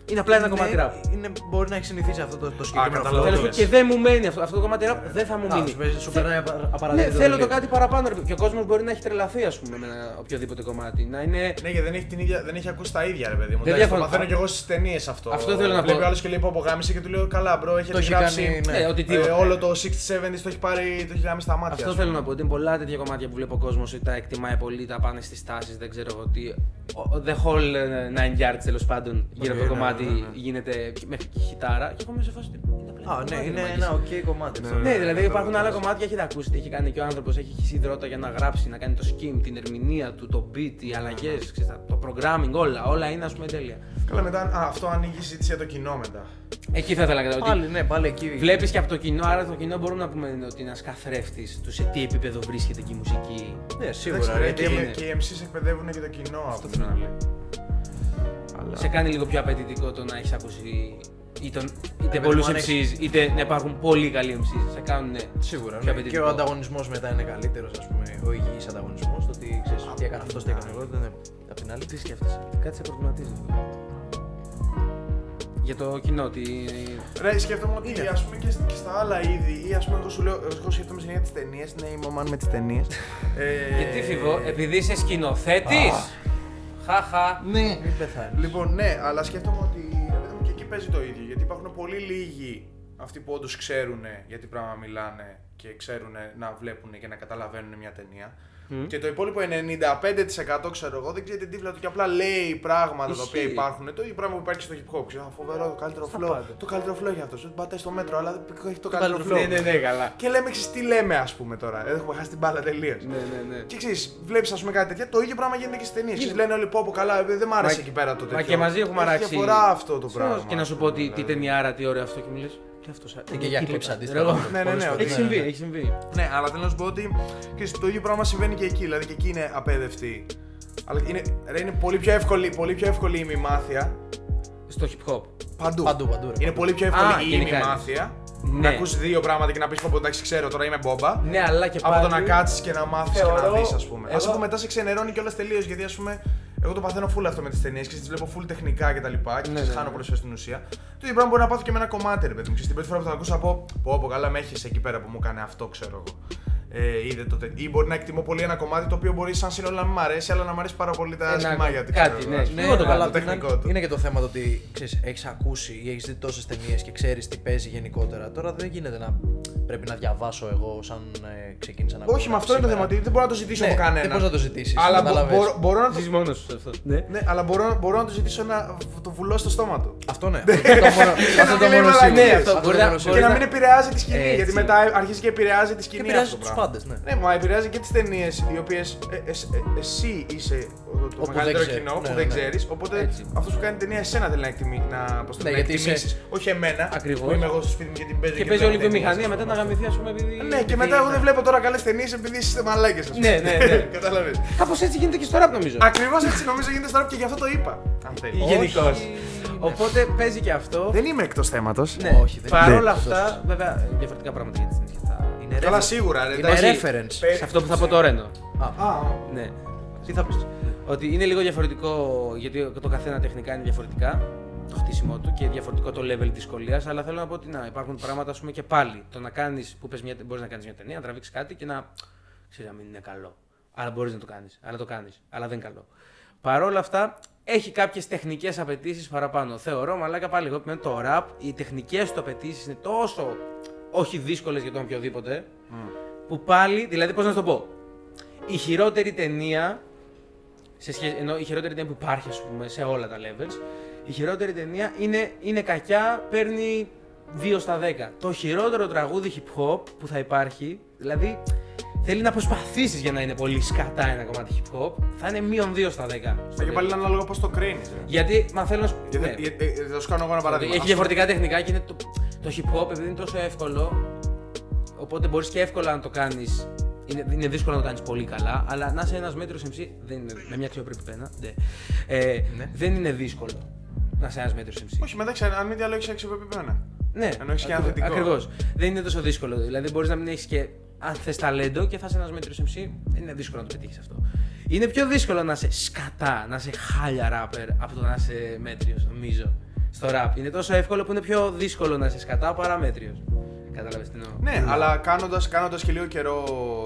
[SPEAKER 1] Είναι απλά
[SPEAKER 2] Ναι.
[SPEAKER 1] ένα κομμάτι ραπ.
[SPEAKER 2] Είναι, μπορεί να έχει συνηθίσει αυτό το, το συγκεκριμένο
[SPEAKER 3] καταλαβαίνω.
[SPEAKER 1] Θέλω να σου
[SPEAKER 3] το
[SPEAKER 1] πω
[SPEAKER 3] λες.
[SPEAKER 1] και δεν μου μένει αυτό. Αυτό το κομμάτι ραπ δεν θα μου
[SPEAKER 2] Ναι. Α,
[SPEAKER 1] μείνει.
[SPEAKER 2] σου παίζει- σου
[SPEAKER 1] Θε-
[SPEAKER 2] περνάει απα- δηλαδή.
[SPEAKER 1] ναι,
[SPEAKER 2] απαραδεκτό
[SPEAKER 1] θέλω το
[SPEAKER 2] τελείως.
[SPEAKER 1] κάτι παραπάνω. ρε παιδί. Και ο κόσμος μπορεί να έχει τρελαθεί, ας πούμε, με ένα οποιοδήποτε κομμάτι. Να είναι
[SPEAKER 3] Ναι, γιατί δεν έχει, την ίδια, δεν έχει ακούσει τα ίδια, ρε παιδί μου.
[SPEAKER 1] Δεν
[SPEAKER 3] Δεν
[SPEAKER 1] διαφωνώ.
[SPEAKER 3] Το μαθαίνω κι εγώ στις ταινίες αυτό.
[SPEAKER 1] Αυτό θέλω να
[SPEAKER 3] Βλέπει
[SPEAKER 1] πω.
[SPEAKER 3] άλλος και λέει πω γάμισε και του λέω καλά, μπρο, έχει
[SPEAKER 2] Το έχει κάνει,
[SPEAKER 3] γράψει.
[SPEAKER 2] ναι.
[SPEAKER 1] Ναι, ότι
[SPEAKER 3] ε,
[SPEAKER 1] τίποτα.
[SPEAKER 3] όλο το 60 70 το έχει πάρει, το έχει γάμισει στα μάτια.
[SPEAKER 1] Αυτό
[SPEAKER 3] ας πούμε.
[SPEAKER 1] θέλω να πω. Ότι είναι πολλά τέτοια κομμάτια που βλέπω ο κόσμος ότι τα εκτιμάει πολύ, τα πάνε στις τάσεις, δεν ξέρω εγώ τι. Ο- The whole ε, nine yards τέλος πάντων γύρω από το
[SPEAKER 3] ναι,
[SPEAKER 1] κομμάτι
[SPEAKER 3] ναι, ναι.
[SPEAKER 1] γίνεται μέχρι και χιτάρα. Και εγώ είμαι σε φάση. ότι είναι απλά ένα
[SPEAKER 2] Α, ναι,
[SPEAKER 1] κομμάτι,
[SPEAKER 2] είναι
[SPEAKER 1] ρε μάγκες.
[SPEAKER 2] ένα οκ κομμάτι. αυτό.
[SPEAKER 1] Ναι, δηλαδή
[SPEAKER 3] ναι,
[SPEAKER 1] υπάρχουν
[SPEAKER 3] ναι,
[SPEAKER 1] άλλα
[SPEAKER 3] ναι.
[SPEAKER 1] κομμάτια, έχετε ακούσει τι έχει κάνει και ο άνθρωπος. Έχει χυσιδρότα για να γράψει, να κάνει το skim, την ερμηνεία του, το beat, οι αλλαγές, το programming, όλα. Όλα είναι ας πούμε τέλεια.
[SPEAKER 3] Καλά, μετά α, αυτό ανοίγει συζήτηση για το κοινό μετά.
[SPEAKER 1] Εκεί θα ήθελα να καταλάβω.
[SPEAKER 2] Πάλι, ναι, πάλι εκεί.
[SPEAKER 1] Βλέπεις και από το κοινό, άρα το κοινό μπορούμε να πούμε ότι είναι ένα καθρέφτη του σε τι επίπεδο βρίσκεται και η μουσική.
[SPEAKER 2] Ναι,
[SPEAKER 3] Εντάξει,
[SPEAKER 2] σίγουρα.
[SPEAKER 3] ρε,
[SPEAKER 2] ρε,
[SPEAKER 3] και,
[SPEAKER 2] τι-
[SPEAKER 1] είναι.
[SPEAKER 3] οι- και οι MCs εκπαιδεύουν και το κοινό αυτό.
[SPEAKER 1] θέλω να λέω. Σε κάνει λίγο πιο απαιτητικό το να έχεις ακούσει ή τον, είτε
[SPEAKER 2] παιδί
[SPEAKER 1] πολλού
[SPEAKER 2] μου, αν
[SPEAKER 1] MCs,
[SPEAKER 3] ναι.
[SPEAKER 2] έχεις-
[SPEAKER 1] είτε να υπάρχουν πολύ καλοί MCs. Σε κάνουν.
[SPEAKER 2] Σίγουρα.
[SPEAKER 1] πιο
[SPEAKER 2] ναι. Και
[SPEAKER 1] απαιτητικό.
[SPEAKER 2] ο ανταγωνισμός μετά είναι καλύτερος, ας πούμε. Ο υγιής ανταγωνισμός. Το ότι ξέρεις τι έκανε αυτός, τι έκανε εγώ. δεν- Απ' την άλλη, τι σκέφτεσαι.
[SPEAKER 1] Κάτι σε προβληματίζει. για το κοινό. Ότι...
[SPEAKER 3] Ρε, σκέφτομαι ότι
[SPEAKER 2] Είναι.
[SPEAKER 3] ας πούμε και, σ- και στα άλλα είδη, ή ας πούμε εγώ σου λέω, εγώ σκέφτομαι συνέχεια τις ταινίες, ναι είμαι ο Μαν με τις ταινίες. ε,
[SPEAKER 1] Γιατί φίβο, επειδή είσαι σκηνοθέτης. Χαχα.
[SPEAKER 2] Ναι. Μην πεθάνεις.
[SPEAKER 3] Λοιπόν, ναι, αλλά σκέφτομαι ότι ρε παιδί μου, και εκεί παίζει το ίδιο. Γιατί υπάρχουν πολύ λίγοι αυτοί που όντως ξέρουν για τι πράγμα μιλάνε και ξέρουν να βλέπουν και να καταλαβαίνουν μια ταινία. Και το υπόλοιπο 95% ξέρω εγώ δεν ξέρει την τύφλα του και απλά λέει πράγματα τα οποία
[SPEAKER 1] Ισχύει.
[SPEAKER 3] υπάρχουν. Το ίδιο πράγμα που υπάρχει στο hip hop. Ξέρω, «Α, φοβερό, το καλύτερο φλό. Το καλύτερο φλό έχει αυτός. Δεν πατάει στο μέτρο, αλλά δεν έχει το καλύτερο φλό.
[SPEAKER 1] Ναι, ναι, ναι, καλά.
[SPEAKER 3] Και λέμε, ξέρεις, τι λέμε, ας πούμε τώρα. Έχουμε χάσει την μπάλα τελείως.
[SPEAKER 1] Ναι, ναι, ναι.
[SPEAKER 3] Και ξέρεις, βλέπεις, ας πούμε, κάτι τέτοια, το ίδιο πράγμα γίνεται και στις ταινίες. λένε όλοι πω, πω καλά, ε, δεν μ' άρεσε
[SPEAKER 1] Μα-
[SPEAKER 3] εκεί πέρα το τέτοιο.
[SPEAKER 1] Μα και μαζί έχουμε
[SPEAKER 3] Έχει
[SPEAKER 1] αράξει.
[SPEAKER 3] διαφορά αυτό το
[SPEAKER 1] Συνήθως.
[SPEAKER 3] πράγμα.
[SPEAKER 1] Και να σου πω ότι τι
[SPEAKER 3] Δηλαδή.
[SPEAKER 1] ταινιάρα, τι ωραίο αυτό και μιλέ. Και αυτό. σαν-
[SPEAKER 2] Ε, Και για
[SPEAKER 1] τίποτα.
[SPEAKER 2] clips αντίστοιχα.
[SPEAKER 1] Ρε, εγώ-
[SPEAKER 3] Ναι, ναι, ναι, ότι-
[SPEAKER 1] Έχει συμβεί, έχει συμβεί.
[SPEAKER 3] Ναι, αλλά θέλω να σου πω ότι ξέρεις, το ίδιο πράγμα συμβαίνει και εκεί. Δηλαδή και εκεί είναι απέδευτη. Αλλά είναι, ρε, είναι πολύ πιο εύκολη, πολύ πιο εύκολη η ημιμάθεια.
[SPEAKER 1] Στο hip hop.
[SPEAKER 3] Παντού.
[SPEAKER 2] Παντού, παντού, ρε,
[SPEAKER 3] Είναι
[SPEAKER 2] παντού.
[SPEAKER 3] πολύ πιο
[SPEAKER 1] Α,
[SPEAKER 3] εύκολη η
[SPEAKER 1] γενικά είναι.
[SPEAKER 3] ημιμάθεια.
[SPEAKER 1] Ναι.
[SPEAKER 3] Να ακούσει δύο πράγματα και να πεις πω εντάξει, ξέρω τώρα είμαι μπόμπα.
[SPEAKER 1] Ναι, αλλά και
[SPEAKER 3] από
[SPEAKER 1] πάλι.
[SPEAKER 3] το να κάτσεις και να μάθεις και να
[SPEAKER 1] θεωρώ-
[SPEAKER 3] δεις, ας πούμε.
[SPEAKER 1] εγώ-
[SPEAKER 3] Εγώ... Άσχετο μετά σε ξενερώνει κιόλας τελείως γιατί, ας πούμε, εγώ το παθαίνω full αυτό με τις ταινίες και τις βλέπω full τεχνικά κτλ. Και, τα λοιπά, και
[SPEAKER 1] Ναι,
[SPEAKER 3] ναι,
[SPEAKER 1] ναι,
[SPEAKER 3] χάνω
[SPEAKER 1] ναι.
[SPEAKER 3] πολλές φορές την ουσία. Το ίδιο πράγμα μπορεί να πάθω και με ένα κομμάτι, ρε παιδί μου. Ξέρεις, την πρώτη φορά που το ακούσα, από πω, πω, καλά, με έχεις εκεί πέρα που μου κάνει αυτό, ξέρω εγώ. Ε, είδε το τε- Ή μπορεί να εκτιμώ πολύ ένα κομμάτι το οποίο μπορεί σαν σύνολο να μην μ' αρέσει, αλλά να μ' αρέσει πάρα πολύ τα
[SPEAKER 1] Ένα-
[SPEAKER 3] σημάδια του.
[SPEAKER 1] κάτι,
[SPEAKER 3] ξέρω εγώ,
[SPEAKER 1] ναι,
[SPEAKER 3] ας πούμε.
[SPEAKER 1] ναι.
[SPEAKER 2] Εγώ το
[SPEAKER 1] αλλά
[SPEAKER 2] καλά
[SPEAKER 3] το τεχνικό
[SPEAKER 2] είναι,
[SPEAKER 3] του.
[SPEAKER 2] είναι και το θέμα το ότι ξέρεις, έχεις ακούσει ή έχεις δει τόσες ταινίες και ξέρεις τι παίζει γενικότερα. Τώρα δεν γίνεται να πρέπει να διαβάσω εγώ σαν ε, ξεκίνησα να
[SPEAKER 3] Όχι, με αυτό είναι το θέμα.
[SPEAKER 2] σήμερα.
[SPEAKER 3] ότι Δεν μπορώ να το ζητήσω
[SPEAKER 2] Ναι,
[SPEAKER 3] από κανένα.
[SPEAKER 2] δεν μπορείς να το ζητήσεις,
[SPEAKER 3] Αλλά μπο-
[SPEAKER 2] καταλαβες.
[SPEAKER 3] μπορώ- μπορώ να το-
[SPEAKER 1] Ζεις μόνος σου σε αυτό. Ναι.
[SPEAKER 3] ναι, αλλά μπορώ, μπορώ να το ζητήσω να το βουλώ στο στόμα του.
[SPEAKER 2] Αυτό ναι. αυτό είναι το μόνο- Αυτό
[SPEAKER 3] μην
[SPEAKER 2] το μόνο
[SPEAKER 3] λέει
[SPEAKER 2] σίγουρο.
[SPEAKER 3] μαλακίες.
[SPEAKER 2] Αυτό το
[SPEAKER 1] Μπορεί να-
[SPEAKER 2] μόνο
[SPEAKER 3] Και
[SPEAKER 2] σίγουρο.
[SPEAKER 3] να μην επηρεάζει τη σκηνή.
[SPEAKER 1] Έτσι.
[SPEAKER 3] Γιατί μετά αρχίζει και επηρεάζει τη
[SPEAKER 2] Και
[SPEAKER 3] σκηνή.
[SPEAKER 2] επηρεάζει
[SPEAKER 3] αυτό το
[SPEAKER 2] τους
[SPEAKER 3] πράγμα.
[SPEAKER 2] πάντες, ναι.
[SPEAKER 3] Ναι, μα επηρεάζει και τις ταινίες οι ε, οποίε εσύ είσαι το- το,
[SPEAKER 2] Όπου
[SPEAKER 3] μεγαλύτερο
[SPEAKER 2] δεν ξέρεις.
[SPEAKER 3] κοινό που
[SPEAKER 2] Ναι, ναι,
[SPEAKER 3] δεν
[SPEAKER 2] ναι.
[SPEAKER 3] ξέρεις. Οπότε
[SPEAKER 1] Έτσι.
[SPEAKER 3] αυτό που κάνει την ταινία εσένα θέλει να εκτιμήσει. Να, πώς το
[SPEAKER 2] Ναι,
[SPEAKER 3] λένε, να
[SPEAKER 2] γιατί είσαι-
[SPEAKER 3] εκτιμήσεις. Όχι εμένα.
[SPEAKER 1] Ακριβώς.
[SPEAKER 3] Που είμαι εγώ στο σπίτι μου και την παίζω.
[SPEAKER 1] Και παίζει όλη η
[SPEAKER 3] βλέπω ταινίες,
[SPEAKER 1] βιομηχανία
[SPEAKER 3] ας
[SPEAKER 1] μετά να
[SPEAKER 3] πούμε.
[SPEAKER 1] γαμηθεί, ας πούμε, επειδή.
[SPEAKER 3] Ναι, και μετά εγώ δεν βλέπω τώρα καλές ταινίες επειδή είστε μαλάκε.
[SPEAKER 1] Ναι, ναι, ναι.
[SPEAKER 3] Κατάλαβε.
[SPEAKER 1] Κάπως έτσι γίνεται και στο ραπ νομίζω.
[SPEAKER 3] Ακριβώς έτσι νομίζω γίνεται τώρα και γι' αυτό το είπα. Αν θέλεις.
[SPEAKER 1] Γενικώς. Οπότε παίζει και αυτό.
[SPEAKER 3] Δεν είμαι εκτός θέματος.
[SPEAKER 1] Ναι.
[SPEAKER 2] Όχι, δεν
[SPEAKER 1] Παρ'
[SPEAKER 2] είναι.
[SPEAKER 1] όλα
[SPEAKER 2] Ναι.
[SPEAKER 1] αυτά, βέβαια, διαφορετικά πράγματα για τι συνέχεια. θα- Είναι
[SPEAKER 3] Καλά,
[SPEAKER 1] reference.
[SPEAKER 3] σίγουρα. ρε,
[SPEAKER 2] Είναι
[SPEAKER 3] εντάξει.
[SPEAKER 2] reference.
[SPEAKER 3] Πε-
[SPEAKER 1] Σε αυτό που θα πω τώρα εννοώ.
[SPEAKER 3] Α,
[SPEAKER 1] Ναι. Τι θα πεις. Ότι είναι λίγο διαφορετικό, γιατί το καθένα τεχνικά είναι διαφορετικά το χτίσιμό του και διαφορετικό το level δυσκολίας. Αλλά θέλω να πω ότι να υπάρχουν πράγματα, ας πούμε, και πάλι. Το να κάνεις, που πες μια, μπορείς να κάνεις μια ταινία, να τραβήξεις κάτι και να. ξέρεις να μην είναι καλό. Αλλά μπορείς να το κάνεις. Αλλά το κάνεις. Αλλά δεν είναι καλό. Παρ' όλα αυτά, έχει κάποιες τεχνικές απαιτήσεις παραπάνω. Θεωρώ, μαλάκα πάλι εγώ με το rap, οι τεχνικές του απαιτήσεις είναι τόσο όχι δύσκολες για τον οποιοδήποτε. Που πάλι, δηλαδή, πώς να σου το πω η χειρότερη ταινία. Σε σχέση, ενώ η χειρότερη ταινία που υπάρχει, ας πούμε, σε όλα τα levels. Η χειρότερη ταινία είναι, είναι κακιά, παίρνει 2 στα 10. Το χειρότερο τραγούδι hip hop που θα υπάρχει, δηλαδή θέλει να προσπαθήσεις για να είναι πολύ σκατά ένα κομμάτι hip hop, θα είναι μείον 2 στα 10. στο
[SPEAKER 3] Ε, και πάλι είναι
[SPEAKER 1] τέλος.
[SPEAKER 3] ανάλογα πώς το κρίνεις.
[SPEAKER 1] Γιατί, μα θέλω να σου
[SPEAKER 3] Γιατί,
[SPEAKER 1] Ε, ναι.
[SPEAKER 3] γιατί- ε, ε, θα σου κάνω εγώ ένα παράδειγμα.
[SPEAKER 1] Έχει
[SPEAKER 3] Ας πούμε,
[SPEAKER 1] διαφορετικά τεχνικά και είναι το, το hip hop επειδή είναι τόσο εύκολο. Οπότε μπορείς και εύκολα να το κάνεις. Είναι, είναι δύσκολο να το κάνεις πολύ καλά, αλλά να είσαι ένας μέτρο MC. Δεν είναι, με μια αξιοπρεπή πένα. Ναι. Ε, Δεν είναι δύσκολο να είσαι ένας μέτρο MC.
[SPEAKER 3] Ναι. Όχι, μεταξύ, αν μη διαλέξει αξιοπρεπημένα.
[SPEAKER 1] Ναι,
[SPEAKER 3] Ενώ έχεις και ένα θετικό.
[SPEAKER 1] Ακριβώς. Δεν είναι τόσο δύσκολο. Δηλαδή, μπορείς να μην έχεις και αν θες ταλέντο και θα είσαι ένας μέτριος MC, δεν είναι δύσκολο να το πετύχεις αυτό. Είναι πιο δύσκολο να είσαι σκατά, να είσαι χάλια ράπερ από το να είσαι μέτριος, νομίζω. Στο ραπ. Είναι τόσο εύκολο που είναι πιο δύσκολο να είσαι σκατά παρά μέτριος. Κατάλαβες τι εννοώ.
[SPEAKER 3] Ναι, αλλά κάνοντας κάνοντας και λίγο καιρό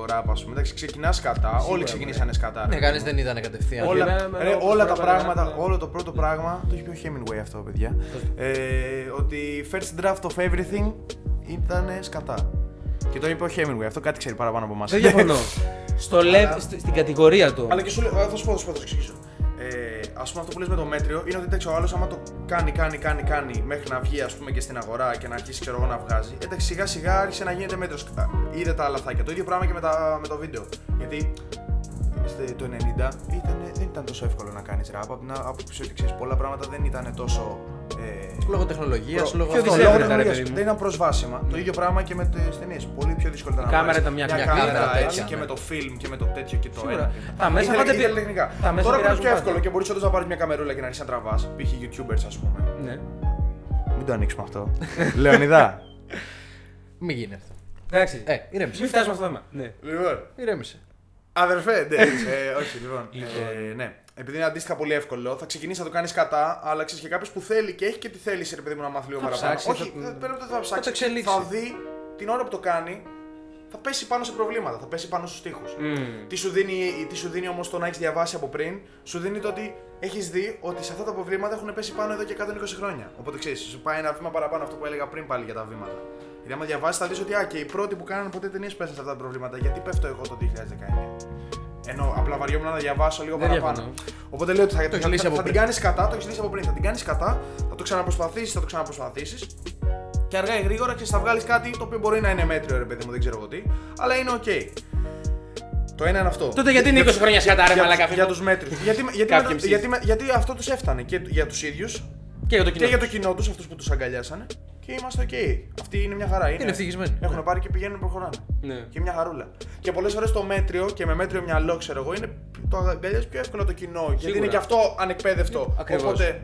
[SPEAKER 3] ραπ, ας πούμε. Εντάξει, ξεκινάς κατά.
[SPEAKER 1] Σίγουρα,
[SPEAKER 3] Όλοι ξεκινήσανε κατά.
[SPEAKER 2] Ναι, κανείς δεν ήταν κατευθείαν.
[SPEAKER 1] Όχι,
[SPEAKER 3] Όλα,
[SPEAKER 1] ναι,
[SPEAKER 3] ρε,
[SPEAKER 1] ναι,
[SPEAKER 3] όλα
[SPEAKER 1] ναι,
[SPEAKER 3] τα
[SPEAKER 1] ναι,
[SPEAKER 3] πράγματα,
[SPEAKER 1] ναι, ναι.
[SPEAKER 3] όλο το πρώτο πράγμα. Το έχει πει ο Hemingway αυτό, παιδιά. ε, ότι first draft of everything ήταν σκατά. Και το είπε ο Hemingway, αυτό κάτι ξέρει παραπάνω από εμάς.
[SPEAKER 1] Δεν διαφωνώ. Στο level, στη- στην κατηγορία του.
[SPEAKER 3] Αλλά και σου λέω, ε, θα σου πω, θα σου πω, θα σου εξηγήσω. Ε, ας πούμε, αυτό που λες με το μέτριο είναι ότι εντάξει, ο άλλος άμα το κάνει, κάνει, κάνει, κάνει μέχρι να βγει ας πούμε, και στην αγορά και να αρχίσει ξέρω εγώ, να βγάζει. Εντάξει, σιγά σιγά άρχισε να γίνεται μέτρο. Είδε τα λαθάκια. Το ίδιο πράγμα και με, τα, με το βίντεο. Γιατί στε- το 90 ήταν, δεν ήταν τόσο εύκολο να κάνεις ραπ. Από την ά- άποψη ότι ξέρεις, πολλά πράγματα δεν ήταν τόσο. Ε,
[SPEAKER 2] Λόγω τεχνολογίας,
[SPEAKER 3] Προ-
[SPEAKER 2] λόγω
[SPEAKER 3] πιο
[SPEAKER 1] της
[SPEAKER 3] δύσκολο,
[SPEAKER 1] έβρετα,
[SPEAKER 3] λόγω
[SPEAKER 1] ρε
[SPEAKER 3] της-
[SPEAKER 1] παιδί μου.
[SPEAKER 3] Δεν ήταν προσβάσιμα. Το ίδιο πράγμα και με τις ταινίες. Πολύ πιο δύσκολο ήταν
[SPEAKER 1] Η
[SPEAKER 3] να
[SPEAKER 1] κάμερα
[SPEAKER 3] βγάλεις
[SPEAKER 1] ήταν μια-
[SPEAKER 3] μια
[SPEAKER 1] μια
[SPEAKER 3] κάμερα
[SPEAKER 2] κάμερα,
[SPEAKER 3] έτσι,
[SPEAKER 2] ναι.
[SPEAKER 3] και με το φιλμ και με το τέτοιο και το
[SPEAKER 1] Σίγουρα.
[SPEAKER 3] ένα.
[SPEAKER 1] Τα μέσα
[SPEAKER 3] Ήθελε-
[SPEAKER 1] πάντα
[SPEAKER 3] ήθελε
[SPEAKER 1] πη-
[SPEAKER 3] τεχνικά.
[SPEAKER 1] τα μέσα
[SPEAKER 3] Τώρα που είναι
[SPEAKER 1] πειράζουν
[SPEAKER 3] πιο εύκολο
[SPEAKER 1] πάντα.
[SPEAKER 3] και μπορείς όντως να πάρεις μια καμερούλα και να αρχίσεις να τραβάς. Π.χ. YouTubers ας πούμε.
[SPEAKER 1] Ναι.
[SPEAKER 3] Μην το ανοίξουμε αυτό. Λεωνιδά.
[SPEAKER 2] Μην γίνει αυτό.
[SPEAKER 1] Εντάξει.
[SPEAKER 2] Ε, ηρέμησε.
[SPEAKER 1] Μην φτάσουμε στο θέμα. Ναι.
[SPEAKER 3] Λοιπόν.
[SPEAKER 2] Ηρέμησε.
[SPEAKER 3] Αδερφέ, ναι. ε, όχι, λοιπόν. ε, ναι. επειδή είναι αντίστοιχα πολύ εύκολο, θα ξεκινήσει να το κάνεις κατά, αλλά ξέρεις και κάποιος που θέλει και έχει και τη θέληση, ρε παιδί μου, να μάθει λίγο
[SPEAKER 1] Θα
[SPEAKER 3] παραπάνω.
[SPEAKER 1] ψάξει,
[SPEAKER 3] Όχι,
[SPEAKER 1] θα-
[SPEAKER 3] δεν πρέπει να το ψάξει.
[SPEAKER 2] το εξελίξει.
[SPEAKER 3] Θα δει την ώρα που το κάνει, θα πέσει πάνω σε προβλήματα, θα πέσει πάνω στους τοίχου.
[SPEAKER 2] Mm.
[SPEAKER 1] Μμμ.
[SPEAKER 3] Τι σου δίνει, τι σου δίνει όμως το να έχεις διαβάσει από πριν, σου δίνει το ότι έχεις δει ότι σε αυτά τα προβλήματα έχουν πέσει πάνω εδώ και 120 χρόνια. Οπότε ξέρεις, σου πάει ένα βήμα παραπάνω αυτό που έλεγα πριν πάλι για τα βήματα. Γιατί άμα διαβάσεις, θα δεις ότι α, και οι πρώτοι που κάνανε ποτέ ταινίες πέσαν σε αυτά τα προβλήματα. Γιατί πέφτω εγώ το 2019. Ενώ απλά βαριόμουν να διαβάσω λίγο
[SPEAKER 1] Δεν
[SPEAKER 3] παραπάνω.
[SPEAKER 1] διαφωνώ.
[SPEAKER 3] Οπότε λέω ότι θα,
[SPEAKER 2] έχεις
[SPEAKER 3] θα,
[SPEAKER 2] λύσει
[SPEAKER 3] θα,
[SPEAKER 2] από
[SPEAKER 3] θα την
[SPEAKER 2] πριν.
[SPEAKER 3] κάνεις κατά, το έχεις λύσει από πριν. Θα την κάνεις κατά, θα το ξαναπροσπαθήσεις, θα το ξαναπροσπαθήσεις. Και αργά ή γρήγορα ξέρεις, θα βγάλεις κάτι το οποίο μπορεί να είναι μέτριο, ρε παιδί μου, δεν ξέρω εγώ τι. Αλλά είναι οκ. Το ένα είναι αυτό.
[SPEAKER 1] Τότε γιατί είναι 20 χρόνια σκατά, ρε
[SPEAKER 3] Για-
[SPEAKER 1] μαλακά.
[SPEAKER 3] Για τους μέτρου. γιατί, γιατί,
[SPEAKER 1] Κάποιοι
[SPEAKER 3] μετά-
[SPEAKER 1] ψήφισαν.
[SPEAKER 3] γιατί, με- γιατί αυτό τους έφτανε και για τους ίδιους
[SPEAKER 1] Και για το κοινό.
[SPEAKER 3] και για το κοινό τους, αυτούς που τους αγκαλιάσανε. Και είμαστε οκ. Αυτοί είναι μια χαρά. Είναι,
[SPEAKER 2] Είναι ευτυχισμένοι.
[SPEAKER 3] Έχουν πάρει και πηγαίνουν προχωράνε.
[SPEAKER 1] Ναι.
[SPEAKER 3] Και μια χαρούλα. Και πολλές φορές το μέτριο και με μέτριο μυαλό, ξέρω εγώ, είναι το αγκαλιάζει πιο εύκολο το κοινό. Γιατί
[SPEAKER 1] Σίγουρα. Ναι,
[SPEAKER 3] είναι και αυτό ανεκπαίδευτο.
[SPEAKER 1] Ακριβώς.
[SPEAKER 3] Οπότε.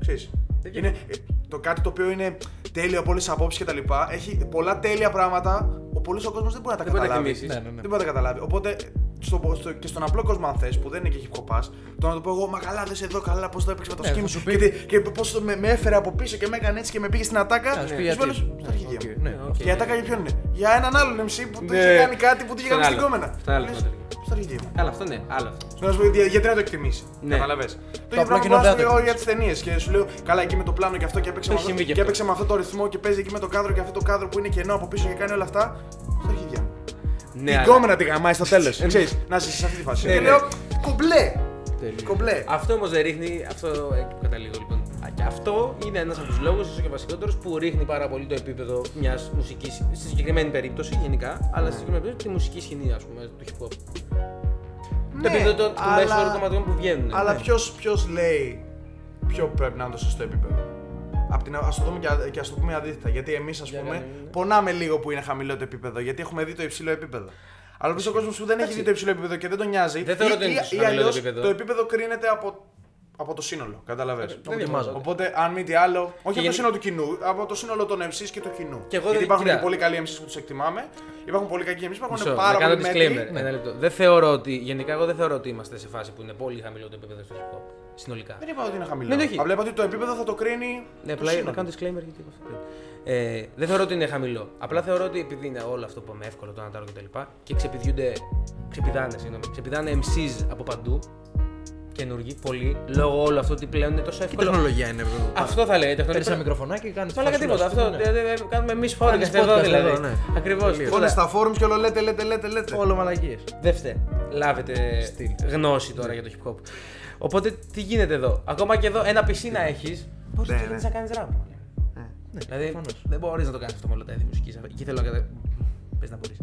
[SPEAKER 3] Ξέρεις, είναι, ε, το κάτι το οποίο είναι τέλειο από όλες τις απόψεις κτλ. Έχει πολλά τέλεια πράγματα. Ο πολλή ο κόσμος δεν μπορεί να τα
[SPEAKER 1] Δεν μπορεί να τα
[SPEAKER 3] καταλάβει.
[SPEAKER 1] εκτιμήσεις.
[SPEAKER 2] Ναι, ναι, ναι.
[SPEAKER 3] Δεν μπορεί να τα καταλάβει. Οπότε στο, στο, και στον απλό κόσμο, αν θες, που δεν είναι και χυποπά, το να του πω εγώ, Μα καλά, δες εδώ, καλά, πώς το έπαιξε με το
[SPEAKER 2] Ναι,
[SPEAKER 3] σκύμ
[SPEAKER 2] θα
[SPEAKER 3] σου
[SPEAKER 2] σου
[SPEAKER 3] και, τι- και πώς με, με έφερε από πίσω και με έκανε έτσι και με πήγε στην ατάκα.
[SPEAKER 2] Να σου πει
[SPEAKER 3] Και
[SPEAKER 2] γιατί.
[SPEAKER 3] σου λέω, «Στο
[SPEAKER 2] Ναι,
[SPEAKER 3] αρχηγείο μου».
[SPEAKER 2] οκ, ναι,
[SPEAKER 1] Ναι,
[SPEAKER 2] οκ.
[SPEAKER 1] οκ.
[SPEAKER 3] Και η ατάκα για ποιον είναι. Για έναν άλλον MC που του
[SPEAKER 1] Ναι.
[SPEAKER 3] είχε κάνει κάτι που του είχε
[SPEAKER 1] Στον
[SPEAKER 3] κάνει στην
[SPEAKER 1] άλλο.
[SPEAKER 3] κόμενα.
[SPEAKER 1] Στον άλλο,
[SPEAKER 3] Λες,
[SPEAKER 1] στον άλλο.
[SPEAKER 3] Στο αρχηγείο μου.
[SPEAKER 1] Καλά, αυτό ναι, άλλο αυτό.
[SPEAKER 3] Να σου πω, «Για- γιατί να το εκτιμήσει.
[SPEAKER 1] Ναι.
[SPEAKER 3] Καταλαβέ. Το ίδιο
[SPEAKER 2] απλό
[SPEAKER 3] πράγμα
[SPEAKER 2] κοινό
[SPEAKER 3] που
[SPEAKER 2] δεν το
[SPEAKER 3] λέω για τις
[SPEAKER 2] εκτιμήσει.
[SPEAKER 3] ταινίες. Και σου λέω, καλά, εκεί με το πλάνο και αυτό και έπαιξε,
[SPEAKER 1] Το
[SPEAKER 3] με
[SPEAKER 1] έχει
[SPEAKER 3] αυτό,
[SPEAKER 1] συμβεί και
[SPEAKER 3] και
[SPEAKER 1] αυτό.
[SPEAKER 3] έπαιξε με αυτό το ρυθμό και παίζει εκεί με το κάδρο και αυτό το κάδρο που είναι κενό από πίσω και κάνει όλα αυτά. Στο αρχηγείο μου.
[SPEAKER 1] Ναι,
[SPEAKER 3] Την
[SPEAKER 1] αλλά-
[SPEAKER 3] κόμενα τη γαμάει στο τέλος. Ε, Ξέρεις, να είσαι σε αυτή τη φάση.
[SPEAKER 1] Ναι,
[SPEAKER 3] Και
[SPEAKER 1] ναι.
[SPEAKER 3] Ε, λέω, κομπλέ.
[SPEAKER 1] Τέλεια.
[SPEAKER 3] Κομπλέ.
[SPEAKER 1] Αυτό όμως δεν ρίχνει. Αυτό ε, καταλήγω λοιπόν. Α, Και αυτό είναι ένας από τους λόγους, ίσως και βασικότερος, που ρίχνει πάρα πολύ το επίπεδο μιας μουσικής. Στη συγκεκριμένη περίπτωση γενικά, αλλά στη συγκεκριμένη περίπτωση τη μουσική σκηνή, ας πούμε, του hip hop. το
[SPEAKER 3] Ναι,
[SPEAKER 1] επίπεδο των- των
[SPEAKER 3] αλλά-
[SPEAKER 1] μέσων όρων κομματιών που βγαίνουν.
[SPEAKER 3] Αλλά
[SPEAKER 1] ναι.
[SPEAKER 3] ποιος ποιος λέει ποιο πρέπει να είναι το σωστό επίπεδο. Απ' την, ας το δούμε και, α το πούμε αντίθετα. Γιατί εμείς, ας
[SPEAKER 1] Για
[SPEAKER 3] πούμε,
[SPEAKER 1] κανένα, ναι.
[SPEAKER 3] πονάμε λίγο που είναι χαμηλό το επίπεδο. Γιατί έχουμε δει το υψηλό επίπεδο. Αλλά ο κόσμος που δεν έχει δει το υψηλό επίπεδο και δεν τον νοιάζει.
[SPEAKER 1] Δεν θεωρώ
[SPEAKER 3] ή-
[SPEAKER 1] ότι είναι
[SPEAKER 3] ή-
[SPEAKER 1] τόσο
[SPEAKER 3] ή
[SPEAKER 1] χαμηλό το
[SPEAKER 3] αλλιώς
[SPEAKER 1] επίπεδο. Ε,
[SPEAKER 3] Το επίπεδο κρίνεται από, από το σύνολο. Καταλαβες.
[SPEAKER 1] Δεν διαφωνώ.
[SPEAKER 3] Οπότε, αν μη τι άλλο. Όχι από το
[SPEAKER 1] γενι-
[SPEAKER 3] σύνολο του κοινού, από το σύνολο των MCs και του κοινού.
[SPEAKER 1] Και εγώ
[SPEAKER 3] Γιατί
[SPEAKER 1] δεν-
[SPEAKER 3] υπάρχουν
[SPEAKER 1] κοίτα.
[SPEAKER 3] και πολύ καλοί MCs που τους εκτιμάμε. Υπάρχουν πολύ κακοί MCs,
[SPEAKER 1] Μισό,
[SPEAKER 3] υπάρχουν
[SPEAKER 1] να
[SPEAKER 3] πάρα
[SPEAKER 1] κάνω
[SPEAKER 3] πολλοί μέτροι.
[SPEAKER 1] disclaimer. Ένα λεπτό. Δεν θεωρώ ότι. Γενικά, εγώ δεν θεωρώ ότι είμαστε σε φάση που είναι πολύ χαμηλό το επίπεδο στο hip hop. Συνολικά.
[SPEAKER 3] Δεν είπα ότι είναι χαμηλό.
[SPEAKER 1] Ναι, ναι, όχι.
[SPEAKER 3] Απλά είπα ότι το επίπεδο θα το κρίνει.
[SPEAKER 1] Ναι,
[SPEAKER 3] το
[SPEAKER 1] απλά να
[SPEAKER 3] σύνολο.
[SPEAKER 1] κάνω disclaimer γιατί είπα αυτό πριν. Ε, δεν θεωρώ ότι είναι χαμηλό. Απλά θεωρώ ότι επειδή είναι όλο αυτό που είπαμε εύκολο το ένα το άλλο κτλ. Και, και ξεπηδιούνται. Ξεπηδάνε, συγγνώμη. Ξεπηδάνε MCs από παντού. Καινούργοι, πολλοί. Λόγω όλου αυτού ότι πλέον είναι τόσο
[SPEAKER 2] Η
[SPEAKER 1] εύκολο.
[SPEAKER 2] τεχνολογία είναι βέβαια.
[SPEAKER 1] Αυτό θα λέει.
[SPEAKER 2] Παίρνει ένα
[SPEAKER 1] Τεχνολογία.
[SPEAKER 2] μικροφωνάκι και κάνεις.
[SPEAKER 1] Μα λέγα τίποτα. Αυτό.
[SPEAKER 2] Ναι.
[SPEAKER 1] δε- δε- Κάνουμε εμείς φόρμα
[SPEAKER 2] Κάνεις
[SPEAKER 1] εδώ
[SPEAKER 2] podcast
[SPEAKER 1] δηλαδή.
[SPEAKER 2] εδώ, ναι.
[SPEAKER 1] Ακριβώς.
[SPEAKER 3] Όλοι στα forums και όλο λέτε, λέτε, λέτε,
[SPEAKER 1] Ναι.
[SPEAKER 3] λέτε.
[SPEAKER 2] Όλο μαλακίε.
[SPEAKER 1] Δεν φταίει. Λάβετε γνώση τώρα
[SPEAKER 3] Ναι.
[SPEAKER 1] για το hip hop. Οπότε τι γίνεται εδώ. Ακόμα και εδώ ένα πισίνα έχεις. Πώς
[SPEAKER 3] Ναι,
[SPEAKER 1] γίνεται
[SPEAKER 3] ναι.
[SPEAKER 1] να κάνεις ράπ. μάλλον. Δηλαδή δεν μπορείς να το κάνεις αυτό με όλα τα είδη μουσικής. Εκεί θέλω να καταλήξω. Πες να μπορείς.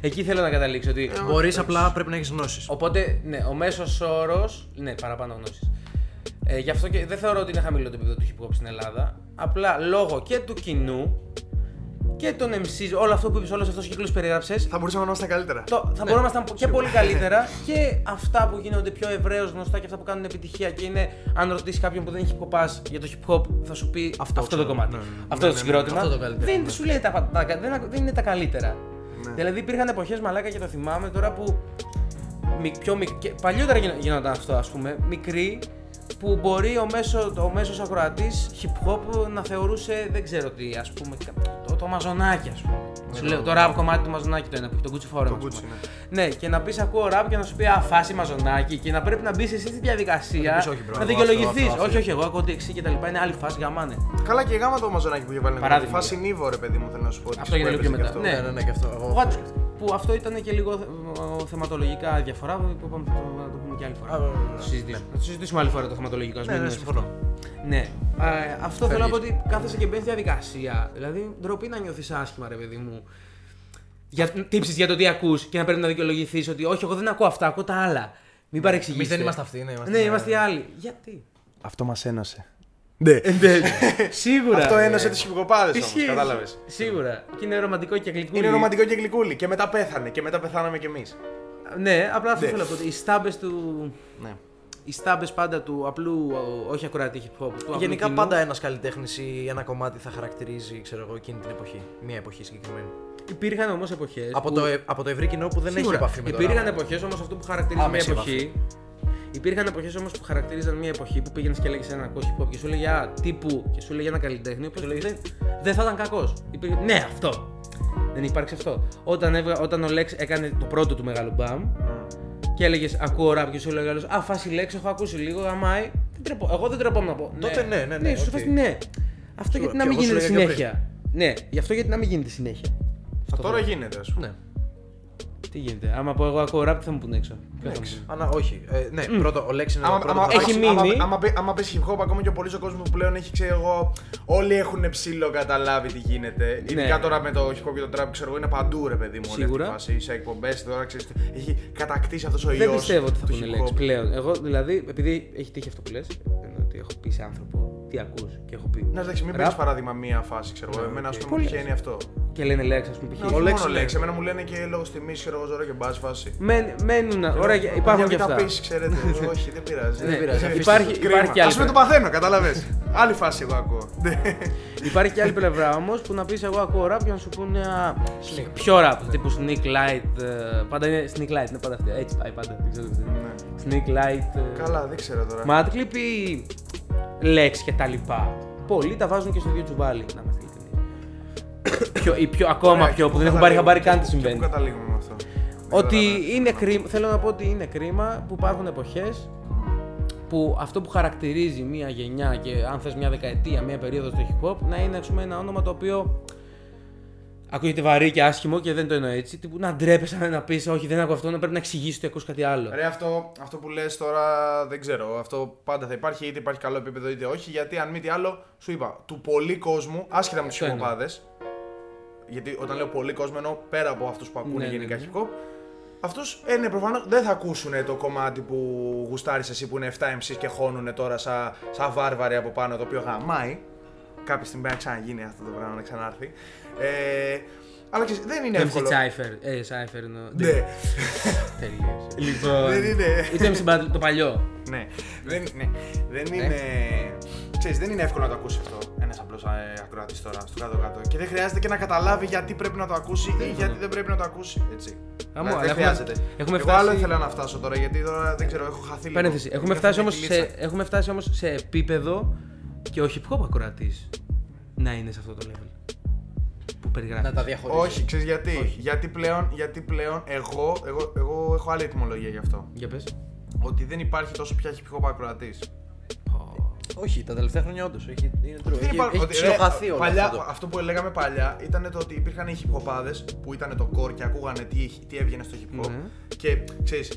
[SPEAKER 1] εκεί θέλω να καταλήξω
[SPEAKER 3] Ε,
[SPEAKER 1] ότι.
[SPEAKER 2] Μπορεί απλά πρέπει να έχεις γνώσεις.
[SPEAKER 1] Οπότε, ναι, ο μέσος όρος. Ναι, παραπάνω γνώση. Ε, γι' αυτό και δεν θεωρώ ότι είναι χαμηλό το επίπεδο του hip hop στην Ελλάδα. Απλά λόγω και του κοινού και των MCs, όλο αυτό που είπες, όλος αυτός ο κύκλος περιγράψες,
[SPEAKER 3] Θα μπορούσαμε να είμαστε καλύτερα.
[SPEAKER 1] το, θα
[SPEAKER 2] Ναι.
[SPEAKER 1] μπορούμε να ήμασταν και πολύ καλύτερα και αυτά που γίνονται πιο ευρέως γνωστά και αυτά που κάνουν επιτυχία και είναι, αν ρωτήσεις κάποιον που δεν έχει κοπά για το hip hop, θα σου πει αυτό, το
[SPEAKER 2] ξέρω,
[SPEAKER 1] κομμάτι.
[SPEAKER 2] ναι, ναι,
[SPEAKER 1] αυτό το συγκρότημα.
[SPEAKER 2] αυτό το καλύτερο,
[SPEAKER 1] δεν,
[SPEAKER 2] ναι.
[SPEAKER 1] σου λέει τα, τα, δεν, δεν είναι τα καλύτερα. Δηλαδή υπήρχαν εποχές μαλάκα και το θυμάμαι τώρα που. μι- Πιο μικ- και παλιότερα γινο- γινόταν αυτό, ας πούμε. Μικροί που μπορεί ο μέσο ο μέσος ακροατής hip hop να θεωρούσε, δεν ξέρω τι, ας πούμε, κα- το, το μαζονάκι, ας πούμε.
[SPEAKER 2] Ναι,
[SPEAKER 1] Σου λέω το ραπ κομμάτι του μαζονάκι το ένα που έχει τον Gucci Forum. ας πούμε.
[SPEAKER 3] Gucci,
[SPEAKER 1] ναι. και να πεις ακούω ραπ και να σου πει Α, φάση μαζονάκι και να πρέπει να μπεις εσύ στη διαδικασία.
[SPEAKER 2] Να του πεις, «Όχι, μπρο,
[SPEAKER 1] να
[SPEAKER 2] εγώ
[SPEAKER 1] δικαιολογηθείς.
[SPEAKER 2] αυτό, αυτό,
[SPEAKER 1] Όχι,
[SPEAKER 2] αυτό».
[SPEAKER 1] όχι, εγώ ακούω ότι εξή και τα λοιπά. Είναι άλλη φάση, ναι. γαμάνε.
[SPEAKER 3] Καλά και γάμα το μαζονάκι που είχε βάλει.
[SPEAKER 1] Παράδειγμα.
[SPEAKER 3] Φάση νύβο, ρε παιδί μου, θέλω να σου πω.
[SPEAKER 1] Αυτό γίνεται λίγο πιο
[SPEAKER 3] Έπαιζε
[SPEAKER 1] μετά.
[SPEAKER 3] και
[SPEAKER 1] Ναι.
[SPEAKER 2] Ναι, ναι, ναι, και αυτό. Εγώ
[SPEAKER 1] What? Που αυτό ήταν και λίγο ε, θεματολογικά διαφορά. που είπαμε θα το- να το πούμε και άλλη φορά.
[SPEAKER 2] Α, ναι, ναι, ναι.
[SPEAKER 1] Να το συζητήσουμε. Να το συζητήσουμε άλλη φορά το θεματολογικό. ας
[SPEAKER 2] Ναι,
[SPEAKER 1] μην
[SPEAKER 2] ναι,
[SPEAKER 1] είναι-
[SPEAKER 2] συμφωνώ.
[SPEAKER 1] Ναι. Ε, αυτό θέλω να πω
[SPEAKER 2] Φεύγεις.
[SPEAKER 1] ότι κάθεσαι και μπαίνεις διαδικασία. Δηλαδή, ντροπή να νιώθεις άσχημα, ρε παιδί μου. Για τύψεις για το τι ακούς και να πρέπει να δικαιολογηθείς ότι όχι, εγώ δεν ακούω αυτά, ακούω τα άλλα. Μην παρεξηγήσετε.
[SPEAKER 2] Εμείς Ναι. δεν είμαστε αυτοί, ναι.
[SPEAKER 1] Ναι, είμαστε οι άλλοι. Γιατί.
[SPEAKER 3] Αυτό μας ένωσε.
[SPEAKER 2] Ε,
[SPEAKER 1] Ε,
[SPEAKER 2] ναι.
[SPEAKER 1] Σίγουρα.
[SPEAKER 3] Ναι. Αυτό
[SPEAKER 1] ρε.
[SPEAKER 3] ένωσε τις χυποκοπάδε όμως,
[SPEAKER 1] Ισχύει.
[SPEAKER 3] κατάλαβες.
[SPEAKER 1] Σίγουρα. Και είναι ρομαντικό και γλυκούλι.
[SPEAKER 3] Είναι ρομαντικό και γλυκούλι και μετά πέθανε και μετά πεθάναμε κι εμείς.
[SPEAKER 1] Ναι, απλά αυτό
[SPEAKER 3] Ναι.
[SPEAKER 1] θέλω να πω. ότι Οι στάμπες του.
[SPEAKER 2] Ναι.
[SPEAKER 1] Οι στάμπες πάντα του απλού, ο- όχι ακροατή hip hop. Του απλού
[SPEAKER 2] Γενικά
[SPEAKER 1] κοινού.
[SPEAKER 2] πάντα ένας καλλιτέχνης ή ένα κομμάτι θα χαρακτηρίζει, ξέρω εγώ, εκείνη την εποχή. Μία εποχή συγκεκριμένη. ε,
[SPEAKER 1] Υπήρχαν όμως εποχές.
[SPEAKER 2] Από το, ε- από το ευρύ κοινό που δεν έχει επαφή με το
[SPEAKER 1] Υπήρχαν
[SPEAKER 2] ράπ.
[SPEAKER 1] εποχές όμως αυτό που χαρακτηρίζει μια
[SPEAKER 2] Άμεση
[SPEAKER 1] εποχή. Υπήρχαν εποχές όμως που χαρακτήριζαν μια εποχή που πήγαινες και έλεγες ένα κακό hip hop και σου έλεγε Α, τύπου και σου έλεγε ένα καλλιτέχνη. Που σου έλεγες Δεν, δεν θα ήταν κακός. Ναι, αυτό. Δεν υπάρξει αυτό. Όταν, έβγα- όταν ο Λέξ έκανε το πρώτο του μεγάλο μπαμ
[SPEAKER 2] Mm.
[SPEAKER 1] και έλεγες Ακούω ραπ και σου έλεγε άλλος, Α, φάση Λέξ, έχω ακούσει λίγο, αμάι. Δεν τρεπώ. Εγώ δεν τρεπόμουν να πω.
[SPEAKER 2] Τότε ναι, ναι, ναι,
[SPEAKER 1] ναι, σου
[SPEAKER 2] οκ.
[SPEAKER 1] φάση, ναι. Αυτό γιατί να
[SPEAKER 2] και
[SPEAKER 1] μην
[SPEAKER 2] εγώ σου
[SPEAKER 1] γίνεται
[SPEAKER 2] λέγα και πριν.
[SPEAKER 1] συνέχεια. Ναι, γι' αυτό γιατί να μην γίνεται συνέχεια.
[SPEAKER 3] Α, Τώρα γίνεται, ας πούμε.
[SPEAKER 2] Ναι.
[SPEAKER 1] Τι γίνεται, άμα πω εγώ ακούω ραπ, τι θα μου πούνε έξω. Ποιο
[SPEAKER 3] Ναι,
[SPEAKER 1] θα μου πούνε.
[SPEAKER 2] Ανα, όχι. Ε, ναι, πρώτο, ο λέξης είναι το
[SPEAKER 3] Άμα,
[SPEAKER 2] πρώτο.
[SPEAKER 3] άμα,
[SPEAKER 2] που θα
[SPEAKER 1] έχει
[SPEAKER 2] πεις.
[SPEAKER 1] μείνει.
[SPEAKER 3] Άμα, άμα, πε- άμα πες hip hop, ακόμα και πολλοί ο κόσμος που πλέον έχει, ξέρω εγώ, όλοι έχουν ψηλό καταλάβει τι γίνεται.
[SPEAKER 1] Ναι.
[SPEAKER 3] Ειδικά τώρα με το hip hop και το trap, ξέρω εγώ, είναι παντού ρε παιδί μου. όλη
[SPEAKER 1] Σίγουρα.
[SPEAKER 3] αυτή η φάση, σε εκπομπές, τώρα ξέρεις. Έχει κατακτήσει αυτός ο ιό.
[SPEAKER 1] Δεν πιστεύω ότι θα πούνε λέξη πλέον. Εγώ δηλαδή, επειδή έχει τύχει αυτό που λες, ότι έχω πει σε άνθρωπο τι ακούς και έχω πει.
[SPEAKER 3] Να εντάξει, μην
[SPEAKER 1] rap
[SPEAKER 3] παίρνεις παράδειγμα μία φάση, ξέρω εγώ.
[SPEAKER 2] Ναι,
[SPEAKER 3] Εμένα, ας πούμε,
[SPEAKER 1] Πολύ.
[SPEAKER 3] μου τυχαίνει αυτό.
[SPEAKER 1] Και λένε λέξεις, ας πούμε, π.χ.
[SPEAKER 3] Ο
[SPEAKER 2] Λέξ
[SPEAKER 3] λέξη,
[SPEAKER 2] λέει.
[SPEAKER 3] λέξη. Εμένα μου λένε και λόγω τιμή, ξέρω εγώ, ζωρό και μπας φάση.
[SPEAKER 1] Μέν- Μένουν. Ωραία, υπάρχουν και
[SPEAKER 3] Μια
[SPEAKER 1] αυτά.
[SPEAKER 3] βήτα πίσω, ξέρετε. Όχι, δεν πειράζει.
[SPEAKER 1] Ναι,
[SPEAKER 3] Δεν πειράζει.
[SPEAKER 1] υπάρχει-
[SPEAKER 3] αφήστε.
[SPEAKER 1] υπάρχει
[SPEAKER 3] Κρίμα.
[SPEAKER 1] κι άλλη
[SPEAKER 3] Ας πούμε το
[SPEAKER 1] πλευρά.
[SPEAKER 3] παθαίνω, κατάλαβε. Άλλη φάση εγώ ακούω. Ναι.
[SPEAKER 1] Υπάρχει και άλλη πλευρά όμως που να πεις εγώ ακούω ραπ και να σου πούνε. α, Ποιο ραπ, τύπου Sneak Light. ε, Πάντα είναι Sneak Light, είναι πάντα αυτή. Έτσι πάει πάντα. δεν ξέρω τι είναι. Sneak Light. ε,
[SPEAKER 3] Ναι. Καλά, δεν ξέρω τώρα.
[SPEAKER 1] Mad Clip ή Lex και τα λοιπά. Πολλοί τα βάζουν και στο δύο τσουβάλι, να είμαστε ειλικρινεί. πιο, ή πιο, ακόμα
[SPEAKER 3] Ωραία, και
[SPEAKER 1] πιο, που δεν έχουν
[SPEAKER 3] καταλήγουμε.
[SPEAKER 1] πάρει χαμπάρι καν
[SPEAKER 3] Και
[SPEAKER 1] τι
[SPEAKER 3] πού-
[SPEAKER 1] συμβαίνει.
[SPEAKER 3] Και πού καταλήγουμε με αυτό.
[SPEAKER 1] Ότι είναι κρίμα, θέλω να πω ότι είναι κρίμα που υπάρχουν εποχές που αυτό που χαρακτηρίζει μία γενιά και αν θες μία δεκαετία, μία περίοδος στο hip hop να είναι ας πούμε, ένα όνομα το οποίο ακούγεται βαρύ και άσχημο και δεν το εννοώ έτσι. Τύπου να ντρέπεσαι να πεις όχι δεν ακούω αυτό, να πρέπει να εξηγήσεις ότι ακούς κάτι άλλο.
[SPEAKER 3] Ρε, αυτό, αυτό που λες τώρα δεν ξέρω. Αυτό πάντα θα υπάρχει, είτε υπάρχει καλό επίπεδο είτε όχι. Γιατί αν μη τι άλλο, σου είπα, του πολλοί κόσμου, άσχετα με τους
[SPEAKER 1] Αυτό εννοώ.
[SPEAKER 3] χιμοπάδε. Γιατί όταν λέω πολλοί κόσμο εννοώ πέρα από αυτούς που ακούνε
[SPEAKER 1] Ναι, ναι,
[SPEAKER 3] γενικά
[SPEAKER 1] ναι.
[SPEAKER 3] hip hop. Αυτούς, ε, ναι, προφανώς δεν θα ακούσουν το κομμάτι που γουστάρεις εσύ που είναι 7 MCs και χώνουν τώρα σαν σα βάρβαροι από πάνω το οποίο γαμάει. Κάποια στιγμή πρέπει να ξαναγίνει αυτό το πράγμα να ξανάρθει. Ε, αλλά και δεν είναι
[SPEAKER 1] Το MC
[SPEAKER 3] εύκολο.
[SPEAKER 1] Cypher, ε, Cypher εννοώ.
[SPEAKER 3] Ναι,
[SPEAKER 1] Τελείωσε. Λοιπόν.
[SPEAKER 3] δεν είναι.
[SPEAKER 1] Ή το MC Battle, το παλιό.
[SPEAKER 3] Ναι. Δεν, ναι. δεν είναι. Ξέρεις, δεν είναι εύκολο να το ακούσει αυτό ένας απλός ακροατής τώρα στο κάτω-κάτω. Και δεν χρειάζεται και να καταλάβει γιατί πρέπει να το ακούσει ή γιατί δεν πρέπει να το ακούσει. Έτσι.
[SPEAKER 1] Γαμώ,
[SPEAKER 3] δεν
[SPEAKER 1] αλλά έχουμε-
[SPEAKER 3] χρειάζεται.
[SPEAKER 1] έχουμε
[SPEAKER 3] Εγώ
[SPEAKER 1] φτάσει-
[SPEAKER 3] άλλο ήθελα να φτάσω τώρα γιατί τώρα δεν ξέρω, έχω χαθεί λίγο.
[SPEAKER 1] Παρένθεση. Έχουμε
[SPEAKER 3] Νιώθω
[SPEAKER 1] φτάσει,
[SPEAKER 3] μια
[SPEAKER 1] όμως σε,
[SPEAKER 3] κυλίτσα.
[SPEAKER 1] έχουμε φτάσει όμως σε επίπεδο και ο hip hop ακροατής να είναι σε αυτό το level που περιγράφεις.
[SPEAKER 2] Να τα διαχωρίσω.
[SPEAKER 3] Όχι, ξέρεις γιατί. Γιατί πλέον, γιατί πλέον εγώ, εγώ, εγώ έχω άλλη ετοιμολογία γι' αυτό.
[SPEAKER 1] Για πες.
[SPEAKER 3] Ότι δεν υπάρχει τόσο πια hip hop ακροατής.
[SPEAKER 2] Όχι, τα τελευταία χρόνια όντως. Έχει, είναι true.
[SPEAKER 3] Δεν
[SPEAKER 1] Ε,
[SPEAKER 2] Έχει,
[SPEAKER 3] υπάρχουν-
[SPEAKER 2] έχει
[SPEAKER 3] ότι, ρε,
[SPEAKER 2] ψιλοχαθεί όλο
[SPEAKER 3] παλιά,
[SPEAKER 2] αυτό.
[SPEAKER 3] αυτό. που λέγαμε παλιά ήταν το ότι υπήρχαν οι χυποπάδες που ήταν το core και ακούγανε τι, τι έβγαινε στο hip hop.
[SPEAKER 1] Ναι.
[SPEAKER 3] Και ξέρεις,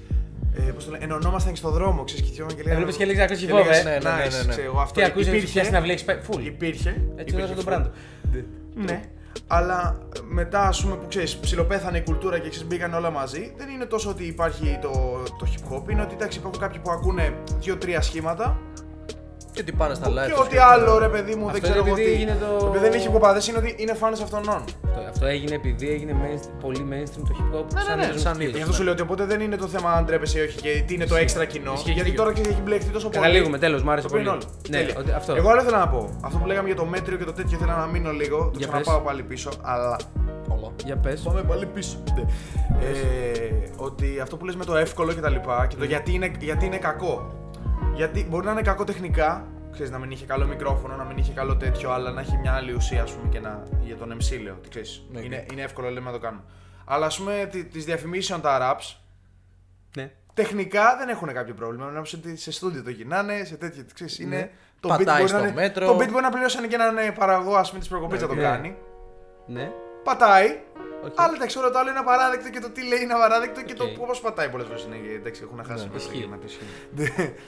[SPEAKER 3] ε, πώς το λένε, ενωνόμασταν και στον δρόμο, ξέρεις, κοιτιόμαστε και λέγαμε.
[SPEAKER 1] Έβλεπες και λέγεις, «Ακούς hip hop, ε».
[SPEAKER 3] Ναι, ναι, ναι. ναι, ναι. Εγώ, αυτό
[SPEAKER 1] Τι ακούσεις, έχεις πιάσει να
[SPEAKER 3] υπήρχε.
[SPEAKER 1] βλέξεις πάει- full.
[SPEAKER 3] Υπήρχε.
[SPEAKER 1] Έτσι
[SPEAKER 3] υπήρχε
[SPEAKER 1] έδωσε τον
[SPEAKER 3] full.
[SPEAKER 1] πράγμα.
[SPEAKER 3] Ναι. Αλλά μετά, ας πούμε, που ξέρεις, ψιλοπέθανε η κουλτούρα και ξέρεις, μπήκαν όλα μαζί, δεν είναι τόσο ότι υπάρχει το, το hip hop. Είναι ότι εντάξει, υπάρχουν κάποιοι που ακούνε δύο-τρία σχήματα
[SPEAKER 2] Και ότι πάνε στα live.
[SPEAKER 3] και
[SPEAKER 2] τους
[SPEAKER 3] ό,τι
[SPEAKER 2] και-
[SPEAKER 3] άλλο ρε παιδί μου,
[SPEAKER 1] Αυτό
[SPEAKER 3] δεν ξέρω
[SPEAKER 1] είναι
[SPEAKER 3] εγώ
[SPEAKER 1] επειδή
[SPEAKER 3] τι.
[SPEAKER 1] έγινε το-
[SPEAKER 3] Επειδή δεν έχει κοπαδέ είναι ότι είναι φάνε αυτονών.
[SPEAKER 1] Αυτό, αυτό έγινε επειδή έγινε mainstream- πολύ mainstream το hip hop. σαν
[SPEAKER 2] ναι,
[SPEAKER 1] είδος
[SPEAKER 2] σαν
[SPEAKER 1] μουσικής.
[SPEAKER 2] είδος.
[SPEAKER 3] Γι' αυτό σου λέω ότι οπότε δεν είναι το θέμα αν ντρέπεσαι ή όχι και τι είναι το έξτρα κοινό.
[SPEAKER 1] Ισχύει,
[SPEAKER 3] Γιατί
[SPEAKER 1] ισχύει.
[SPEAKER 3] τώρα ξέρεις, έχει μπλεχτεί τόσο πολύ.
[SPEAKER 1] Ναι. Καταλήγουμε, τέλος, μ' άρεσε
[SPEAKER 3] Το πίνει
[SPEAKER 1] πολύ.
[SPEAKER 3] όλο.
[SPEAKER 1] Ναι,
[SPEAKER 3] Τέλεια.
[SPEAKER 1] ότι αυτό.
[SPEAKER 3] Εγώ άλλο ήθελα να πω. Αυτό που λέγαμε για το μέτριο και το τέτοιο ήθελα να μείνω λίγο. Το
[SPEAKER 1] Για
[SPEAKER 3] ξαναπάω
[SPEAKER 1] πες.
[SPEAKER 3] πάλι πίσω. Αλλά
[SPEAKER 2] Όλα.
[SPEAKER 1] Για πες.
[SPEAKER 3] Πάμε πάλι πίσω. Ναι. Ε, ότι αυτό που λες με το εύκολο και τα λοιπά και το γιατί είναι, γιατί είναι κακό. Γιατί μπορεί να είναι κακό τεχνικά, ξέρεις, να μην είχε καλό μικρόφωνο, να μην είχε καλό τέτοιο, αλλά να έχει μια άλλη ουσία, ας πούμε, και να, για τον MC, λέω, ότι ξέρεις,
[SPEAKER 2] Ναι,
[SPEAKER 3] είναι, είναι εύκολο, λέμε, να το κάνουμε. Αλλά, ας πούμε, τι- τις διαφημίσεων τα raps,
[SPEAKER 1] Ναι.
[SPEAKER 3] τεχνικά δεν έχουν κάποιο πρόβλημα. Να πεις ότι σε στούντιο το γυρνάνε, σε τέτοια. Ξέρεις, είναι, το, beat
[SPEAKER 2] Πατάει
[SPEAKER 3] μπορεί
[SPEAKER 2] στο
[SPEAKER 3] να είναι,
[SPEAKER 2] μέτρο.
[SPEAKER 3] το beat μπορεί να πληρώσανε και έναν ε, παραγωγό, ας πούμε, της προκοπής να το
[SPEAKER 1] ναι.
[SPEAKER 3] κάνει.
[SPEAKER 1] Ναι.
[SPEAKER 3] Πατάει.
[SPEAKER 1] Οκ.
[SPEAKER 3] Αλλά εντάξει, όλο το άλλο είναι απαράδεκτο και το τι λέει είναι απαράδεκτο και το
[SPEAKER 1] Οκ.
[SPEAKER 3] πώς πατάει πολλές φορές είναι. Εντάξει, έχουν χάσει μέσα
[SPEAKER 1] ισχύει.
[SPEAKER 3] και να πεις.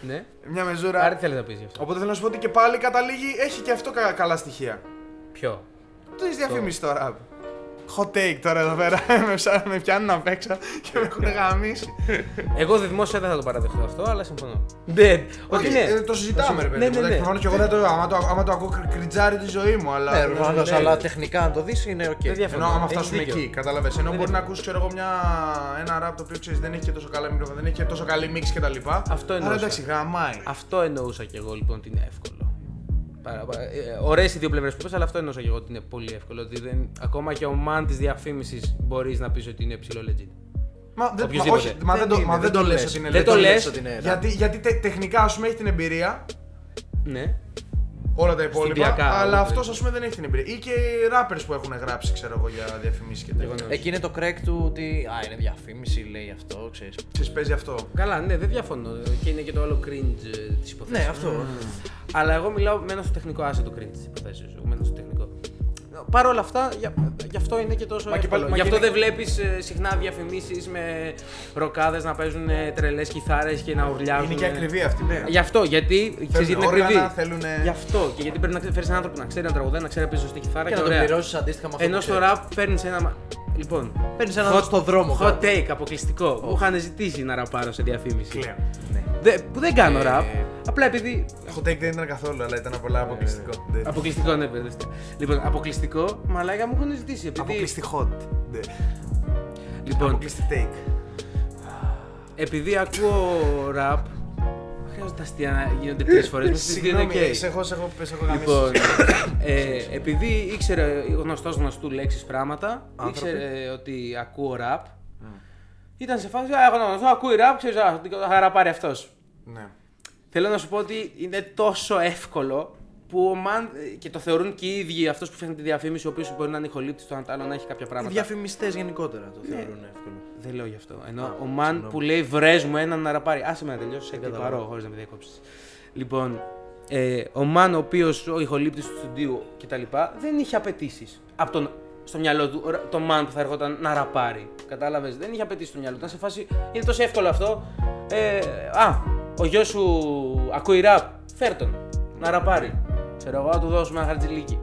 [SPEAKER 1] Ναι.
[SPEAKER 3] Μια
[SPEAKER 1] Άρα
[SPEAKER 3] μεζούρα.
[SPEAKER 1] τι θέλεις να πεις γι' αυτό.
[SPEAKER 3] Οπότε θέλω να σου πω ότι και πάλι καταλήγει, έχει και αυτό κα- καλά στοιχεία.
[SPEAKER 1] Ποιο.
[SPEAKER 3] Το έχεις διαφήμιση τώρα. Hot take τώρα εδώ πέρα. με, ψά- με πιάνουν απ' έξω και με έχουν γαμίσει.
[SPEAKER 1] Εγώ δημόσια δεν θα το παραδεχτώ αυτό, αλλά συμφωνώ. Ναι. Ότι
[SPEAKER 3] Όχι,
[SPEAKER 1] ναι.
[SPEAKER 3] ε, Το συζητάμε, ρε παιδί.
[SPEAKER 1] Ναι, ναι, ναι.
[SPEAKER 3] Προφανώς και εγώ δεν το. Άμα το, άμα το ακούω, κρι- κριτζάρει τη ζωή μου, αλλά.
[SPEAKER 2] Ναι,
[SPEAKER 3] δεν-
[SPEAKER 2] προφανώς,
[SPEAKER 1] ναι.
[SPEAKER 2] αλλά τεχνικά αν το δεις είναι οκ.
[SPEAKER 1] Δεν διαφωνώ.
[SPEAKER 3] Ενώ άμα
[SPEAKER 1] Έχεις
[SPEAKER 3] φτάσουμε
[SPEAKER 1] δίκιο.
[SPEAKER 3] εκεί, κατάλαβες. Ενώ μπορεί
[SPEAKER 1] είναι.
[SPEAKER 3] να ακούσεις, ξέρω εγώ, μια, ένα ραπ το οποίο ξέρεις δεν έχει και τόσο καλά μικρόφωνα, δεν έχει και τόσο καλή μίξη κτλ.
[SPEAKER 1] Αυτό
[SPEAKER 3] είναι.
[SPEAKER 1] εννοούσα.
[SPEAKER 3] Αλλά εντάξει, γαμάει.
[SPEAKER 1] Αυτό εννοούσα και εγώ λοιπόν ότι είναι εύκολο. Παρα- παρα- ε, Ωραίες οι δύο πλευρές που πες, αλλά αυτό εννοούσα και εγώ ότι είναι πολύ εύκολο. Ότι δεν, ακόμα και ο man της διαφήμισης μπορείς να πεις ότι είναι ψηλό legit.
[SPEAKER 3] Μα δεν, μα,
[SPEAKER 1] Οποιουσδήποτε.
[SPEAKER 3] όχι, μα δεν, το,
[SPEAKER 2] είναι,
[SPEAKER 3] μα δεν το λες
[SPEAKER 2] λες.
[SPEAKER 3] ότι είναι
[SPEAKER 1] Δεν
[SPEAKER 3] late.
[SPEAKER 1] το
[SPEAKER 2] λες
[SPEAKER 1] λες,
[SPEAKER 2] ότι είναι
[SPEAKER 3] Γιατί, γιατί τε- τεχνικά ας πούμε έχει την εμπειρία,
[SPEAKER 1] Ναι.
[SPEAKER 3] όλα τα υπόλοιπα,
[SPEAKER 1] Στοιχειακά,
[SPEAKER 3] αλλά
[SPEAKER 1] όχι.
[SPEAKER 3] αυτός ας πούμε δεν έχει την εμπειρία. Ή και οι rappers που έχουν γράψει ξέρω εγώ για διαφημίσεις και
[SPEAKER 1] Εγώ
[SPEAKER 3] τέτοια.
[SPEAKER 1] ναι.
[SPEAKER 2] Εκεί είναι το crack του ότι. Α, είναι διαφήμιση, λέει αυτό, ξέρεις.
[SPEAKER 3] Ξέρεις παίζει αυτό.
[SPEAKER 1] Καλά, ναι, δεν διαφωνώ. Και είναι και το άλλο cringe ε, της υποθέση.
[SPEAKER 2] Ναι, αυτό.
[SPEAKER 1] Αλλά εγώ μιλάω μένω στο τεχνικό, άσε το cringe της υποθέση. Εγώ μένω στο τεχνικό. Παρ' όλα αυτά, για- γι' αυτό είναι και τόσο.
[SPEAKER 3] Μα και
[SPEAKER 1] εύκολο.
[SPEAKER 3] πάλι- μα
[SPEAKER 1] γι' αυτό
[SPEAKER 3] και είναι-
[SPEAKER 1] δεν βλέπει συχνά διαφημίσεις με ροκάδες να παίζουν τρελές κιθάρες και να ουρλιάζουν.
[SPEAKER 3] Είναι και ακριβή αυτή. Ναι.
[SPEAKER 1] Γι' αυτό, γιατί ξέρεις είναι
[SPEAKER 3] όργανα,
[SPEAKER 1] ακριβή.
[SPEAKER 3] θέλουνε-
[SPEAKER 1] Γι' αυτό και γιατί πρέπει να φέρεις έναν άνθρωπο να ξέρει να τραγουδάει, να ξέρει να παίζει σωστή κιθάρα
[SPEAKER 2] Και
[SPEAKER 1] και,
[SPEAKER 2] να το
[SPEAKER 1] ωραία.
[SPEAKER 2] πληρώσεις αντίστοιχα με αυτό.
[SPEAKER 1] Ενώ
[SPEAKER 2] που
[SPEAKER 1] στο
[SPEAKER 2] ξέρεις.
[SPEAKER 1] ραπ παίρνεις ένα. μα- Λοιπόν.
[SPEAKER 2] Παίρνεις έναν στο δρόμο,
[SPEAKER 1] Hot
[SPEAKER 2] κάτι.
[SPEAKER 1] take, αποκλειστικό. Μου είχαν ζητήσει να ραπάρω σε διαφήμιση.
[SPEAKER 3] Κλαίω.
[SPEAKER 1] Δε- που δεν κάνω
[SPEAKER 2] Ε,
[SPEAKER 1] ραπ. Απλά επειδή.
[SPEAKER 3] Hot take δεν ήταν καθόλου, αλλά ήταν πολλά αποκλειστικό. Δεν-
[SPEAKER 1] Αποκλειστικό, ναι, μπερδευτικά. Λοιπόν, αποκλειστικό, μαλάκα μου έχουν ζητήσει. Επειδή...
[SPEAKER 3] Αποκλειστή hot. Ναι.
[SPEAKER 1] Λοιπόν,
[SPEAKER 3] Αποκλειστή take.
[SPEAKER 1] επειδή ακούω ραπ. Χρειάζεται αστεία να γίνονται τρεις φορές.
[SPEAKER 3] Ε, Συγγνώμη, ε, σε έχω, σε έχω, σε έχω γαμίσει.
[SPEAKER 1] Λοιπόν, ε, επειδή ήξερε γνωστός γνωστού λέξεις πράγματα, ήξερε ότι ακούω ραπ.
[SPEAKER 3] Ναι.
[SPEAKER 1] Ήταν σε φάση, α, εγώ γνωστός, ακούει ραπ, ξέρεις, α, τι θα ραπάρει αυτό.
[SPEAKER 3] Ναι.
[SPEAKER 1] Θέλω να σου πω ότι είναι τόσο εύκολο που ο Μαν και το θεωρούν και οι ίδιοι αυτός που φτιάχνει τη διαφήμιση, ο οποίος μπορεί να είναι ηχολήπτης, το άλλο να έχει κάποια
[SPEAKER 2] Οι
[SPEAKER 1] πράγματα.
[SPEAKER 2] διαφημιστές γενικότερα το θεωρούν εύκολο.
[SPEAKER 1] Δεν λέω γι' αυτό. Ενώ ο Μαν που λέει βρες μου έναν να ραπάρει. Άσε με να τελειώσω, σε παρό, χωρίς να με διακόψεις. Λοιπόν, ε, ο Μαν, ο οποίος ο ηχολήπτης του στούντιου κτλ., δεν είχε απαιτήσεις από τον, στο μυαλό του ρα- το Μαν που θα ερχόταν να ραπάρει. Κατάλαβες, δεν είχε απαιτήσεις στο μυαλό του. Ήταν σε φάση, είναι τόσο εύκολο αυτό. Ε, α, ο γιος σου ακούει ραπ. Φέρ τον να ραπάρει. Ξέρω εγώ, να του δώσουμε ένα χαρτζηλίκι.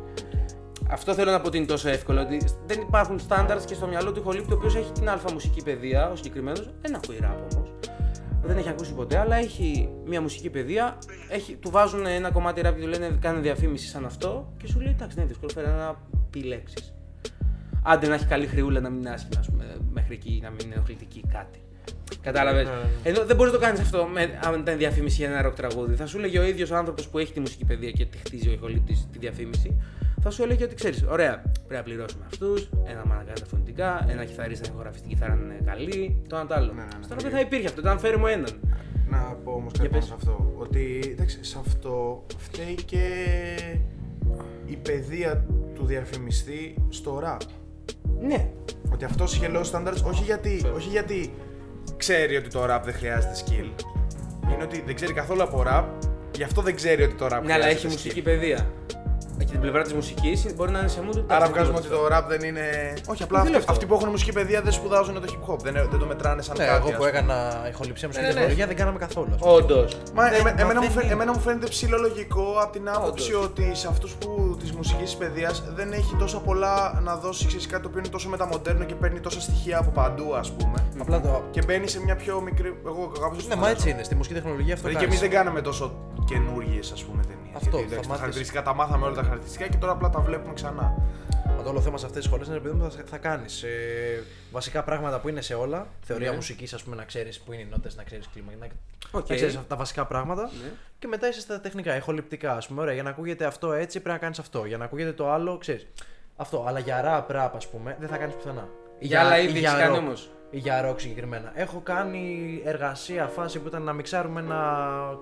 [SPEAKER 1] Αυτό θέλω να πω ότι είναι τόσο εύκολο. Ότι δεν υπάρχουν στάνταρτ και στο μυαλό του ηχολήπτη, ο οποίος έχει την αλφα μουσική παιδεία, ο συγκεκριμένος. Δεν ακούει ραπ όμως. Δεν έχει ακούσει ποτέ, αλλά έχει μια μουσική παιδεία. Έχει, του βάζουν ένα κομμάτι ραπ και του λένε κάνε διαφήμιση σαν αυτό. Και σου λέει εντάξει, δεν είναι δύσκολο, φέρε ένα πει λέξεις. Άντε να έχει καλή χρειούλα να μην είναι άσχημα, ας πούμε, μέχρι εκεί να μην είναι ενοχλητική ή κάτι. Κατάλαβες.
[SPEAKER 3] Ναι,
[SPEAKER 1] Ενώ δεν μπορείς να το κάνεις αυτό με, αν ήταν διαφήμιση για ένα ροκ τραγούδι. Θα σου έλεγε ο ίδιος άνθρωπος που έχει τη μουσική παιδεία και τη χτίζει ο ηχολήπτης τη διαφήμιση, θα σου έλεγε ότι ξέρεις, ωραία, πρέπει να πληρώσουμε αυτούς, ένα μαναγκά τα φωνητικά, ένα κιθαρίστα να ηχογραφεί την κιθάρα να είναι καλή, το ένα το άλλο.
[SPEAKER 3] Ναι, ναι, ναι,
[SPEAKER 1] Στον
[SPEAKER 3] ναι.
[SPEAKER 1] οποίο θα υπήρχε αυτό, ήταν φέρει μου έναν.
[SPEAKER 3] Να πω όμως
[SPEAKER 1] Για
[SPEAKER 3] κάτι πάνω
[SPEAKER 1] πες.
[SPEAKER 3] σε αυτό. Ότι εντάξει, σε αυτό φταίει και η παιδεία του διαφημιστή στο rap.
[SPEAKER 1] Ναι,
[SPEAKER 3] Ότι αυτό είχε low standards όχι γιατί, όχι γιατί ξέρει ότι το rap δεν χρειάζεται skill. Είναι ότι δεν ξέρει καθόλου από rap, γι' αυτό δεν ξέρει ότι το rap
[SPEAKER 1] ναι
[SPEAKER 3] χρειάζεται
[SPEAKER 1] αλλά έχει
[SPEAKER 3] skill.
[SPEAKER 1] μουσική παιδεία. Και την πλευρά της μουσικής μπορεί να είναι σε μου
[SPEAKER 3] Άρα βγάζουμε ότι το rap δεν είναι. Όχι, απλά
[SPEAKER 1] Δεν λέω
[SPEAKER 3] αυτοί,
[SPEAKER 1] αυτό.
[SPEAKER 3] αυτοί που έχουν μουσική παιδεία δεν σπουδάζουν το hip hop. Δεν, δεν το μετράνε σαν
[SPEAKER 2] Ναι,
[SPEAKER 3] κάτι.
[SPEAKER 2] εγώ
[SPEAKER 3] ας
[SPEAKER 2] που
[SPEAKER 3] πούμε.
[SPEAKER 2] έκανα ηχοληψία με
[SPEAKER 1] Ναι, ναι, ναι.
[SPEAKER 2] τεχνολογία δεν κάναμε καθόλου. ας πούμε.
[SPEAKER 1] Όντως.
[SPEAKER 3] Μα
[SPEAKER 2] Δεν-
[SPEAKER 3] εμε-
[SPEAKER 2] μα
[SPEAKER 3] εμένα, μου
[SPEAKER 2] δεν
[SPEAKER 3] φαίν-
[SPEAKER 2] είναι.
[SPEAKER 3] εμένα μου φαίνεται ψιλολογικό από την άποψη ότι σε αυτούς που της μουσικής παιδείας δεν έχει τόσα πολλά να δώσει ξέρεις, κάτι το οποίο είναι τόσο μεταμοντέρνο και παίρνει τόσα στοιχεία από παντού, ας πούμε.
[SPEAKER 2] Απλά το.
[SPEAKER 3] Και μπαίνει σε μια πιο μικρή. Εγώ κάπως.
[SPEAKER 2] Ναι, μα έτσι είναι. Στη μουσική τεχνολογία αυτό.
[SPEAKER 3] Δηλαδή και εμείς δεν κάναμε τόσο καινούργιες, ας πούμε, ταινίες.
[SPEAKER 2] Αυτό, θα
[SPEAKER 3] τα
[SPEAKER 2] μάθεις.
[SPEAKER 3] χαρακτηριστικά τα μάθαμε όλα τα χαρακτηριστικά και τώρα απλά τα βλέπουμε ξανά.
[SPEAKER 2] Μα το όλο θέμα σε αυτές τις σχολές είναι επειδή θα, θα κάνεις βασικά πράγματα που είναι σε όλα. Θεωρία
[SPEAKER 1] Ναι.
[SPEAKER 2] μουσικής, ας πούμε, να ξέρεις που είναι οι νότες, να ξέρεις κλίμα, να,
[SPEAKER 1] Οκ.
[SPEAKER 2] να ξέρεις τα βασικά πράγματα.
[SPEAKER 1] Ναι.
[SPEAKER 2] Και μετά είσαι στα τεχνικά, ηχοληπτικά. Ας πούμε, ωραία, για να ακούγεται αυτό έτσι πρέπει να κάνεις αυτό. Για να ακούγεται το άλλο, ξέρεις. Αυτό. Αλλά για ραπ, ραπ, ας πούμε, δεν θα κάνεις πουθενά.
[SPEAKER 1] Για άλλα είδη
[SPEAKER 2] ή
[SPEAKER 1] έχεις
[SPEAKER 2] για
[SPEAKER 1] κάνει
[SPEAKER 2] rock.
[SPEAKER 1] όμως?
[SPEAKER 2] Ή για ροκ συγκεκριμένα. Έχω κάνει εργασία, φάση που ήταν να μιξάρουμε ένα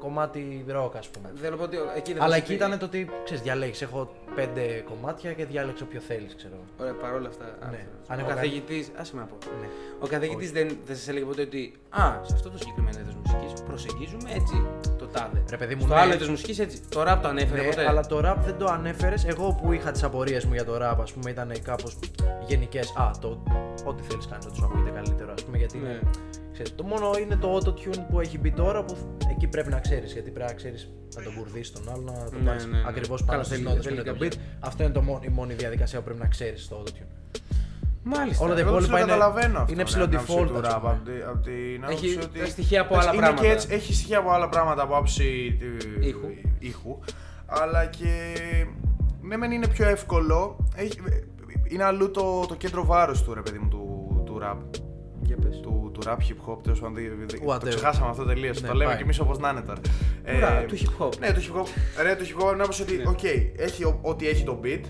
[SPEAKER 2] κομμάτι ροκ, ας πούμε.
[SPEAKER 1] Θέλω να πω ότι εκεί δεν
[SPEAKER 2] Αλλά
[SPEAKER 1] θα
[SPEAKER 2] εκεί
[SPEAKER 1] σου πει-
[SPEAKER 2] ήταν το ότι ξέρεις, διαλέγεις. Έχω πέντε κομμάτια και διάλεξε όποιο θέλεις, ξέρω εγώ.
[SPEAKER 1] Ωραία, παρόλα αυτά.
[SPEAKER 2] Ναι.
[SPEAKER 1] Αν
[SPEAKER 2] Αν
[SPEAKER 1] ο
[SPEAKER 2] έχω κάνει-
[SPEAKER 1] καθηγητής. Άσε με να πω.
[SPEAKER 2] Ναι.
[SPEAKER 1] Ο καθηγητής δεν, δεν σας έλεγε ποτέ ότι. Α, σε αυτό το συγκεκριμένο είδος μουσικής προσεγγίζουμε έτσι το τάδε.
[SPEAKER 2] Ρε παιδί μου,
[SPEAKER 1] Στο
[SPEAKER 2] ναι.
[SPEAKER 1] άλλο είδος μουσικής έτσι. Το ραπ το ανέφερε
[SPEAKER 2] Ναι,
[SPEAKER 1] ποτέ.
[SPEAKER 2] αλλά το ραπ δεν το ανέφερες. Εγώ που είχα τις απορίες μου για το ραπ, ας πούμε, ήταν κάπως γενικές. Α, το ό,τι θέλεις κάνει, ότι σου ακούγεται καλύτερο, ας πούμε. Γιατί
[SPEAKER 1] Ναι.
[SPEAKER 2] είναι, ξέρεις, το μόνο είναι το auto-tune που έχει μπει τώρα που εκεί πρέπει να ξέρεις. Γιατί πρέπει να ξέρεις να τον κουρδίσει τον άλλο, να τον
[SPEAKER 1] Ναι,
[SPEAKER 2] πάρει
[SPEAKER 1] ναι, ναι.
[SPEAKER 2] ακριβώς
[SPEAKER 1] Καλά,
[SPEAKER 2] πάνω στις
[SPEAKER 1] θέλει-
[SPEAKER 2] νότες που
[SPEAKER 1] θέλει
[SPEAKER 2] είναι το beat.
[SPEAKER 1] κάποια-
[SPEAKER 2] Αυτό είναι το μόνο, η μόνη διαδικασία που πρέπει να ξέρεις στο auto-tune.
[SPEAKER 1] Μάλιστα.
[SPEAKER 2] Όλα τα
[SPEAKER 3] Εγώ
[SPEAKER 2] υπόλοιπα
[SPEAKER 3] δεν
[SPEAKER 2] είναι.
[SPEAKER 3] καταλαβαίνω αυτό. ναι,
[SPEAKER 2] είναι ψηλό default. ας πούμε.
[SPEAKER 3] Από την
[SPEAKER 1] Έχει
[SPEAKER 3] άποψη ότι.
[SPEAKER 1] τα στοιχεία από άλλα
[SPEAKER 3] Εντάξει, είναι και
[SPEAKER 1] πράγματα.
[SPEAKER 3] έτσι- Έχει στοιχεία από άλλα πράγματα από άψη του
[SPEAKER 1] Ήχου.
[SPEAKER 3] ήχου. Αλλά και. Ναι, μεν είναι πιο εύκολο. έχει- Είναι αλλού το, το κέντρο βάρος του ρε παιδί μου του, του rap.
[SPEAKER 1] Για πες.
[SPEAKER 3] Του, του rap hip hop, τέλος πάντων. δεν- δεν- Το
[SPEAKER 2] Whatever.
[SPEAKER 3] ξεχάσαμε αυτό τελείως.
[SPEAKER 2] Ναι,
[SPEAKER 3] το λέμε
[SPEAKER 2] πάει.
[SPEAKER 3] κι εμείς όπως να είναι τώρα. Ε,
[SPEAKER 1] Ρα- του hip hop.
[SPEAKER 3] Ναι, το hip hop. Ρε, το hip hop είναι άποψη ότι. Οκ, έχει ο- ό,τι έχει το beat.